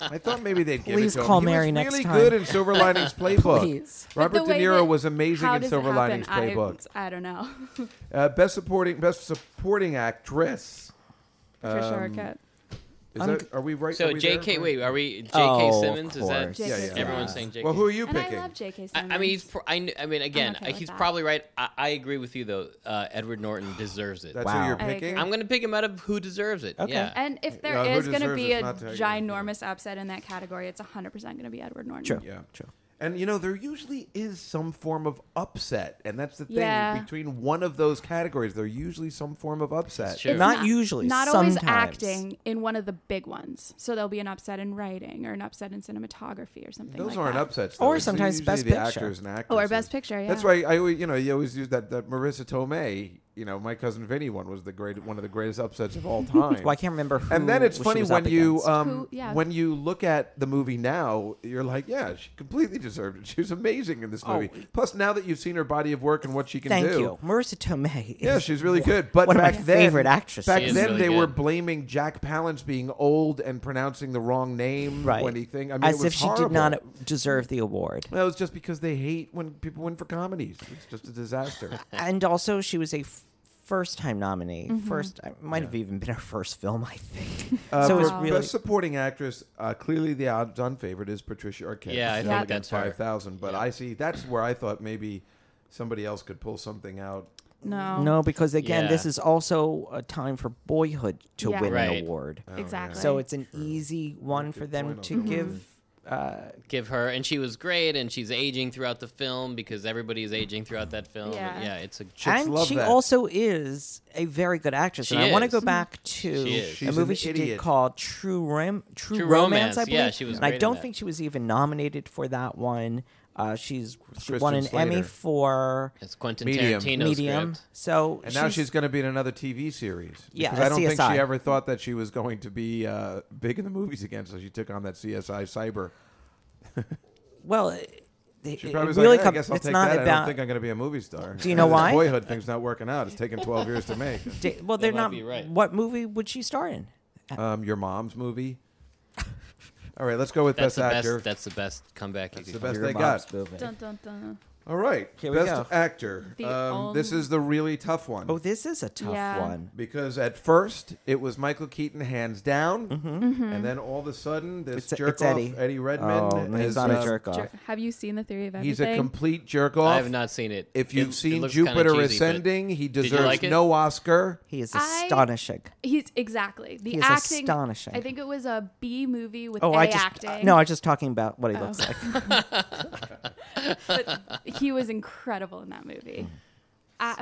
Speaker 1: I thought maybe they'd give
Speaker 4: Please
Speaker 1: it to
Speaker 4: call
Speaker 1: him. He
Speaker 4: Mary
Speaker 1: was
Speaker 4: next
Speaker 1: really
Speaker 4: time.
Speaker 1: good in Silver
Speaker 4: (laughs)
Speaker 1: Linings Playbook.
Speaker 4: Please.
Speaker 3: But
Speaker 1: Robert
Speaker 3: the
Speaker 1: De
Speaker 3: way
Speaker 1: Niro
Speaker 3: that-
Speaker 1: was amazing
Speaker 3: how
Speaker 1: in
Speaker 3: does it
Speaker 1: Silver
Speaker 3: happen?
Speaker 1: Linings Playbook.
Speaker 3: I, I don't know. (laughs)
Speaker 1: Uh, best supporting, best supporting actress.
Speaker 3: Patricia
Speaker 1: Um,
Speaker 3: Arquette.
Speaker 1: Is
Speaker 4: I'm-
Speaker 1: that, are we right?
Speaker 2: So
Speaker 1: are we there?
Speaker 2: J.K. Wait, are we J.K.
Speaker 4: Oh, of
Speaker 2: Simmons? Is that
Speaker 4: course. Yeah,
Speaker 3: yeah, yeah.
Speaker 2: everyone's
Speaker 3: Yeah.
Speaker 2: saying J.K.
Speaker 1: Well, who are you
Speaker 3: And I
Speaker 1: picking?
Speaker 3: love J.K.
Speaker 2: I,
Speaker 3: Simmons.
Speaker 2: I mean, he's. Pro- I, kn- I mean, again,
Speaker 3: okay
Speaker 2: I,
Speaker 3: with
Speaker 2: he's
Speaker 3: that.
Speaker 2: probably right. I, I agree with you though. Uh, Edward
Speaker 4: (gasps)
Speaker 2: Norton deserves it.
Speaker 1: That's
Speaker 4: Wow.
Speaker 1: who you're
Speaker 4: I
Speaker 3: Oh, agree.
Speaker 1: picking.
Speaker 2: I'm gonna pick him out of who deserves it.
Speaker 4: Okay.
Speaker 2: Yeah.
Speaker 3: And if there
Speaker 1: Yeah, Uh, who
Speaker 3: is going
Speaker 1: deserves
Speaker 3: to be
Speaker 1: it's
Speaker 3: a
Speaker 1: not Tiger, you know.
Speaker 3: ginormous upset in that category, it's 100% going to be Edward Norton.
Speaker 4: True.
Speaker 1: Yeah.
Speaker 4: True.
Speaker 1: And you know there usually is some form of upset, and that's the thing
Speaker 3: Yeah.
Speaker 1: between one of those categories. There usually some form of upset.
Speaker 2: It's true.
Speaker 4: Not usually,
Speaker 3: Not always
Speaker 4: sometimes.
Speaker 3: acting in one of the big ones. So there'll be an upset in writing or an upset in cinematography or something
Speaker 1: Those
Speaker 3: like
Speaker 1: aren't
Speaker 3: that.
Speaker 1: upsets,
Speaker 4: Or
Speaker 1: though. It's
Speaker 4: sometimes
Speaker 1: usually
Speaker 4: Best
Speaker 1: the
Speaker 4: Picture.
Speaker 1: actors and actresses.
Speaker 3: Or Best Picture,
Speaker 1: That's
Speaker 3: yeah.
Speaker 1: why I, always- you know, you always use that that Marissa Tomei. You know, my cousin Vinny one was the great one of the greatest upsets of
Speaker 4: (laughs)
Speaker 1: all time.
Speaker 4: Well, I can't remember who.
Speaker 1: and then it's
Speaker 4: she
Speaker 1: funny
Speaker 4: was up
Speaker 1: when you
Speaker 4: against.
Speaker 1: um,
Speaker 3: Who- yeah.
Speaker 1: when you look at the movie now, you're like, yeah, she completely deserved it. (laughs) She was amazing in this movie. Plus, now that you've seen her body of work and what she can
Speaker 4: Oh. Thank
Speaker 1: do,
Speaker 4: you, Marissa Tomei. is (laughs)
Speaker 1: yeah, she's really good. But
Speaker 4: one
Speaker 1: back
Speaker 4: of my
Speaker 1: then,
Speaker 4: favorite actresses.
Speaker 1: Back
Speaker 2: She is
Speaker 1: then,
Speaker 2: really
Speaker 1: they were
Speaker 2: good.
Speaker 1: blaming Jack Palance being old and pronouncing the wrong name
Speaker 4: right.
Speaker 1: when he think. I mean,
Speaker 4: As
Speaker 1: it was
Speaker 4: if she
Speaker 1: horrible.
Speaker 4: did not deserve the award.
Speaker 1: Well, it's just because they hate when people win for comedies. It's just a
Speaker 4: (laughs)
Speaker 1: disaster.
Speaker 4: and also she was a f- first-time nominee.
Speaker 3: Mm-hmm.
Speaker 4: First, it might have even been her first film, I think. so it was
Speaker 1: Uh, for
Speaker 4: really
Speaker 1: Best supporting actress, uh, clearly the odds-on favorite is Patricia Arquette.
Speaker 2: Yeah, I
Speaker 1: She's
Speaker 2: think
Speaker 1: only getting
Speaker 2: that's her.
Speaker 1: 5,000, but I see that's where I thought maybe somebody else could pull something out.
Speaker 3: No.
Speaker 4: no, because again, this
Speaker 2: Yeah.
Speaker 4: is also a time for Boyhood to
Speaker 3: Yeah.
Speaker 4: win
Speaker 2: Right.
Speaker 4: an award.
Speaker 3: Exactly.
Speaker 4: So it's an easy one for
Speaker 1: Good
Speaker 4: them
Speaker 1: point on
Speaker 4: to
Speaker 1: that one.
Speaker 4: give
Speaker 2: Mm-hmm.
Speaker 4: uh,
Speaker 2: give her, and she was great, and she's aging throughout the film because everybody is aging throughout that film.
Speaker 3: Yeah.
Speaker 2: Yeah, yeah it's a
Speaker 1: Chicks
Speaker 4: and
Speaker 1: love
Speaker 4: she
Speaker 1: that.
Speaker 4: also is a very good actress. and
Speaker 2: She
Speaker 4: I want to
Speaker 2: is.
Speaker 4: go back to
Speaker 2: is.
Speaker 1: She's
Speaker 4: a movie
Speaker 1: an
Speaker 4: she did
Speaker 1: idiot.
Speaker 4: called True, Ram- True,
Speaker 2: True Romance.
Speaker 4: Romance, I
Speaker 2: Yeah,
Speaker 4: believe.
Speaker 2: she was
Speaker 4: And I
Speaker 2: great in
Speaker 4: don't
Speaker 2: that.
Speaker 4: think she was even nominated for that one. Uh, she's she won an
Speaker 1: Kristen
Speaker 4: Emmy
Speaker 1: Slater.
Speaker 4: for
Speaker 2: it's Quentin
Speaker 1: Medium.
Speaker 2: Tarantino
Speaker 4: Medium.
Speaker 2: script.
Speaker 4: So
Speaker 1: And now she's, going to be in another TV series.
Speaker 4: Yeah,
Speaker 1: because I don't think
Speaker 4: CSI.
Speaker 1: she ever thought that she was going to be uh, big in the movies again. So she took on that CSI cyber.
Speaker 4: well. It,
Speaker 1: She
Speaker 4: it
Speaker 1: probably was
Speaker 4: really
Speaker 1: like, "Eh, I
Speaker 4: com-
Speaker 1: guess I'll
Speaker 4: it's
Speaker 1: take
Speaker 4: not
Speaker 1: that. I don't
Speaker 4: about.
Speaker 1: think I'm going to be a movie star.
Speaker 4: Do you
Speaker 1: (laughs)
Speaker 4: know
Speaker 1: This
Speaker 4: why?
Speaker 1: Boyhood thing's not working out. It's taken 12 years to make.
Speaker 4: da- well, they're
Speaker 2: might
Speaker 4: not.
Speaker 2: be right.
Speaker 4: What movie would she star in?
Speaker 1: Um, your mom's movie. All right, let's go with best,
Speaker 2: That's the
Speaker 1: actor.
Speaker 2: best. That's the best comeback.
Speaker 1: That's
Speaker 2: you
Speaker 1: the
Speaker 2: could
Speaker 1: best
Speaker 4: Your
Speaker 1: they
Speaker 4: mom's
Speaker 1: got.
Speaker 4: movie.
Speaker 3: Dun, dun, dun.
Speaker 1: All right,
Speaker 4: Here we
Speaker 1: best
Speaker 4: go.
Speaker 1: actor.
Speaker 3: The
Speaker 1: Um, this
Speaker 3: only-
Speaker 1: is the really tough one.
Speaker 4: Oh, this is a tough
Speaker 3: Yeah.
Speaker 4: one.
Speaker 1: Because at first it was Michael Keaton hands down,
Speaker 2: Mm-hmm.
Speaker 1: and then all of a sudden this
Speaker 4: Mm-hmm. It's a-
Speaker 1: jerk
Speaker 4: it's
Speaker 1: off
Speaker 4: Eddie.
Speaker 1: Eddie, Redman
Speaker 4: oh,
Speaker 1: is
Speaker 4: he's not
Speaker 1: uh,
Speaker 4: a jerk off.
Speaker 3: Jer- have you seen the theory of everything?
Speaker 1: He's a complete jerk
Speaker 2: I
Speaker 1: off.
Speaker 2: have not seen it.
Speaker 1: If
Speaker 2: It-
Speaker 1: you've
Speaker 2: it
Speaker 1: seen
Speaker 2: looks kinda
Speaker 1: Jupiter
Speaker 2: cheesy, but
Speaker 1: Ascending, he
Speaker 2: Did you
Speaker 1: deserves
Speaker 2: like it?
Speaker 1: no Oscar.
Speaker 4: He is
Speaker 3: I-
Speaker 4: astonishing.
Speaker 3: He's exactly the
Speaker 4: He is
Speaker 3: acting.
Speaker 4: astonishing.
Speaker 3: I think it was a B movie with
Speaker 4: Oh,
Speaker 3: A
Speaker 4: I just
Speaker 3: acting. Oh.
Speaker 4: uh, no, I was just talking about what he looks like.
Speaker 3: but he was incredible in that
Speaker 1: Hmm.
Speaker 3: movie. Uh,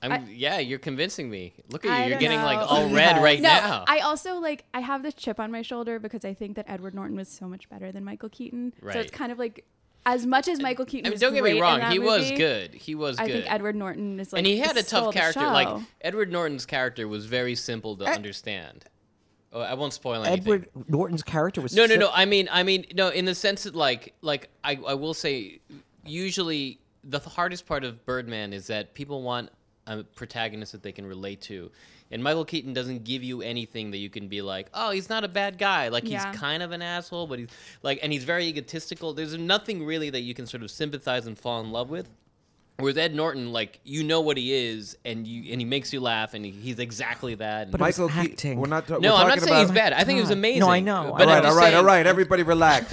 Speaker 3: I,
Speaker 2: I'm, yeah, you're convincing me. Look at
Speaker 3: I
Speaker 2: you. You're
Speaker 3: don't
Speaker 2: getting like
Speaker 3: know.
Speaker 2: all red
Speaker 4: Yeah.
Speaker 2: right
Speaker 3: no,
Speaker 2: now.
Speaker 3: I also like I have this chip on my shoulder because I think that Edward Norton was so much better than Michael Keaton. So it's
Speaker 2: Right.
Speaker 3: kind of like as much as Michael Keaton
Speaker 2: I mean,
Speaker 3: was
Speaker 2: don't get me
Speaker 3: great
Speaker 2: wrong.
Speaker 3: in that
Speaker 2: He was
Speaker 3: movie,
Speaker 2: good. He was
Speaker 3: I
Speaker 2: good.
Speaker 3: think Edward Norton is like
Speaker 2: and he had a
Speaker 3: stole
Speaker 2: tough
Speaker 3: the
Speaker 2: character. Like
Speaker 3: show.
Speaker 2: Edward Norton's character was very simple to understand. Oh, I won't spoil anything.
Speaker 4: Edward Norton's character was
Speaker 2: No, no,
Speaker 4: so-
Speaker 2: no. I mean, I mean, no. In the sense that, like, like I, I will say, usually the hardest part of Birdman is that people want a protagonist that they can relate to, and Michael Keaton doesn't give you anything that you can be like, oh, he's not a bad guy. Like
Speaker 3: Yeah.
Speaker 2: he's kind of an asshole, but he's like, and he's very egotistical. There's nothing really that you can sort of sympathize and fall in love with. Whereas Ed Norton, like you know what he is, and you and he makes you laugh, and he, he's exactly that. and-
Speaker 4: But it was
Speaker 1: Michael
Speaker 4: acting.
Speaker 1: Keaton. We're not. ta-
Speaker 2: no,
Speaker 1: we're
Speaker 2: I'm not
Speaker 1: talking
Speaker 2: saying
Speaker 1: about,
Speaker 2: he's bad. I think he was
Speaker 4: God.
Speaker 2: amazing.
Speaker 4: No, I know.
Speaker 2: But
Speaker 1: all
Speaker 2: I'm
Speaker 1: right,
Speaker 2: just
Speaker 1: all right, all
Speaker 2: saying-
Speaker 1: right. Everybody relax.
Speaker 2: (laughs)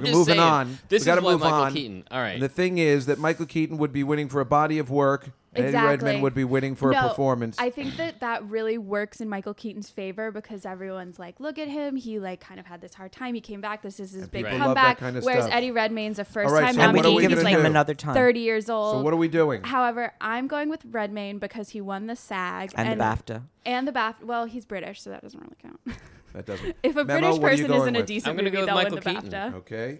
Speaker 1: We're
Speaker 2: just
Speaker 1: moving
Speaker 2: saying,
Speaker 1: on.
Speaker 2: This
Speaker 1: we got to
Speaker 2: is why
Speaker 1: move
Speaker 2: Michael
Speaker 1: on.
Speaker 2: Keaton. All right.
Speaker 1: And the thing is that Michael Keaton would be winning for a body of work, and Eddie
Speaker 3: Exactly.
Speaker 1: Redman would be winning for
Speaker 3: no,
Speaker 1: a performance.
Speaker 3: I think that that really works in Michael Keaton's favor because everyone's like, look at him. He like kind of had this hard time. He came back. This is his big
Speaker 1: people love that
Speaker 3: comeback.
Speaker 1: kind of
Speaker 3: Whereas
Speaker 1: stuff.
Speaker 3: Eddie Redmayne's a first
Speaker 1: right,
Speaker 3: time
Speaker 1: so
Speaker 4: And we
Speaker 1: what are
Speaker 4: can
Speaker 1: we
Speaker 3: nominee.
Speaker 4: give
Speaker 1: gonna
Speaker 3: He's
Speaker 4: him
Speaker 3: like
Speaker 1: do?
Speaker 4: another time.
Speaker 3: thirty years old.
Speaker 1: so what are we doing?
Speaker 3: However, I'm going with Redmayne because he won the SAG
Speaker 4: and, the BAFTA.
Speaker 3: And the BAFTA. Well, he's British, so that doesn't really count. (laughs)
Speaker 1: That doesn't.
Speaker 3: if
Speaker 1: Memo,
Speaker 3: a British
Speaker 1: what are you
Speaker 3: person
Speaker 1: going
Speaker 3: isn't a
Speaker 1: with?
Speaker 3: decent
Speaker 2: I'm gonna
Speaker 3: movie,
Speaker 2: go with
Speaker 3: they'll win
Speaker 2: Michael
Speaker 3: the
Speaker 2: Keaton.
Speaker 3: BAFTA.
Speaker 1: Okay.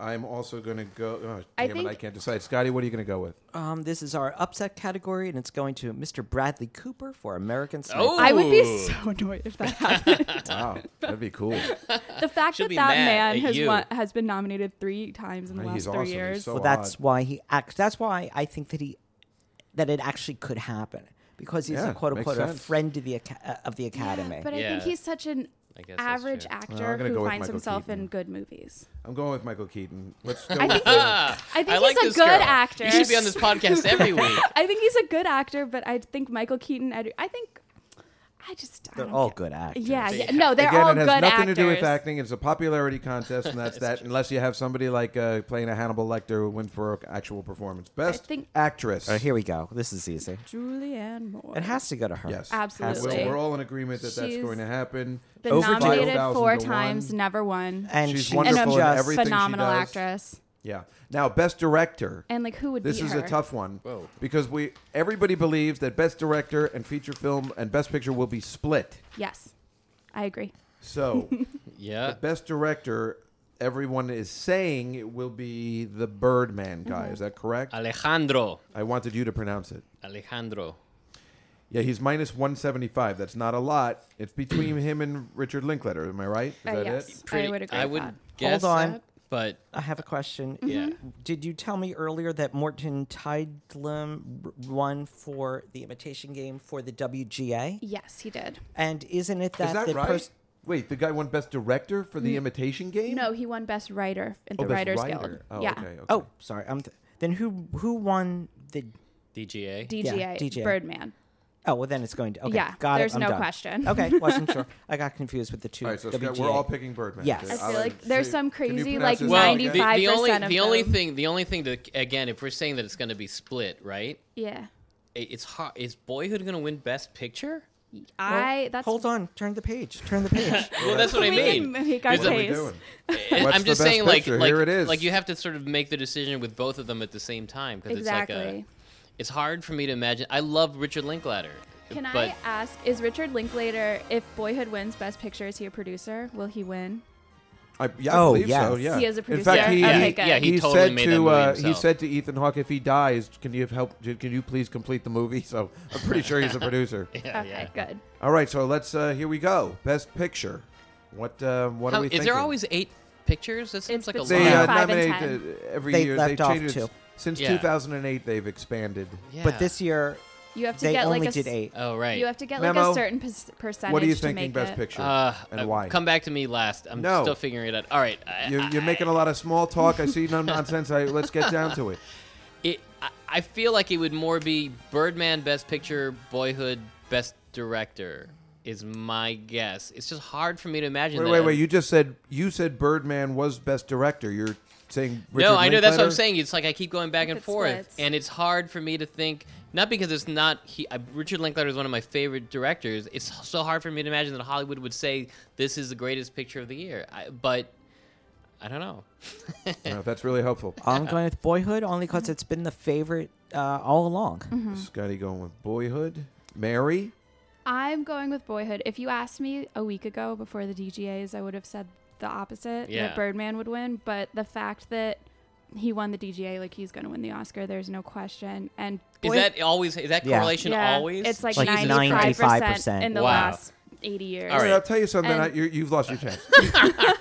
Speaker 1: I'm also going to go. Oh, damn
Speaker 3: I
Speaker 1: it, I
Speaker 3: think-
Speaker 1: can't decide. Scotty, what are you going to go with?
Speaker 4: Um, this is our upset category, and it's going to Mr. Bradley Cooper for American Sniper.
Speaker 2: Oh,
Speaker 3: I would be
Speaker 2: Ooh.
Speaker 3: so (laughs) annoyed
Speaker 2: (laughs)
Speaker 3: if that happened.
Speaker 1: Wow, that'd be
Speaker 3: (laughs)
Speaker 1: cool.
Speaker 3: the fact
Speaker 2: She'll
Speaker 3: that
Speaker 2: be
Speaker 3: that
Speaker 2: mad
Speaker 3: man
Speaker 2: at
Speaker 3: has
Speaker 2: you.
Speaker 3: won, has been nominated three times in the
Speaker 1: He's
Speaker 3: last three
Speaker 1: awesome. He's
Speaker 3: years.
Speaker 1: so
Speaker 4: Well, that's
Speaker 1: odd.
Speaker 4: why he acts. That's why I think that he that it actually could happen because he's
Speaker 1: Yeah,
Speaker 4: a quote unquote
Speaker 1: makes
Speaker 4: a
Speaker 1: sense.
Speaker 4: friend of the aca- uh, of the academy.
Speaker 3: But I
Speaker 2: Yeah.
Speaker 3: think he's such an
Speaker 2: I guess that's
Speaker 3: average
Speaker 2: true.
Speaker 1: Well,
Speaker 3: actor
Speaker 1: I'm gonna
Speaker 3: who
Speaker 1: go with
Speaker 3: finds
Speaker 1: Michael
Speaker 3: himself
Speaker 1: Keaton.
Speaker 3: in good movies.
Speaker 1: I'm going with Michael Keaton. Let's go.
Speaker 3: I
Speaker 1: with
Speaker 3: think he's,
Speaker 1: uh,
Speaker 3: I think he's
Speaker 2: like
Speaker 3: a
Speaker 2: this
Speaker 3: good
Speaker 2: girl.
Speaker 3: actor.
Speaker 2: You should be on this podcast
Speaker 3: (laughs)
Speaker 2: every week.
Speaker 3: I think he's a good actor, but I think Michael Keaton. I, I think I just I
Speaker 4: They're
Speaker 3: don't
Speaker 4: all
Speaker 3: get-
Speaker 4: good actors.
Speaker 3: Yeah, yeah, no, (laughs) they're
Speaker 1: Again,
Speaker 3: all
Speaker 1: it
Speaker 3: good
Speaker 1: has
Speaker 3: actors.
Speaker 1: nothing to do with acting. It's a popularity contest, and
Speaker 2: (laughs)
Speaker 1: that's that. Unless you have somebody like uh, playing a Hannibal Lecter who win for an actual performance. Best
Speaker 3: think-
Speaker 1: actress.
Speaker 4: All right, here we go. This is easy.
Speaker 3: Julianne Moore.
Speaker 4: It has to go to her.
Speaker 1: yes,
Speaker 3: Absolutely.
Speaker 1: We're, we're all in agreement that that's
Speaker 3: She's
Speaker 1: going to happen.
Speaker 3: been
Speaker 4: Over
Speaker 3: nominated
Speaker 1: 5,000 to
Speaker 3: four
Speaker 1: one.
Speaker 3: times, never won.
Speaker 4: And
Speaker 1: She's
Speaker 4: she's
Speaker 1: wonderful
Speaker 4: just
Speaker 1: in everything she
Speaker 3: phenomenal
Speaker 1: does.
Speaker 3: actress.
Speaker 1: Yeah. Now, best director.
Speaker 3: And like, who would
Speaker 1: This
Speaker 3: beat
Speaker 1: is
Speaker 3: her?
Speaker 1: a tough one
Speaker 2: Whoa.
Speaker 1: because we everybody believes that best director and feature film and best picture will be split.
Speaker 3: Yes, I agree. (laughs)
Speaker 1: So,
Speaker 2: Yeah.
Speaker 1: best director, everyone is saying it will be the Birdman guy.
Speaker 3: Mm-hmm.
Speaker 1: Is that correct?
Speaker 2: Alejandro.
Speaker 1: I wanted you to pronounce it.
Speaker 2: Alejandro.
Speaker 1: Yeah, he's minus 175. That's not a lot. It's between him and Richard Linkletter. Am I right? Is
Speaker 3: Uh,
Speaker 1: that
Speaker 3: yes,
Speaker 1: it?
Speaker 3: I would agree.
Speaker 2: I
Speaker 3: with
Speaker 2: would
Speaker 3: that.
Speaker 2: guess
Speaker 4: Hold on.
Speaker 2: that, but
Speaker 4: I have a question.
Speaker 2: Yeah.
Speaker 3: Mm-hmm.
Speaker 4: Did you tell me earlier that Morton Tidlam r- won for the imitation game for the WGA?
Speaker 3: Yes, he did.
Speaker 4: And isn't it that, Mm.
Speaker 1: Is that
Speaker 4: the
Speaker 1: right?
Speaker 4: pers-
Speaker 1: Wait, the guy won best director for The Imitation Game?
Speaker 3: No, he won Best Writer at
Speaker 1: oh,
Speaker 3: the
Speaker 1: best
Speaker 3: Writers
Speaker 1: writer.
Speaker 3: Guild.
Speaker 1: Oh,
Speaker 3: yeah,
Speaker 1: okay, okay.
Speaker 4: Oh, sorry. I'm th- then who who won the
Speaker 2: DGA.
Speaker 3: DGA,
Speaker 4: Yeah, DGA.
Speaker 3: Birdman.
Speaker 4: Oh, well then it's going to Okay,
Speaker 3: Yeah,
Speaker 4: got it.
Speaker 3: there's
Speaker 4: I'm
Speaker 3: no
Speaker 4: done.
Speaker 3: question.
Speaker 4: Okay,
Speaker 3: (laughs)
Speaker 4: wasn't sure. I got confused with the two.
Speaker 1: All right, so Scott,
Speaker 4: WGA.
Speaker 1: we're all picking Birdman.
Speaker 4: Yes.
Speaker 1: Okay,
Speaker 4: I
Speaker 3: feel
Speaker 1: I'll
Speaker 3: like
Speaker 1: let-
Speaker 3: there's
Speaker 1: so-
Speaker 3: some
Speaker 1: can you
Speaker 3: crazy,
Speaker 1: pronounce
Speaker 3: like,
Speaker 1: his name
Speaker 2: well, the,
Speaker 1: again?
Speaker 2: the only
Speaker 3: 95% of
Speaker 2: the only
Speaker 3: them.
Speaker 2: thing the only thing that again, if we're saying that it's going to be split, right?
Speaker 3: Yeah.
Speaker 2: It, it's hard. Is Boyhood going to win Best Picture?
Speaker 3: I that's
Speaker 4: Hold on, turn the page. Turn
Speaker 3: (laughs)
Speaker 4: the page.
Speaker 2: Well, that's what I
Speaker 3: we
Speaker 2: mean.
Speaker 3: can make our
Speaker 1: What are we
Speaker 3: case.
Speaker 1: doing? What's
Speaker 2: I'm
Speaker 1: the best
Speaker 2: just saying, like,
Speaker 1: picture?
Speaker 2: like,
Speaker 1: Here it is.
Speaker 2: like you have to sort of make the decision with both of them at the same time because
Speaker 3: Exactly.
Speaker 2: it's like a, it's hard for me to imagine. I love Richard Linklater,
Speaker 3: Can
Speaker 2: but
Speaker 3: I ask, is Richard Linklater, if Boyhood wins Best Picture, is he a producer? Will he win?
Speaker 1: I, yeah,
Speaker 4: Oh,
Speaker 1: I believe so.
Speaker 4: yes.
Speaker 1: Yeah,
Speaker 3: He is a
Speaker 1: In
Speaker 3: producer.
Speaker 1: fact, he,
Speaker 3: Okay,
Speaker 1: he,
Speaker 3: good.
Speaker 2: Yeah, he totally
Speaker 1: said
Speaker 2: made
Speaker 1: to
Speaker 2: that movie
Speaker 1: uh, he
Speaker 2: himself.
Speaker 1: said to Ethan Hawke, if he dies, can you help? Can you please complete the movie? So I'm pretty sure he's a
Speaker 2: (laughs)
Speaker 1: producer.
Speaker 2: yeah, yeah.
Speaker 3: okay, good.
Speaker 1: All right, so let's uh, here we go. Best picture. What uh, what are
Speaker 2: How-
Speaker 1: we?
Speaker 2: is
Speaker 1: thinking?
Speaker 2: there always eight pictures? That seems like a lot.
Speaker 3: between
Speaker 1: they uh,
Speaker 3: Five and
Speaker 1: nominated uh, every
Speaker 4: They
Speaker 1: year?
Speaker 4: left
Speaker 1: they
Speaker 4: off
Speaker 1: changed it.
Speaker 4: two.
Speaker 1: Since
Speaker 2: Yeah.
Speaker 1: 2008, they've expanded.
Speaker 2: Yeah.
Speaker 4: But this year,
Speaker 3: You have to
Speaker 4: they
Speaker 3: get
Speaker 4: only
Speaker 3: like a
Speaker 4: did
Speaker 3: s-
Speaker 4: eight.
Speaker 2: Oh right.
Speaker 3: You have to get like
Speaker 1: Memo?
Speaker 3: a certain perc- percentage.
Speaker 1: What are you
Speaker 3: to
Speaker 1: thinking?
Speaker 3: make
Speaker 1: Best
Speaker 3: it.
Speaker 1: picture
Speaker 2: uh,
Speaker 1: and
Speaker 2: uh,
Speaker 1: why?
Speaker 2: Come back to me last. I'm
Speaker 1: No.
Speaker 2: still figuring it out. All right. I-
Speaker 1: You're, you're
Speaker 2: I-
Speaker 1: making a lot of small talk. I see
Speaker 2: (laughs)
Speaker 1: no nonsense. I, let's get down to it.
Speaker 2: It, I, I feel like it would more be Birdman Best Picture, Boyhood Best Director is my guess. It's just hard for me to imagine.
Speaker 1: Wait,
Speaker 2: that
Speaker 1: wait, wait. You just said you said Birdman was best director. You're saying Richard
Speaker 2: no, I know that's what I'm
Speaker 1: Linklater?
Speaker 2: saying. It's like I keep going back and
Speaker 3: it
Speaker 2: forth,
Speaker 3: splits.
Speaker 2: and it's hard for me to think. Not because it's not he. I, Richard Linklater is one of my favorite directors. It's so hard for me to imagine that Hollywood would say this is the greatest picture of the year. I, but I don't know.
Speaker 1: No, Oh, that's really helpful.
Speaker 4: I'm going with Boyhood only
Speaker 3: Mm-hmm.
Speaker 4: because it's been the favorite uh, all along.
Speaker 2: Mm-hmm.
Speaker 1: Scotty going with Boyhood. Mary.
Speaker 3: I'm going with Boyhood. If you asked me a week ago before the DGAs, I would have said the opposite
Speaker 2: Yeah.
Speaker 3: that Birdman would win. But the fact that he won the DGA, like he's going to win the Oscar, there's no question. And
Speaker 2: Is
Speaker 3: Boy-
Speaker 2: that always? Is that
Speaker 4: Yeah.
Speaker 2: correlation
Speaker 3: yeah,
Speaker 2: always?
Speaker 3: It's like,
Speaker 4: Like
Speaker 3: 95% in the
Speaker 2: Wow.
Speaker 3: last 80 years.
Speaker 2: All
Speaker 1: All
Speaker 2: right.
Speaker 1: right. I'll tell you something.
Speaker 3: And-
Speaker 1: I, you you've lost your
Speaker 2: (laughs)
Speaker 1: chance.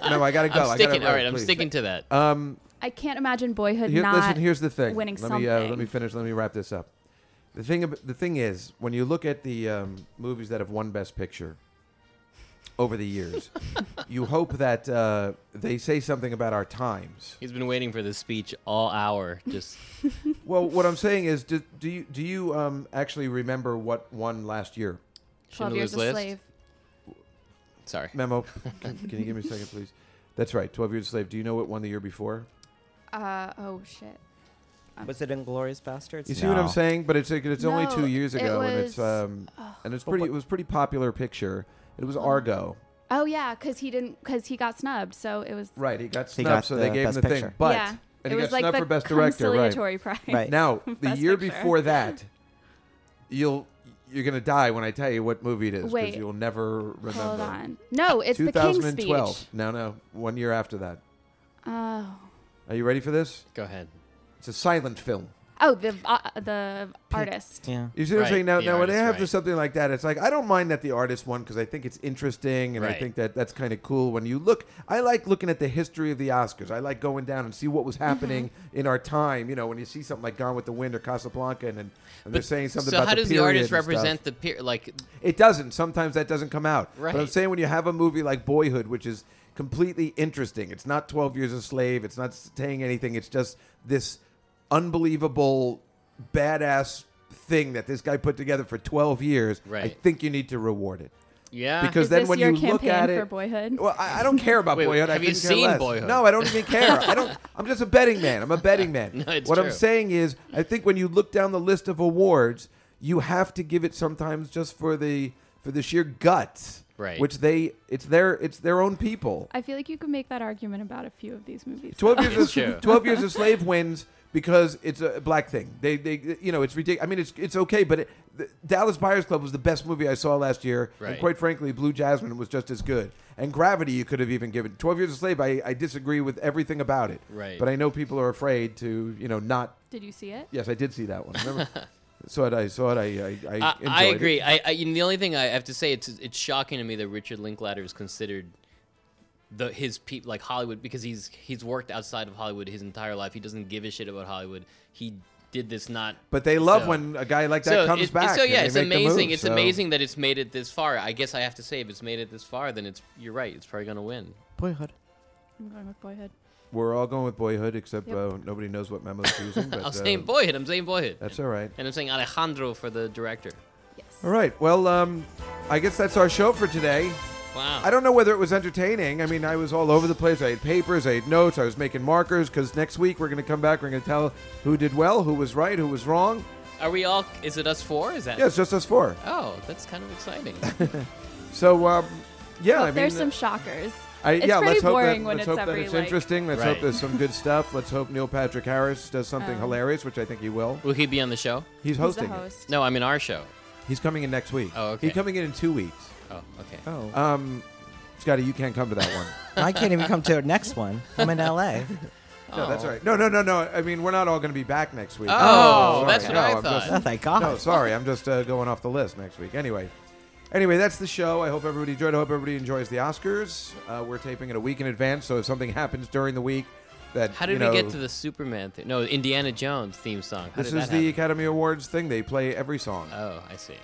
Speaker 1: no, I gotta go.
Speaker 2: I'm
Speaker 1: I
Speaker 2: sticking.
Speaker 1: gotta go,
Speaker 2: all right, I'm
Speaker 1: please.
Speaker 2: sticking to that.
Speaker 1: Um,
Speaker 3: I can't imagine Boyhood
Speaker 1: here,
Speaker 3: not.
Speaker 1: listen. Here's the thing.
Speaker 3: winning
Speaker 1: let me uh, let
Speaker 3: something.
Speaker 1: me finish. Let me wrap this up. The thing. ab- The thing is, when you look at the um, movies that have won Best Picture over the
Speaker 3: (laughs)
Speaker 1: years, you hope that uh, they say something about our times.
Speaker 2: He's been waiting for this speech all hour.
Speaker 3: (laughs)
Speaker 2: Just
Speaker 1: Well, what I'm saying is, do, do you do you um, actually remember what won last year?
Speaker 3: 12 years
Speaker 2: Schindler's
Speaker 3: a
Speaker 2: List.
Speaker 3: slave.
Speaker 2: sorry.
Speaker 1: Memo, can, can you give me a second, please? That's right, 12 Years a Slave. Do you know what won the year before?
Speaker 3: Uh, oh, shit.
Speaker 4: Was it Inglorious Bastards?
Speaker 1: You see what I'm
Speaker 4: No.
Speaker 1: saying? But it's like, it's only
Speaker 3: No,
Speaker 1: two years
Speaker 3: it
Speaker 1: ago, and it's
Speaker 3: was- Oh.
Speaker 1: um, and it's pretty.
Speaker 4: but-
Speaker 1: It was pretty popular picture. It was Argo,
Speaker 3: Oh, yeah, because he didn't, because he got snubbed. So it was.
Speaker 1: right? He got
Speaker 4: He
Speaker 1: snubbed,
Speaker 4: got
Speaker 1: so
Speaker 4: the
Speaker 1: they gave him
Speaker 4: Best
Speaker 1: the thing.
Speaker 4: Picture.
Speaker 1: But
Speaker 3: yeah.
Speaker 1: and
Speaker 3: it
Speaker 1: he
Speaker 3: was
Speaker 1: got
Speaker 3: like
Speaker 1: snubbed
Speaker 3: the
Speaker 1: for best director, right?
Speaker 3: conciliatory prize.
Speaker 4: Right.
Speaker 1: Now, the
Speaker 3: Best
Speaker 1: year
Speaker 3: Picture.
Speaker 1: before
Speaker 3: (laughs)
Speaker 1: that, you'll you're gonna die when I tell you what movie it is because
Speaker 3: Wait.
Speaker 1: you'll never remember.
Speaker 3: Hold on. No, it's the King's
Speaker 1: 2012.
Speaker 3: Speech.
Speaker 1: no, no, one year after that.
Speaker 3: Oh.
Speaker 1: Are you ready for this?
Speaker 2: Go ahead.
Speaker 1: It's a silent film.
Speaker 3: Oh, the uh, the artist.
Speaker 4: Yeah.
Speaker 1: You see what
Speaker 2: Right,
Speaker 1: I'm saying? Now,
Speaker 2: the
Speaker 1: now when they
Speaker 2: artist,
Speaker 1: have
Speaker 2: right.
Speaker 1: something like that, it's like I don't mind that the artist won because I think it's interesting and I
Speaker 2: Right.
Speaker 1: think that that's kind of cool. When you look, I like looking at the history of the Oscars. I like going down and see what was
Speaker 2: Mm-hmm.
Speaker 1: happening in our time. You know, when you see something like Gone with the Wind or Casablanca, and, and, and they're saying something
Speaker 2: so
Speaker 1: about
Speaker 2: how
Speaker 1: the
Speaker 2: does the
Speaker 1: period
Speaker 2: artist
Speaker 1: and stuff.
Speaker 2: represent the peer? Like
Speaker 1: It doesn't. Sometimes that doesn't come out. But I'm
Speaker 2: Right.
Speaker 1: saying when you have a movie like Boyhood, which is completely interesting, it's not 12 Years a Slave, it's not saying anything, it's just this unbelievable, badass thing that this guy put together for 12 years. I
Speaker 2: Right.
Speaker 1: think you need to reward it.
Speaker 2: yeah.
Speaker 1: Because
Speaker 3: Is
Speaker 1: then
Speaker 3: this
Speaker 1: when
Speaker 3: your
Speaker 1: you look
Speaker 3: campaign
Speaker 1: at it,
Speaker 3: for Boyhood?
Speaker 1: well, I, I don't care about
Speaker 2: Wait,
Speaker 1: Boyhood. I
Speaker 2: have you
Speaker 1: couldn't care
Speaker 2: seen
Speaker 1: less.
Speaker 2: Boyhood?
Speaker 1: No, I don't even care. I don't. I'm just a betting man. I'm a betting man.
Speaker 2: (laughs) No, it's
Speaker 1: what I'm
Speaker 2: true.
Speaker 1: saying is, I think when you look down the list of awards, you have to give it sometimes just for the for the sheer guts,
Speaker 2: Right.
Speaker 1: Which they it's their it's their own people.
Speaker 3: I feel like you could make that argument about a few of these movies.
Speaker 1: Twelve
Speaker 2: It's (laughs)
Speaker 1: years
Speaker 2: true.
Speaker 1: of, Twelve Years a Slave wins because it's a black thing. They they you know it's ridiculous. I mean it's it's okay, but it, the, Dallas Buyers Club was the best movie I saw last year, and
Speaker 2: Right.
Speaker 1: quite frankly, Blue Jasmine was just as good. And Gravity, you could have even given Twelve Years a Slave. I, I disagree with everything about it,
Speaker 2: Right.
Speaker 1: But I know people are afraid to you know not.
Speaker 3: (laughs) Did you see it?
Speaker 1: Yes, I did see that one.
Speaker 2: (laughs)
Speaker 1: Remember? saw it. I saw it. I I, I,
Speaker 2: I, I
Speaker 1: enjoyed it.
Speaker 2: agree. I, I you know, the only thing I have to say it's it's shocking to me that Richard Linklater is considered the his peop, like Hollywood because he's he's worked outside of Hollywood his entire life. He doesn't give a shit about Hollywood. He did this not.
Speaker 1: But they love
Speaker 2: So-
Speaker 1: when a guy like that
Speaker 2: so
Speaker 1: comes
Speaker 2: it-
Speaker 1: back.
Speaker 2: So yeah,
Speaker 1: and they make
Speaker 2: it's
Speaker 1: the
Speaker 2: amazing.
Speaker 1: move,
Speaker 2: it's
Speaker 1: so-
Speaker 2: amazing that it's made it this far. I guess I have to say, if it's made it this far, then it's you're right. It's probably gonna win.
Speaker 4: Boyhood.
Speaker 3: I'm going with Boyhood.
Speaker 1: We're all going with Boyhood, except
Speaker 3: Yep.
Speaker 1: uh, nobody knows what memo's
Speaker 2: (laughs)
Speaker 1: choosing. But,
Speaker 2: I'm
Speaker 1: uh,
Speaker 2: saying Boyhood. I'm saying Boyhood,
Speaker 1: That's all right.
Speaker 2: and I'm saying Alejandro for the director.
Speaker 1: All right. Well, um, I guess that's our show for today.
Speaker 2: Wow.
Speaker 1: I don't know whether it was entertaining. I mean, I was all over the place. I had papers, I had notes, I was making markers because next week we're going to come back. We're going to tell who did well, who was right, who was wrong.
Speaker 2: Are we all? Is it us four? Is that?
Speaker 1: Yeah, it's just us four.
Speaker 2: Oh, that's kind of exciting. (laughs)
Speaker 1: So, um, yeah,
Speaker 3: Hope
Speaker 1: I mean, uh,
Speaker 3: there's some shockers.
Speaker 1: I,
Speaker 3: it's
Speaker 1: yeah,
Speaker 3: pretty
Speaker 1: let's hope
Speaker 3: boring
Speaker 1: that,
Speaker 3: when
Speaker 1: let's
Speaker 3: it's
Speaker 1: hope
Speaker 3: every
Speaker 1: that it's
Speaker 3: like,
Speaker 1: interesting. Let's
Speaker 2: Right.
Speaker 1: hope there's some good stuff. Let's hope Neil Patrick Harris does something
Speaker 3: Um,
Speaker 1: hilarious, which I think he will.
Speaker 2: Will he be on the show?
Speaker 1: He's
Speaker 3: Who's the
Speaker 1: hosting it.
Speaker 3: host? (laughs)
Speaker 2: No, I mean our show.
Speaker 1: He's coming in next week.
Speaker 2: Oh, okay.
Speaker 1: He's coming in in two weeks.
Speaker 2: Oh, okay.
Speaker 4: Oh,
Speaker 1: Um, Scotty, you can't come to that one.
Speaker 4: I can't even come to our next one. I'm in LA.
Speaker 1: (laughs) No, that's
Speaker 2: Oh.
Speaker 1: all right. No, no, no, no. I mean, we're not all going to be back next week.
Speaker 2: Oh,
Speaker 1: sorry.
Speaker 2: that's what
Speaker 1: No,
Speaker 2: I
Speaker 1: I'm
Speaker 2: thought.
Speaker 1: just-
Speaker 4: Oh, thank God.
Speaker 1: No, sorry. I'm just uh, going off the list next week. Anyway, anyway, that's the show. I hope everybody enjoyed. I hope everybody enjoys the Oscars. Uh, we're taping it a week in advance, so if something happens during the week, that
Speaker 2: How did
Speaker 1: you know,
Speaker 2: we get to the Superman thing? No, Indiana Jones theme song. How
Speaker 1: This
Speaker 2: did
Speaker 1: is
Speaker 2: that
Speaker 1: the
Speaker 2: happen?
Speaker 1: Academy Awards thing. They play every song.
Speaker 2: Oh, I see.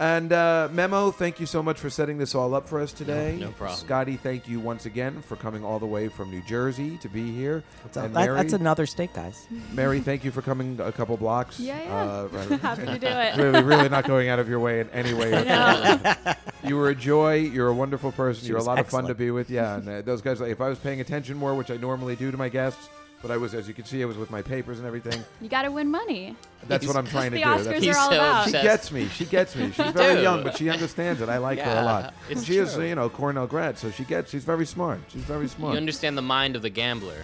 Speaker 1: And uh, Memo, thank you so much for setting this all up for us today.
Speaker 2: No- no problem.
Speaker 1: Scotty, thank you once again for coming all the way from New Jersey to be here.
Speaker 4: That-
Speaker 1: and Mary,
Speaker 4: that's another state, guys.
Speaker 1: Mary, thank you for coming a couple blocks.
Speaker 3: Yeah, yeah.
Speaker 1: Uh, right-
Speaker 3: (laughs) Happy to
Speaker 1: (laughs)
Speaker 3: do it.
Speaker 1: really, really not going out of your way in any way.
Speaker 3: (laughs) No.
Speaker 1: (laughs) You were a joy. You're a wonderful person.
Speaker 4: She
Speaker 1: You're a
Speaker 4: was
Speaker 1: lot of fun
Speaker 4: excellent.
Speaker 1: to be with. Yeah, and uh, those guys. Like, if I was paying attention more, which I normally do to my guests, but I was, as you can see, I was with my papers and everything.
Speaker 3: You got to win money.
Speaker 1: That's what I'm trying to
Speaker 3: the
Speaker 1: do.
Speaker 3: Oscars
Speaker 1: That's-
Speaker 3: are
Speaker 2: He's
Speaker 3: all
Speaker 2: so
Speaker 3: about.
Speaker 1: she
Speaker 2: obsessed.
Speaker 1: gets me. She gets me. She's very
Speaker 2: do.
Speaker 1: young, but she understands it. I like her a
Speaker 2: Yeah,
Speaker 1: lot.
Speaker 2: it's
Speaker 1: she is,
Speaker 2: true.
Speaker 1: you know, Cornell grad, so she gets. She's very smart. She's very
Speaker 2: You
Speaker 1: smart.
Speaker 2: understand the mind of the gambler.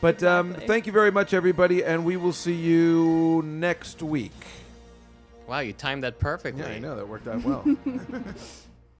Speaker 1: but um,
Speaker 3: Exactly.
Speaker 1: thank you very much, everybody, and we will see you next week.
Speaker 2: Wow, you timed that perfectly.
Speaker 1: Yeah, I know that worked out well.